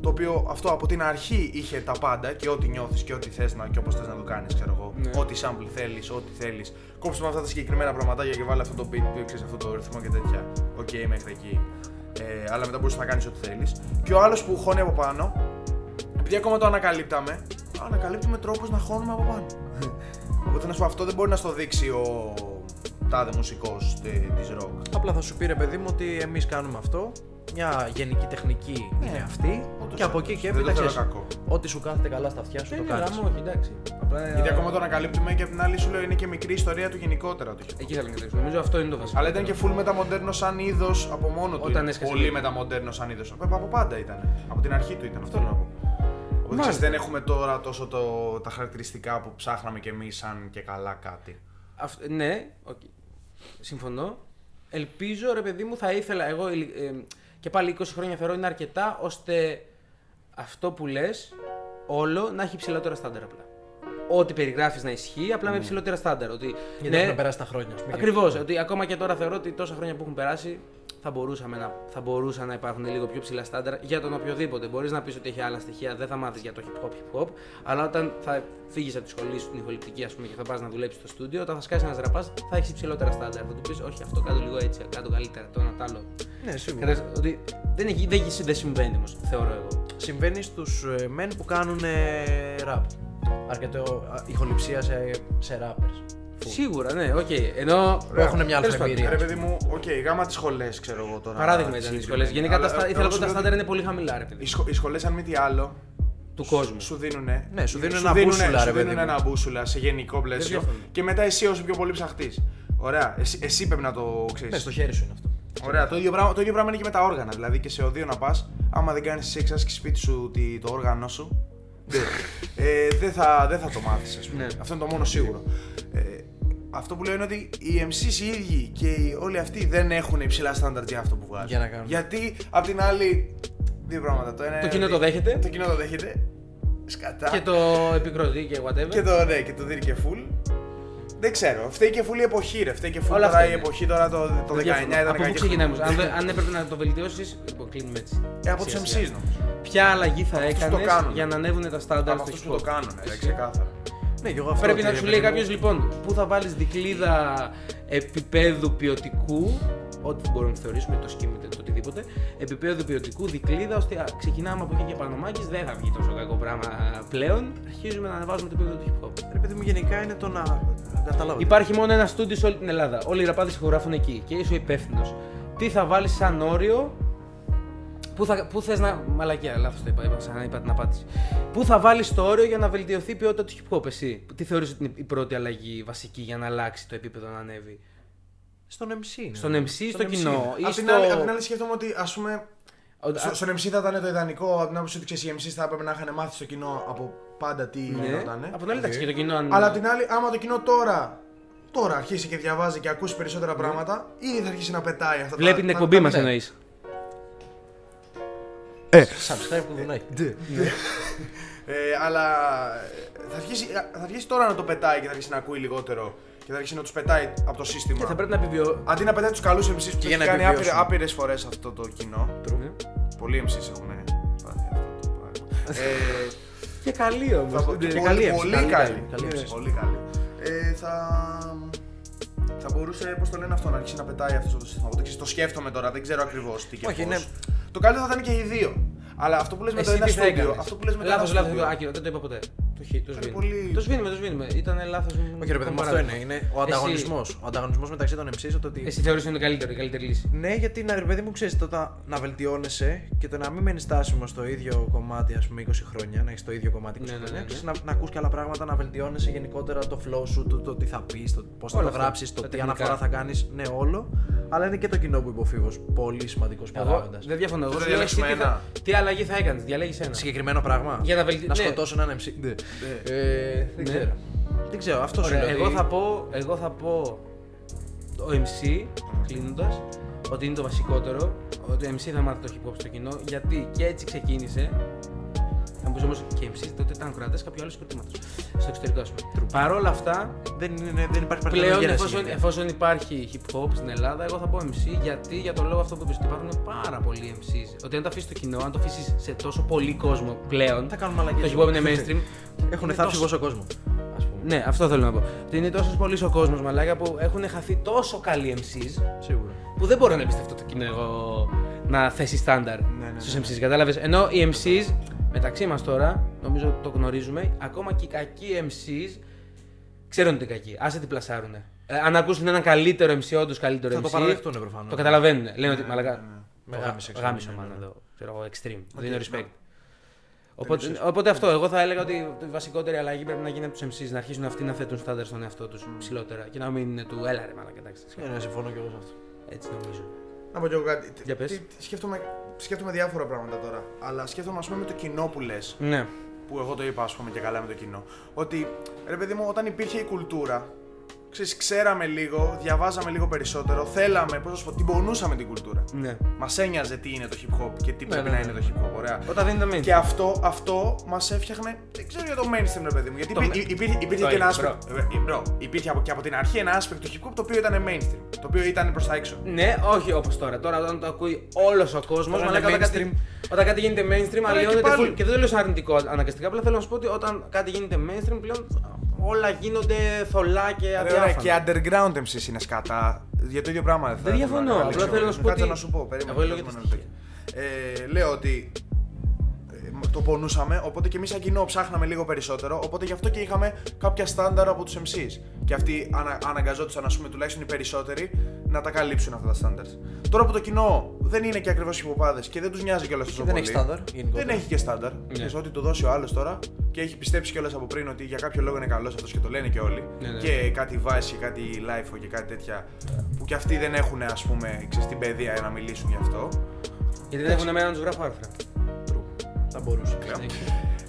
[SPEAKER 3] το οποίο αυτό από την αρχή είχε τα πάντα και ό,τι νιώθεις και ό,τι θες να, και όπως θες να το κάνεις, ξέρω εγώ.
[SPEAKER 1] Ναι.
[SPEAKER 3] Ό,τι sample θέλεις, ό,τι θέλεις. Κόψε με αυτά τα συγκεκριμένα πραγματάκια και βάλε αυτό το beat, ξέρεις, αυτό το ρυθμό και τέτοια. Οκ, μέχρι εκεί. Ε, αλλά μετά μπορείς να κάνεις ό,τι θέλεις. Και ο άλλος που χώνει από πάνω, επειδή ακόμα το ανακαλύπταμε, ανακαλύπτουμε τρόπους να χώνουμε από πάνω. Οπότε να σου πω, αυτό δεν μπορεί να στο δείξει ο τάδε μουσικός ε, της rock.
[SPEAKER 2] Απλά θα σου πει ρε παιδί μου ότι εμείς κάνουμε αυτό. Μια γενική τεχνική είναι αυτή.
[SPEAKER 3] Όντως,
[SPEAKER 2] και από εκεί
[SPEAKER 3] όντως.
[SPEAKER 2] και
[SPEAKER 3] Δεν
[SPEAKER 2] έπειτα
[SPEAKER 3] το θέλω
[SPEAKER 2] ξέρεις,
[SPEAKER 3] κακό.
[SPEAKER 2] Ό,τι σου κάθεται καλά στα αυτιά σου
[SPEAKER 1] Ε,
[SPEAKER 2] το
[SPEAKER 1] ναι,
[SPEAKER 2] κάνεις.
[SPEAKER 1] γάμο, όχι, εντάξει. Απλά,
[SPEAKER 3] Γιατί
[SPEAKER 1] ε,
[SPEAKER 3] ακόμα το ανακαλύπτουμε και απ' την άλλη σου λέω είναι και μικρή ιστορία του γενικότερα το hip hop.
[SPEAKER 1] Εκεί θα καταλήξω. Νομίζω αυτό είναι το βασικό.
[SPEAKER 3] Αλλά ήταν και full μεταμοντέρνο σαν είδος από μόνο του.
[SPEAKER 1] Όταν
[SPEAKER 3] είναι
[SPEAKER 1] έσκασε
[SPEAKER 3] πολύ
[SPEAKER 1] λίγο.
[SPEAKER 3] μεταμοντέρνο σαν είδος. Από πάντα ήταν. Από την αρχή του ήταν αυτό να πω. Οπότε ξέρεις,
[SPEAKER 1] Μάλιστα.
[SPEAKER 3] δεν έχουμε τώρα τόσο το, τα χαρακτηριστικά που ψάχναμε κι εμείς σαν και καλά κάτι.
[SPEAKER 1] Αυτ- ναι, οκ. συμφωνώ. Ελπίζω, ρε παιδί μου, θα ήθελα εγώ ειλικ- ε, και πάλι 20 χρόνια θεωρώ είναι αρκετά ώστε αυτό που λες όλο να έχει ψηλότερα στάνταρ απλά. Ό,τι περιγράφεις να ισχύει, απλά με ψηλότερα στάνταρ. Ότι,
[SPEAKER 2] Ναι.
[SPEAKER 1] ναι,
[SPEAKER 2] Γιατί έχουν περάσει τα χρόνια. ας πούμε, και-
[SPEAKER 1] Ακριβώς. Ότι ακόμα και τώρα θεωρώ ότι τόσα χρόνια που έχουν περάσει θα, μπορούσαμε να, θα μπορούσαν να υπάρχουν λίγο πιο ψηλά στάνταρ για τον οποιοδήποτε. Μπορείς να πεις ότι έχει άλλα στοιχεία, δεν θα μάθεις για το hip hop, hip hop, αλλά όταν θα φύγεις από τη σχολή σου την ηχοληπτική, ας πούμε, και θα πας να δουλέψεις στο στούντιο, όταν θα σκάσεις ένας ραπάς, θα έχεις υψηλότερα στάνταρ. Θα του πεις, Όχι, αυτό κάτω λίγο έτσι, κάτω καλύτερα, το ένα τ' άλλο.
[SPEAKER 2] Ναι, σίγουρα.
[SPEAKER 1] Κατάλαβες, Ότι δεν, έχει- δεν, έχει- δεν συμβαίνει όμως, θεωρώ εγώ.
[SPEAKER 2] Συμβαίνει στους μεν που κάνουν ε, ραπ. Αρκετό α, ηχοληψία σε, σε rappers. Full.
[SPEAKER 1] Σίγουρα, ναι, οκ. Ενώ.
[SPEAKER 2] Που έχουν μια
[SPEAKER 1] Τέλος
[SPEAKER 2] αλφαμπηρία.
[SPEAKER 3] Ρε παιδί μου, οκ, γάμα τι σχολές ξέρω εγώ τώρα.
[SPEAKER 1] Παράδειγμα ήταν οι
[SPEAKER 3] συγκεκριμένα.
[SPEAKER 1] σχολές. Γενικά τα
[SPEAKER 3] Αλλά,
[SPEAKER 1] στα-
[SPEAKER 3] ε,
[SPEAKER 1] ήθελα να
[SPEAKER 3] εγώ
[SPEAKER 1] πω
[SPEAKER 3] σου
[SPEAKER 1] τα
[SPEAKER 3] λέω
[SPEAKER 1] στάνταρ
[SPEAKER 3] ότι
[SPEAKER 1] είναι πολύ χαμηλά, ρε
[SPEAKER 3] οι
[SPEAKER 1] παιδί.
[SPEAKER 3] σχο- Οι σχολές, αν μη τι άλλο,
[SPEAKER 1] Του κόσμου.
[SPEAKER 3] σου δίνουνε.
[SPEAKER 2] Ναι, σου δίνουνε
[SPEAKER 3] σου
[SPEAKER 2] ένα
[SPEAKER 3] δίνουνε-
[SPEAKER 2] μπούσουλα,
[SPEAKER 3] σου
[SPEAKER 2] ρε
[SPEAKER 3] δίνουνε
[SPEAKER 2] παιδί μου.
[SPEAKER 3] ένα μπούσουλα σε γενικό πλαίσιο.
[SPEAKER 1] διαφωνώ.
[SPEAKER 3] Και μετά εσύ όσο πιο πολύ ψαχτείς. Ωραία, εσύ, εσύ πρέπει να το ξέρεις.
[SPEAKER 2] Ναι, στο χέρι σου είναι αυτό.
[SPEAKER 3] Ωραία, το ίδιο, πράγμα, το ίδιο πράγμα είναι και με τα όργανα. Δηλαδή και σε οδείο να πας, άμα δεν κάνεις εξάσκηση σπίτι σου τη- το όργανο σου, δεν ε, δεν θα, δεν θα το μάθεις, ας πούμε.
[SPEAKER 1] Ναι.
[SPEAKER 3] Αυτό είναι το μόνο σίγουρο. Ε, αυτό που λέω είναι ότι οι MCs οι ίδιοι και οι, όλοι αυτοί δεν έχουν υψηλά στάνταρτ για αυτό που βγάζουν.
[SPEAKER 2] Για να κάνουν.
[SPEAKER 3] Γιατί απ' την άλλη. Δύο πράγματα. Το, ένα
[SPEAKER 1] Το
[SPEAKER 3] είναι
[SPEAKER 1] κοινό
[SPEAKER 3] ότι-
[SPEAKER 1] το δέχεται.
[SPEAKER 3] Το κοινό το δέχεται. Σκατά.
[SPEAKER 1] Και το επικροτεί και whatever.
[SPEAKER 3] Και το, ναι, και το δίνει και full. Δεν ξέρω. Φταίει και full η εποχή, ρε. Φταίει και full
[SPEAKER 1] Όλα
[SPEAKER 3] τώρα
[SPEAKER 1] αυτά
[SPEAKER 3] η
[SPEAKER 1] είναι.
[SPEAKER 3] εποχή τώρα το, το 19 ήταν
[SPEAKER 1] Διαφωνώ. Από πού
[SPEAKER 3] κακή.
[SPEAKER 1] ξεκινάμε, όμως. αν, δεν- αν έπρεπε να το βελτιώσεις. Λοιπόν, κλείνουμε έτσι.
[SPEAKER 3] Ε, από τους
[SPEAKER 1] Σιγά,
[SPEAKER 3] MCs
[SPEAKER 1] σιγά.
[SPEAKER 3] νομίζω.
[SPEAKER 1] Ποια αλλαγή θα
[SPEAKER 3] αυτούς που το
[SPEAKER 1] έκανες
[SPEAKER 3] κάνουν.
[SPEAKER 1] για να ανέβουν τα στάνταρ
[SPEAKER 3] Από
[SPEAKER 1] στο
[SPEAKER 3] αυτούς που το
[SPEAKER 1] hip hop.
[SPEAKER 3] κάνουν, ρε, ξεκάθαρα.
[SPEAKER 2] Ναι, και εγώ αυτό.
[SPEAKER 1] Πρέπει
[SPEAKER 2] ότι,
[SPEAKER 1] να
[SPEAKER 2] ρε
[SPEAKER 1] σου
[SPEAKER 2] παιδί
[SPEAKER 1] λέει
[SPEAKER 2] μου,
[SPEAKER 1] κάποιος λοιπόν πού θα βάλεις δικλίδα επίπεδου ποιοτικού. Ό,τι μπορούμε να θεωρήσουμε το σκήμι, το οτιδήποτε. Επίπεδου ποιοτικού, δικλίδα, ώστε α, ξεκινάμε από εκεί και πάνω. Μάκης, δεν θα βγει τόσο κακό πράγμα πλέον. Αρχίζουμε να ανεβάζουμε το επίπεδο του hip hop.
[SPEAKER 2] Ρε παιδί μου, γενικά είναι το να. Καταλάβω.
[SPEAKER 1] Υπάρχει μόνο ένα στούντιο σε όλη την Ελλάδα. Όλοι οι ραπάδες ηχογράφουν εκεί και είσαι ο υπεύθυνος. Τι θα βάλεις σαν όριο. Πού, θα, πού θες να. Μαλακία, λάθος το είπα. είπα ξανά είπα την απάντηση. Πού θα βάλεις το όριο για να βελτιωθεί η ποιότητα του hip hop, εσύ. Τι θεωρείς ότι είναι η πρώτη αλλαγή βασική για να αλλάξει το επίπεδο να ανέβει.
[SPEAKER 2] Στον MC. είναι.
[SPEAKER 1] Στον MC, στο
[SPEAKER 2] MC.
[SPEAKER 1] κοινό. Ή
[SPEAKER 3] Απ'
[SPEAKER 1] στο...
[SPEAKER 3] την, άλλη, απ' την άλλη σκέφτομαι ότι ας πούμε
[SPEAKER 1] Ο-
[SPEAKER 3] στο- στον MC θα ήταν το ιδανικό από την άποψη ότι ξέρεις οι MCs θα έπρεπε να είχαν μάθει στο κοινό από πάντα τι
[SPEAKER 1] Ναι.
[SPEAKER 3] γινότανε.
[SPEAKER 1] Από την άλλη, εντάξει, και το κοινό. Αν...
[SPEAKER 3] ε. Αλλά απ' την άλλη, άμα το κοινό τώρα, τώρα αρχίσει και διαβάζει και ακούσει περισσότερα πράγματα, ήδη θα αρχίσει να πετάει αυτά τα-
[SPEAKER 1] Ναι. Βλέπει την
[SPEAKER 3] τα-
[SPEAKER 1] εκπομπή
[SPEAKER 3] τα-
[SPEAKER 1] μας
[SPEAKER 3] ναι.
[SPEAKER 1] εννοείς.
[SPEAKER 2] Subscribe κουδουνάκι.
[SPEAKER 3] Ε, αλλά ε, θα αρχίσει, θα αρχίσει τώρα να το πετάει και θα αρχίσει να ακούει λιγότερο και θα αρχίσει να τους πετάει από το σύστημα.
[SPEAKER 1] Ε, Και θα πρέπει να επιβιώσει.
[SPEAKER 3] Αντί να πετάει τους καλούς MCs που
[SPEAKER 2] για
[SPEAKER 3] έχει
[SPEAKER 2] να
[SPEAKER 3] κάνει
[SPEAKER 2] επιβιώσουν.
[SPEAKER 3] άπειρε άπειρες φορές αυτό το κοινό. Πολλοί MCs έχουν πάθει αυτό το πράγμα. ε,
[SPEAKER 1] Και καλή όμως.
[SPEAKER 3] θα πω- και πολύ-
[SPEAKER 2] καλή MC,
[SPEAKER 3] πολύ
[SPEAKER 2] καλή,
[SPEAKER 3] καλή.
[SPEAKER 2] καλή
[SPEAKER 3] Ναι,
[SPEAKER 2] MC.
[SPEAKER 3] Πολύ καλή. Ε, θα. Θα μπορούσε, πώς το λένε αυτό, να αρχίσει να πετάει αυτός το σύστημα. Οπότε, ξέρεις, το σκέφτομαι τώρα, δεν ξέρω ακριβώς τι και
[SPEAKER 2] Όχι, ναι.
[SPEAKER 3] πώς.
[SPEAKER 2] είναι-
[SPEAKER 3] Το καλύτερο θα ήταν και οι δύο. Αλλά αυτό που λες με το ένα στούντιο. Αυτό που λες με το ένα
[SPEAKER 1] Λάθος, λάθο.
[SPEAKER 3] στούντιο.
[SPEAKER 1] Άκυρο, δεν το είπα ποτέ. Το χ, το σβήνουμε.
[SPEAKER 3] πολύ-
[SPEAKER 1] Το σβήνουμε, το σβήνουμε. Ήταν λάθο.
[SPEAKER 2] Όχι, ρε παιδί μου, αυτό είναι. Είναι ο ανταγωνισμός. Ο ανταγωνισμός μεταξύ των MCs το ότι.
[SPEAKER 1] Εσύ θεωρείς ότι είναι το καλύτερο, η καλύτερη λύση.
[SPEAKER 2] Ναι, γιατί να, ρε παιδί μου, ξέρεις τότε να βελτιώνεσαι και το να μην μένεις στάσιμος στο ίδιο κομμάτι, ας πούμε, 20 χρόνια, να έχεις το ίδιο κομμάτι 20
[SPEAKER 1] Ναι, ναι,
[SPEAKER 2] χρόνια.
[SPEAKER 1] ναι, ναι.
[SPEAKER 2] Ξέρεις, να, να ακούς και άλλα πράγματα, να βελτιώνεσαι γενικότερα το flow σου, το, το τι θα πεις, το πώς θα
[SPEAKER 1] Όλα
[SPEAKER 2] το
[SPEAKER 1] αυτά,
[SPEAKER 2] γράψεις, το
[SPEAKER 1] τα
[SPEAKER 2] τι
[SPEAKER 1] τεχνικά.
[SPEAKER 2] αναφορά θα κάνεις. Ναι, όλο. Αλλά είναι και το κοινό που υποφύγω. Πολύ σημαντικός
[SPEAKER 1] Εγώ
[SPEAKER 2] παράγοντας.
[SPEAKER 1] δεν διαφωνώ. Εγώ
[SPEAKER 3] Τώρα
[SPEAKER 1] σου λέω εσύ
[SPEAKER 3] διαλέξουμε
[SPEAKER 1] τι, θα, τι αλλαγή θα έκανες, διαλέγεις ένα.
[SPEAKER 2] Συγκεκριμένο πράγμα.
[SPEAKER 1] Για να βελτι- ναι.
[SPEAKER 2] σκοτώσω έναν MC. Ναι. Ε, δεν
[SPEAKER 1] Ναι.
[SPEAKER 2] ξέρω. Δεν ξέρω, αυτό σου
[SPEAKER 1] Ωραία,
[SPEAKER 2] λέω.
[SPEAKER 1] εγώ
[SPEAKER 2] ότι-
[SPEAKER 1] θα πω, εγώ θα πω το MC, κλείνοντας, ότι είναι το βασικότερο. Ότι MC θα μάθει το hip hop στο κοινό, γιατί και έτσι ξεκίνησε. Αν πεις όμως και εμείς τότε ήταν κρατές κάποιο άλλο συγκροτήματος στο εξωτερικό ας πούμε. Παρ' όλα αυτά,
[SPEAKER 2] Δεν, είναι, δεν υπάρχει
[SPEAKER 1] πλέον
[SPEAKER 2] γέννηση
[SPEAKER 1] εφόσον,
[SPEAKER 2] γενικά.
[SPEAKER 1] εφόσον υπάρχει hip hop στην Ελλάδα, εγώ θα πω MC γιατί για τον λόγο αυτό που είπες ότι υπάρχουν πάρα πολλοί MCs. Ότι αν το αφήσεις το κοινό, αν το αφήσεις σε τόσο πολύ κόσμο πλέον.
[SPEAKER 2] Θα κάνουν μαλακίες.
[SPEAKER 1] Το hip hop είναι mainstream.
[SPEAKER 2] Έχουν
[SPEAKER 1] είναι
[SPEAKER 2] θάψει
[SPEAKER 1] τόσο-
[SPEAKER 2] πόσο κόσμο. Ας πούμε.
[SPEAKER 1] Ναι, αυτό θέλω να πω. Ότι είναι τόσο πολύ ο κόσμος μαλάκα που έχουν χαθεί τόσο καλοί MCs
[SPEAKER 2] Σίγουρα.
[SPEAKER 1] που δεν μπορώ να εμπιστευτώ το κοινό εγώ να θέσει στάνταρ
[SPEAKER 3] ναι, ναι.
[SPEAKER 1] στους MCs. Κατάλαβες. Ενώ οι MCs μεταξύ μας τώρα, νομίζω ότι το γνωρίζουμε, ακόμα και οι κακοί MCs ξέρουν ότι είναι κακοί. Άσε την πλασάρουν. αν ακούσουν έναν καλύτερο MC, όντως καλύτερο
[SPEAKER 2] Θα
[SPEAKER 1] MC.
[SPEAKER 2] το παραδεχτούνε προφανώς.
[SPEAKER 1] Το καταλαβαίνουν. Λένε ότι μαλακά.
[SPEAKER 2] Με γάμισε, ξέρω,
[SPEAKER 1] Γάμισε
[SPEAKER 2] ναι, ναι,
[SPEAKER 1] μάλλον
[SPEAKER 2] ναι.
[SPEAKER 1] εδώ. Ξέρω εγώ, extreme. Δεν είναι respect. Οπότε, οπότε αυτό, εγώ θα έλεγα ότι η βασικότερη αλλαγή πρέπει να γίνει από τους MCs να αρχίσουν αυτοί να θέτουν στάνταρ στον εαυτό τους ψηλότερα και να μην είναι του έλα ρε μαλακά, εντάξει.
[SPEAKER 2] Ναι, ναι, συμφωνώ κι εγώ σε αυτό.
[SPEAKER 1] Έτσι νομίζω.
[SPEAKER 3] Να πω κι εγώ κάτι. Τι-
[SPEAKER 1] Για πες.
[SPEAKER 3] τι- τι- Σκέφτομαι, σκέφτομαι διάφορα πράγματα τώρα. Αλλά σκέφτομαι, ας πούμε, με το κοινό που λες.
[SPEAKER 1] Ναι.
[SPEAKER 3] Που εγώ το είπα, ας πούμε, και καλά με το κοινό. Ότι ρε παιδί μου, όταν υπήρχε η κουλτούρα, ξέρεις, ξέραμε λίγο, διαβάζαμε λίγο περισσότερο, θέλαμε, πώς να σου πω, την πονούσαμε την κουλτούρα.
[SPEAKER 1] Ναι.
[SPEAKER 3] Μας ένοιαζε τι είναι το hip hop και τι πρέπει
[SPEAKER 1] ναι,
[SPEAKER 3] να είναι το hip hop. Ωραία.
[SPEAKER 1] Όταν δεν ήταν mainstream.
[SPEAKER 3] Και αυτό, αυτό μας έφτιαχνε. Δεν ξέρω για το mainstream, ρε παιδί μου. Γιατί
[SPEAKER 1] Το
[SPEAKER 3] υπή-
[SPEAKER 1] ma-
[SPEAKER 3] υ- υπήρχε, υπήρχε
[SPEAKER 1] Το
[SPEAKER 3] και
[SPEAKER 1] είναι,
[SPEAKER 3] ένα άσπεκτο. Υπήρχε από, και από την αρχή ένα άσπεκτο hip hop το οποίο ήταν mainstream. Το οποίο ήταν προς τα έξω.
[SPEAKER 1] Ναι, όχι όπως τώρα. Τώρα όταν το ακούει όλος ο κόσμος,
[SPEAKER 2] Τώρα
[SPEAKER 1] αλλά
[SPEAKER 2] είναι
[SPEAKER 1] όταν κάτι, όταν κάτι γίνεται mainstream, αλλοιώνεται. Και,
[SPEAKER 3] και πάλι-
[SPEAKER 1] full. και δεν το λέω σαν αρνητικό αναγκαστικά. Απλά θέλω να σου πω ότι όταν κάτι γίνεται mainstream, πλέον όλα γίνονται θολά και
[SPEAKER 3] Ρε, Ωραία, και
[SPEAKER 1] αδιάφανα.
[SPEAKER 3] underground MCs είναι σκατά. Για το ίδιο πράγμα δεν θα
[SPEAKER 1] Δεν διαφωνώ,
[SPEAKER 3] Μαλάκα,
[SPEAKER 1] απλά
[SPEAKER 3] δεν
[SPEAKER 1] θέλω να
[SPEAKER 3] ξέρω.
[SPEAKER 1] σου πω
[SPEAKER 3] Κάτσε
[SPEAKER 1] ότι-
[SPEAKER 3] να σου πω. Περίμενα,
[SPEAKER 1] Εγώ λέω για τα
[SPEAKER 3] περίμενα ένα τέτοιο. Ε, λέω ότι ε, το πονούσαμε, οπότε και εμείς σαν κοινό ψάχναμε λίγο περισσότερο. Οπότε γι' αυτό και είχαμε κάποια στάνταρ από τους MCs. Και αυτοί ανα, αναγκαζόντουσαν, ας πούμε, τουλάχιστον οι περισσότεροι να τα καλύψουν αυτά τα στάνταρ. Τώρα που το κοινό δεν είναι και ακριβώς χυποπάδε και δεν τους νοιάζει κιόλας τόσο
[SPEAKER 2] δεν
[SPEAKER 3] πολύ.
[SPEAKER 2] έχει στάνταρ, γενικότερα.
[SPEAKER 3] Δεν έχει και στάνταρ.
[SPEAKER 1] Ναι.
[SPEAKER 3] Ξέρεις, ό,τι του δώσει ο άλλος τώρα και έχει πιστέψει κιόλας από πριν ότι για κάποιο λόγο είναι καλός αυτός και το λένε και όλοι.
[SPEAKER 1] Ναι, ναι.
[SPEAKER 3] Και κάτι Vice και κάτι Life και κάτι τέτοια που κι αυτοί δεν έχουν, ας πούμε, ξέρεις, την παιδεία να μιλήσουν γι' αυτό.
[SPEAKER 1] Γιατί δεν έχουν μένα να τους γράφω άρθρα.
[SPEAKER 2] Θα μπορούσε.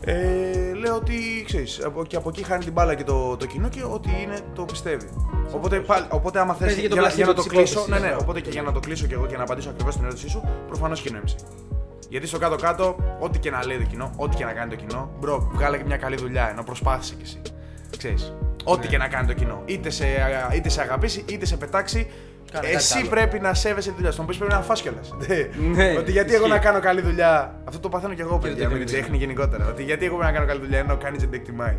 [SPEAKER 3] Ε, λέω ότι ξέρεις, και από εκεί χάνει την μπάλα και το, το κοινό και ότι είναι το πιστεύει. Οπότε, πάλι, οπότε άμα θες
[SPEAKER 1] Παίζει και το
[SPEAKER 3] για, να- για να
[SPEAKER 1] placebo
[SPEAKER 3] το
[SPEAKER 1] της
[SPEAKER 3] κλείσω, ναι,
[SPEAKER 1] υπόθεσης.
[SPEAKER 3] ναι, οπότε και για να το κλείσω και εγώ και να απαντήσω ακριβώς στην ερώτησή σου, προφανώς κοινό MC. Γιατί στο κάτω-κάτω, ό,τι και να λέει το κοινό, ό,τι και να κάνει το κοινό, μπρο, βγάλε και μια καλή δουλειά ενώ προσπάθησε κι εσύ. Ξέρεις, ό,τι
[SPEAKER 1] Ναι.
[SPEAKER 3] και να κάνει το κοινό. Είτε σε, α- είτε σε αγαπήσει, είτε σε πετάξει,
[SPEAKER 2] Κάνε κάτι
[SPEAKER 3] εσύ
[SPEAKER 2] άλλο.
[SPEAKER 3] πρέπει να σέβεσαι τη δουλειά σου. Να μου πεις πρέπει να φας κιόλας.
[SPEAKER 1] Ναι,
[SPEAKER 3] Ότι γιατί εγώ να
[SPEAKER 1] ισχύει.
[SPEAKER 3] κάνω καλή δουλειά. Αυτό το παθαίνω κι εγώ
[SPEAKER 1] Και
[SPEAKER 3] παιδιά
[SPEAKER 1] το
[SPEAKER 3] με την
[SPEAKER 1] τεχνικό.
[SPEAKER 3] τέχνη γενικότερα. Ότι γιατί εγώ πρέπει να κάνω καλή δουλειά ενώ κάνει δεν την εκτιμάει.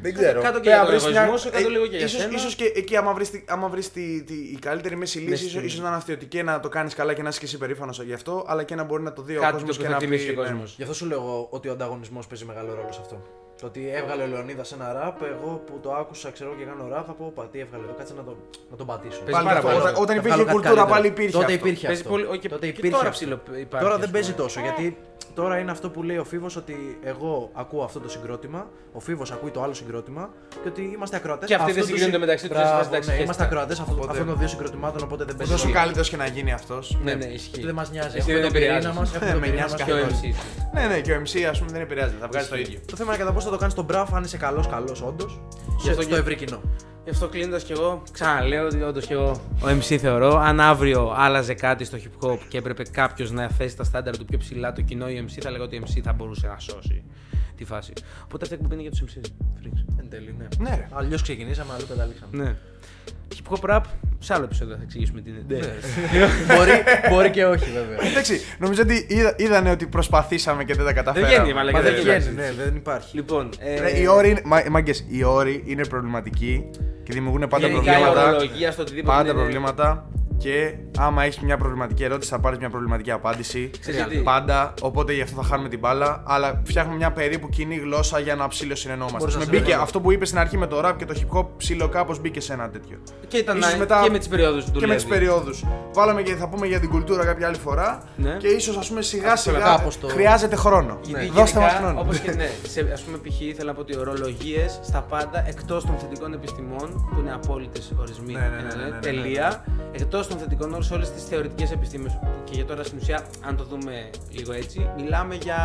[SPEAKER 3] Δεν ξέρω.
[SPEAKER 1] κάτω και
[SPEAKER 3] Πρέπει
[SPEAKER 1] για
[SPEAKER 3] να
[SPEAKER 1] τον
[SPEAKER 3] βρεις
[SPEAKER 1] εγωισμό σου, κάτω
[SPEAKER 3] ε,
[SPEAKER 1] λίγο και για
[SPEAKER 3] ίσως-
[SPEAKER 1] σένα.
[SPEAKER 3] Ίσως και εκεί, άμα βρεις άμα βρεις τη, τη, η καλύτερη μέση λύση, ίσως,
[SPEAKER 1] στιγμή.
[SPEAKER 3] ίσως να είναι αυτή ότι και να το κάνεις καλά και να είσαι και εσύ περήφανος γι' αυτό, αλλά και να μπορεί να το δει ο
[SPEAKER 1] Κάτι το
[SPEAKER 3] κόσμο
[SPEAKER 1] που
[SPEAKER 3] και
[SPEAKER 1] θα
[SPEAKER 3] να πει.
[SPEAKER 1] τιμήσει και ο
[SPEAKER 3] ναι.
[SPEAKER 1] κόσμος.
[SPEAKER 2] Γι' αυτό σου λέω εγώ ότι ο ανταγωνισμός παίζει μεγάλο ρόλο σε αυτό. Το ότι έβγαλε ο Λεωνίδας ένα ραπ, εγώ που το άκουσα, ξέρω και κάνω ραπ, θα πω Πατή, έβγαλε το, κάτσε να, το, να τον πατήσω.
[SPEAKER 1] Παίζει
[SPEAKER 3] Πάλι
[SPEAKER 1] πάρα
[SPEAKER 3] αυτό,
[SPEAKER 1] πολύ.
[SPEAKER 3] όταν- Όταν
[SPEAKER 2] Θα
[SPEAKER 3] υπήρχε
[SPEAKER 2] βγάλω κάτι
[SPEAKER 3] κουλτούρα,
[SPEAKER 2] καλύτερο.
[SPEAKER 3] πάλι υπήρχε.
[SPEAKER 2] Τότε
[SPEAKER 3] αυτό.
[SPEAKER 2] υπήρχε
[SPEAKER 1] Παίζει
[SPEAKER 2] αυτό.
[SPEAKER 1] πολύ- όχι, και
[SPEAKER 2] τότε υπήρχε
[SPEAKER 1] τώρα
[SPEAKER 2] αυτό.
[SPEAKER 1] ψηλό υπάρχει,
[SPEAKER 2] Τώρα
[SPEAKER 1] ας
[SPEAKER 2] δεν παίζει
[SPEAKER 1] πούμε.
[SPEAKER 2] τόσο
[SPEAKER 3] Ε.
[SPEAKER 2] γιατί τώρα είναι αυτό που λέει ο Φίβος ότι εγώ ακούω αυτό το συγκρότημα, ο Φίβος ακούει το άλλο συγκρότημα και ότι είμαστε ακροατές.
[SPEAKER 1] Και αυτοί δεν συγκρίνονται μεταξύ τους, σε φάση, εντάξει,
[SPEAKER 2] Ναι,
[SPEAKER 1] χέστηκα.
[SPEAKER 2] είμαστε ακροατέ αυτών των δύο συγκροτημάτων, οπότε δεν παίζει.
[SPEAKER 3] Όσο
[SPEAKER 2] ρόλο.
[SPEAKER 3] καλύτερος και να γίνει αυτός.
[SPEAKER 1] Ναι, ναι, ισχύει.
[SPEAKER 2] Δεν μας νοιάζει.
[SPEAKER 1] Εσύ
[SPEAKER 2] Έχουμε
[SPEAKER 1] δεν
[SPEAKER 2] τον πυρήνα
[SPEAKER 1] επηρεάζει.
[SPEAKER 2] μας, έχουμε τον
[SPEAKER 3] Ε, με
[SPEAKER 2] πυρήνα
[SPEAKER 3] νοιάζει
[SPEAKER 2] μας,
[SPEAKER 1] Και ο
[SPEAKER 2] έχουμε
[SPEAKER 1] MC.
[SPEAKER 2] τον-
[SPEAKER 1] σου.
[SPEAKER 3] Ναι, ναι, και ο MC ας πούμε δεν επηρεάζει, θα βγάζει το ίδιο.
[SPEAKER 2] Το θέμα είναι κατά πόσο θα το κάνεις τον μπραφ, αν είσαι καλός, καλός όντως.
[SPEAKER 1] αυτό
[SPEAKER 2] Στο
[SPEAKER 1] και-
[SPEAKER 2] ευρύ κοινό.
[SPEAKER 1] Γι' αυτό κλείνοντας κι εγώ, ξαναλέω ότι όντως κι εγώ ο MC θεωρώ. Αν αύριο άλλαζε κάτι στο hip hop και έπρεπε κάποιος να θέσει τα στάνταρ του πιο ψηλά το κοινό, η MC θα λέγω ότι η MC θα μπορούσε να σώσει τη φάση. Οπότε αυτή η εκπομπή είναι για τους MC. Freaks.
[SPEAKER 2] Εν τέλει, ναι.
[SPEAKER 3] Ναι, ρε.
[SPEAKER 2] Αλλιώς ξεκινήσαμε, αλλού καταλήξαμε.
[SPEAKER 1] Ναι. Hip hop rap, σε άλλο επεισόδιο θα εξηγήσουμε την Ναι.
[SPEAKER 3] Ναι.
[SPEAKER 1] ιδέα.
[SPEAKER 2] Ναι, μπορεί, μπορεί και όχι, βέβαια.
[SPEAKER 3] Εντάξει, νομίζω ότι είδα, είδανε ότι προσπαθήσαμε και δεν τα καταφέραμε.
[SPEAKER 1] βγαίνει, μαλάκα,
[SPEAKER 2] Μα
[SPEAKER 1] δεν
[SPEAKER 2] δεν
[SPEAKER 1] βγαίνει,
[SPEAKER 2] βγαίνει, ναι, δεν υπάρχει.
[SPEAKER 1] Λοιπόν, ε,
[SPEAKER 3] Ρε, οι όροι, είναι- μα, μάγκες, οι όροι είναι προβληματικοί και δημιουργούν πάντα
[SPEAKER 1] γενικά η
[SPEAKER 3] προβλήματα.
[SPEAKER 1] ορολογία στο οτιδήποτε.
[SPEAKER 3] Πάντα
[SPEAKER 1] είναι-
[SPEAKER 3] προβλήματα. Και άμα έχεις μια προβληματική ερώτηση, θα πάρεις μια προβληματική απάντηση.
[SPEAKER 1] Ξέρεις γιατί?
[SPEAKER 3] Πάντα. Οπότε γι' αυτό θα χάνουμε την μπάλα. Αλλά φτιάχνουμε μια περίπου κοινή γλώσσα για να
[SPEAKER 2] Μπορείς
[SPEAKER 3] ψηλοσυνεννόμαστε.
[SPEAKER 2] να
[SPEAKER 3] Με
[SPEAKER 2] σε
[SPEAKER 3] μπήκε
[SPEAKER 2] βρω.
[SPEAKER 3] αυτό που είπες στην αρχή με το rap και το hip hop, ψηλό κάπως μπήκε σε ένα τέτοιο.
[SPEAKER 1] Και, ήταν,
[SPEAKER 3] Ίσως μετά-
[SPEAKER 1] και με τις περιόδους του
[SPEAKER 3] Και με τις περιόδους. Βάλαμε και θα πούμε για την κουλτούρα κάποια άλλη φορά.
[SPEAKER 1] Ναι.
[SPEAKER 3] Και ίσως ας πούμε σιγά σιγά
[SPEAKER 2] κάπως το-
[SPEAKER 3] χρειάζεται χρόνο.
[SPEAKER 1] Γιατί
[SPEAKER 3] Δώστε μα
[SPEAKER 1] γενικά,
[SPEAKER 3] χρόνο.
[SPEAKER 1] Όπως και ναι, σε, ας πούμε π.χ. ήθελα να πω ότι ορολογίες στα πάντα, εκτός των θετικών επιστημών, που είναι απόλυτες ορισμοί,
[SPEAKER 3] Ναι, ναι, ναι, ναι, ναι, ναι, ναι.
[SPEAKER 1] τελεία, εκτός των θετικών μάλλον σε όλες τις θεωρητικές επιστήμες. Και για τώρα στην ουσία, αν το δούμε λίγο έτσι, μιλάμε για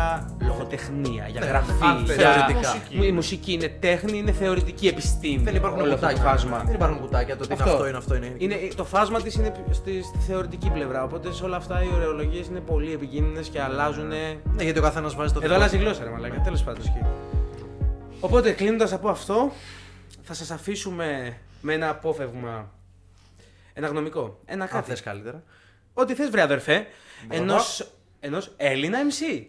[SPEAKER 1] λογοτεχνία, για
[SPEAKER 2] Ναι,
[SPEAKER 1] γραφή.
[SPEAKER 2] άκουσα,
[SPEAKER 1] για-
[SPEAKER 2] θεωρητικά.
[SPEAKER 1] Μ- Η μουσική είναι τέχνη, είναι θεωρητική επιστήμη.
[SPEAKER 2] Δεν υπάρχουν
[SPEAKER 1] όλο αυτό το
[SPEAKER 2] κουτάκια.
[SPEAKER 1] φάσμα.
[SPEAKER 2] Δεν υπάρχουν κουτάκια. Το τι είναι αυτό, είναι αυτό, είναι.
[SPEAKER 1] Είναι- το φάσμα της είναι στη, στη θεωρητική πλευρά. Οπότε σε όλα αυτά οι ωρεολογίες είναι πολύ επικίνδυνες και αλλάζουν.
[SPEAKER 2] Ναι, γιατί ο καθένας βάζει το
[SPEAKER 1] Εδώ αλλάζει η γλώσσα, ρε Μαλάκα. Τέλος πάντων. Οπότε κλείνοντας από αυτό, θα σας αφήσουμε με ένα απόφευγμα. Ένα γνωμικό. Ένα
[SPEAKER 2] Αν
[SPEAKER 1] κάτι.
[SPEAKER 2] θες καλύτερα.
[SPEAKER 1] Ό,τι θες, βρε αδερφέ. Ενός, ενός Έλληνα MC.
[SPEAKER 2] Ναι.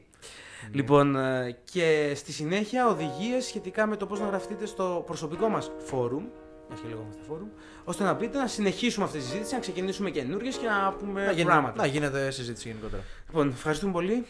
[SPEAKER 1] Λοιπόν, ε, και στη συνέχεια οδηγίες σχετικά με το πώς να γραφτείτε στο προσωπικό μας φόρουμ, μιας και λεγόμαστε φόρουμ, ώστε να μπείτε, να συνεχίσουμε αυτή τη συζήτηση, να ξεκινήσουμε καινούργιες και να πούμε
[SPEAKER 2] Να, γίνει-
[SPEAKER 1] πράγματα.
[SPEAKER 2] να γίνεται συζήτηση γενικότερα.
[SPEAKER 1] Λοιπόν, ευχαριστούμε πολύ.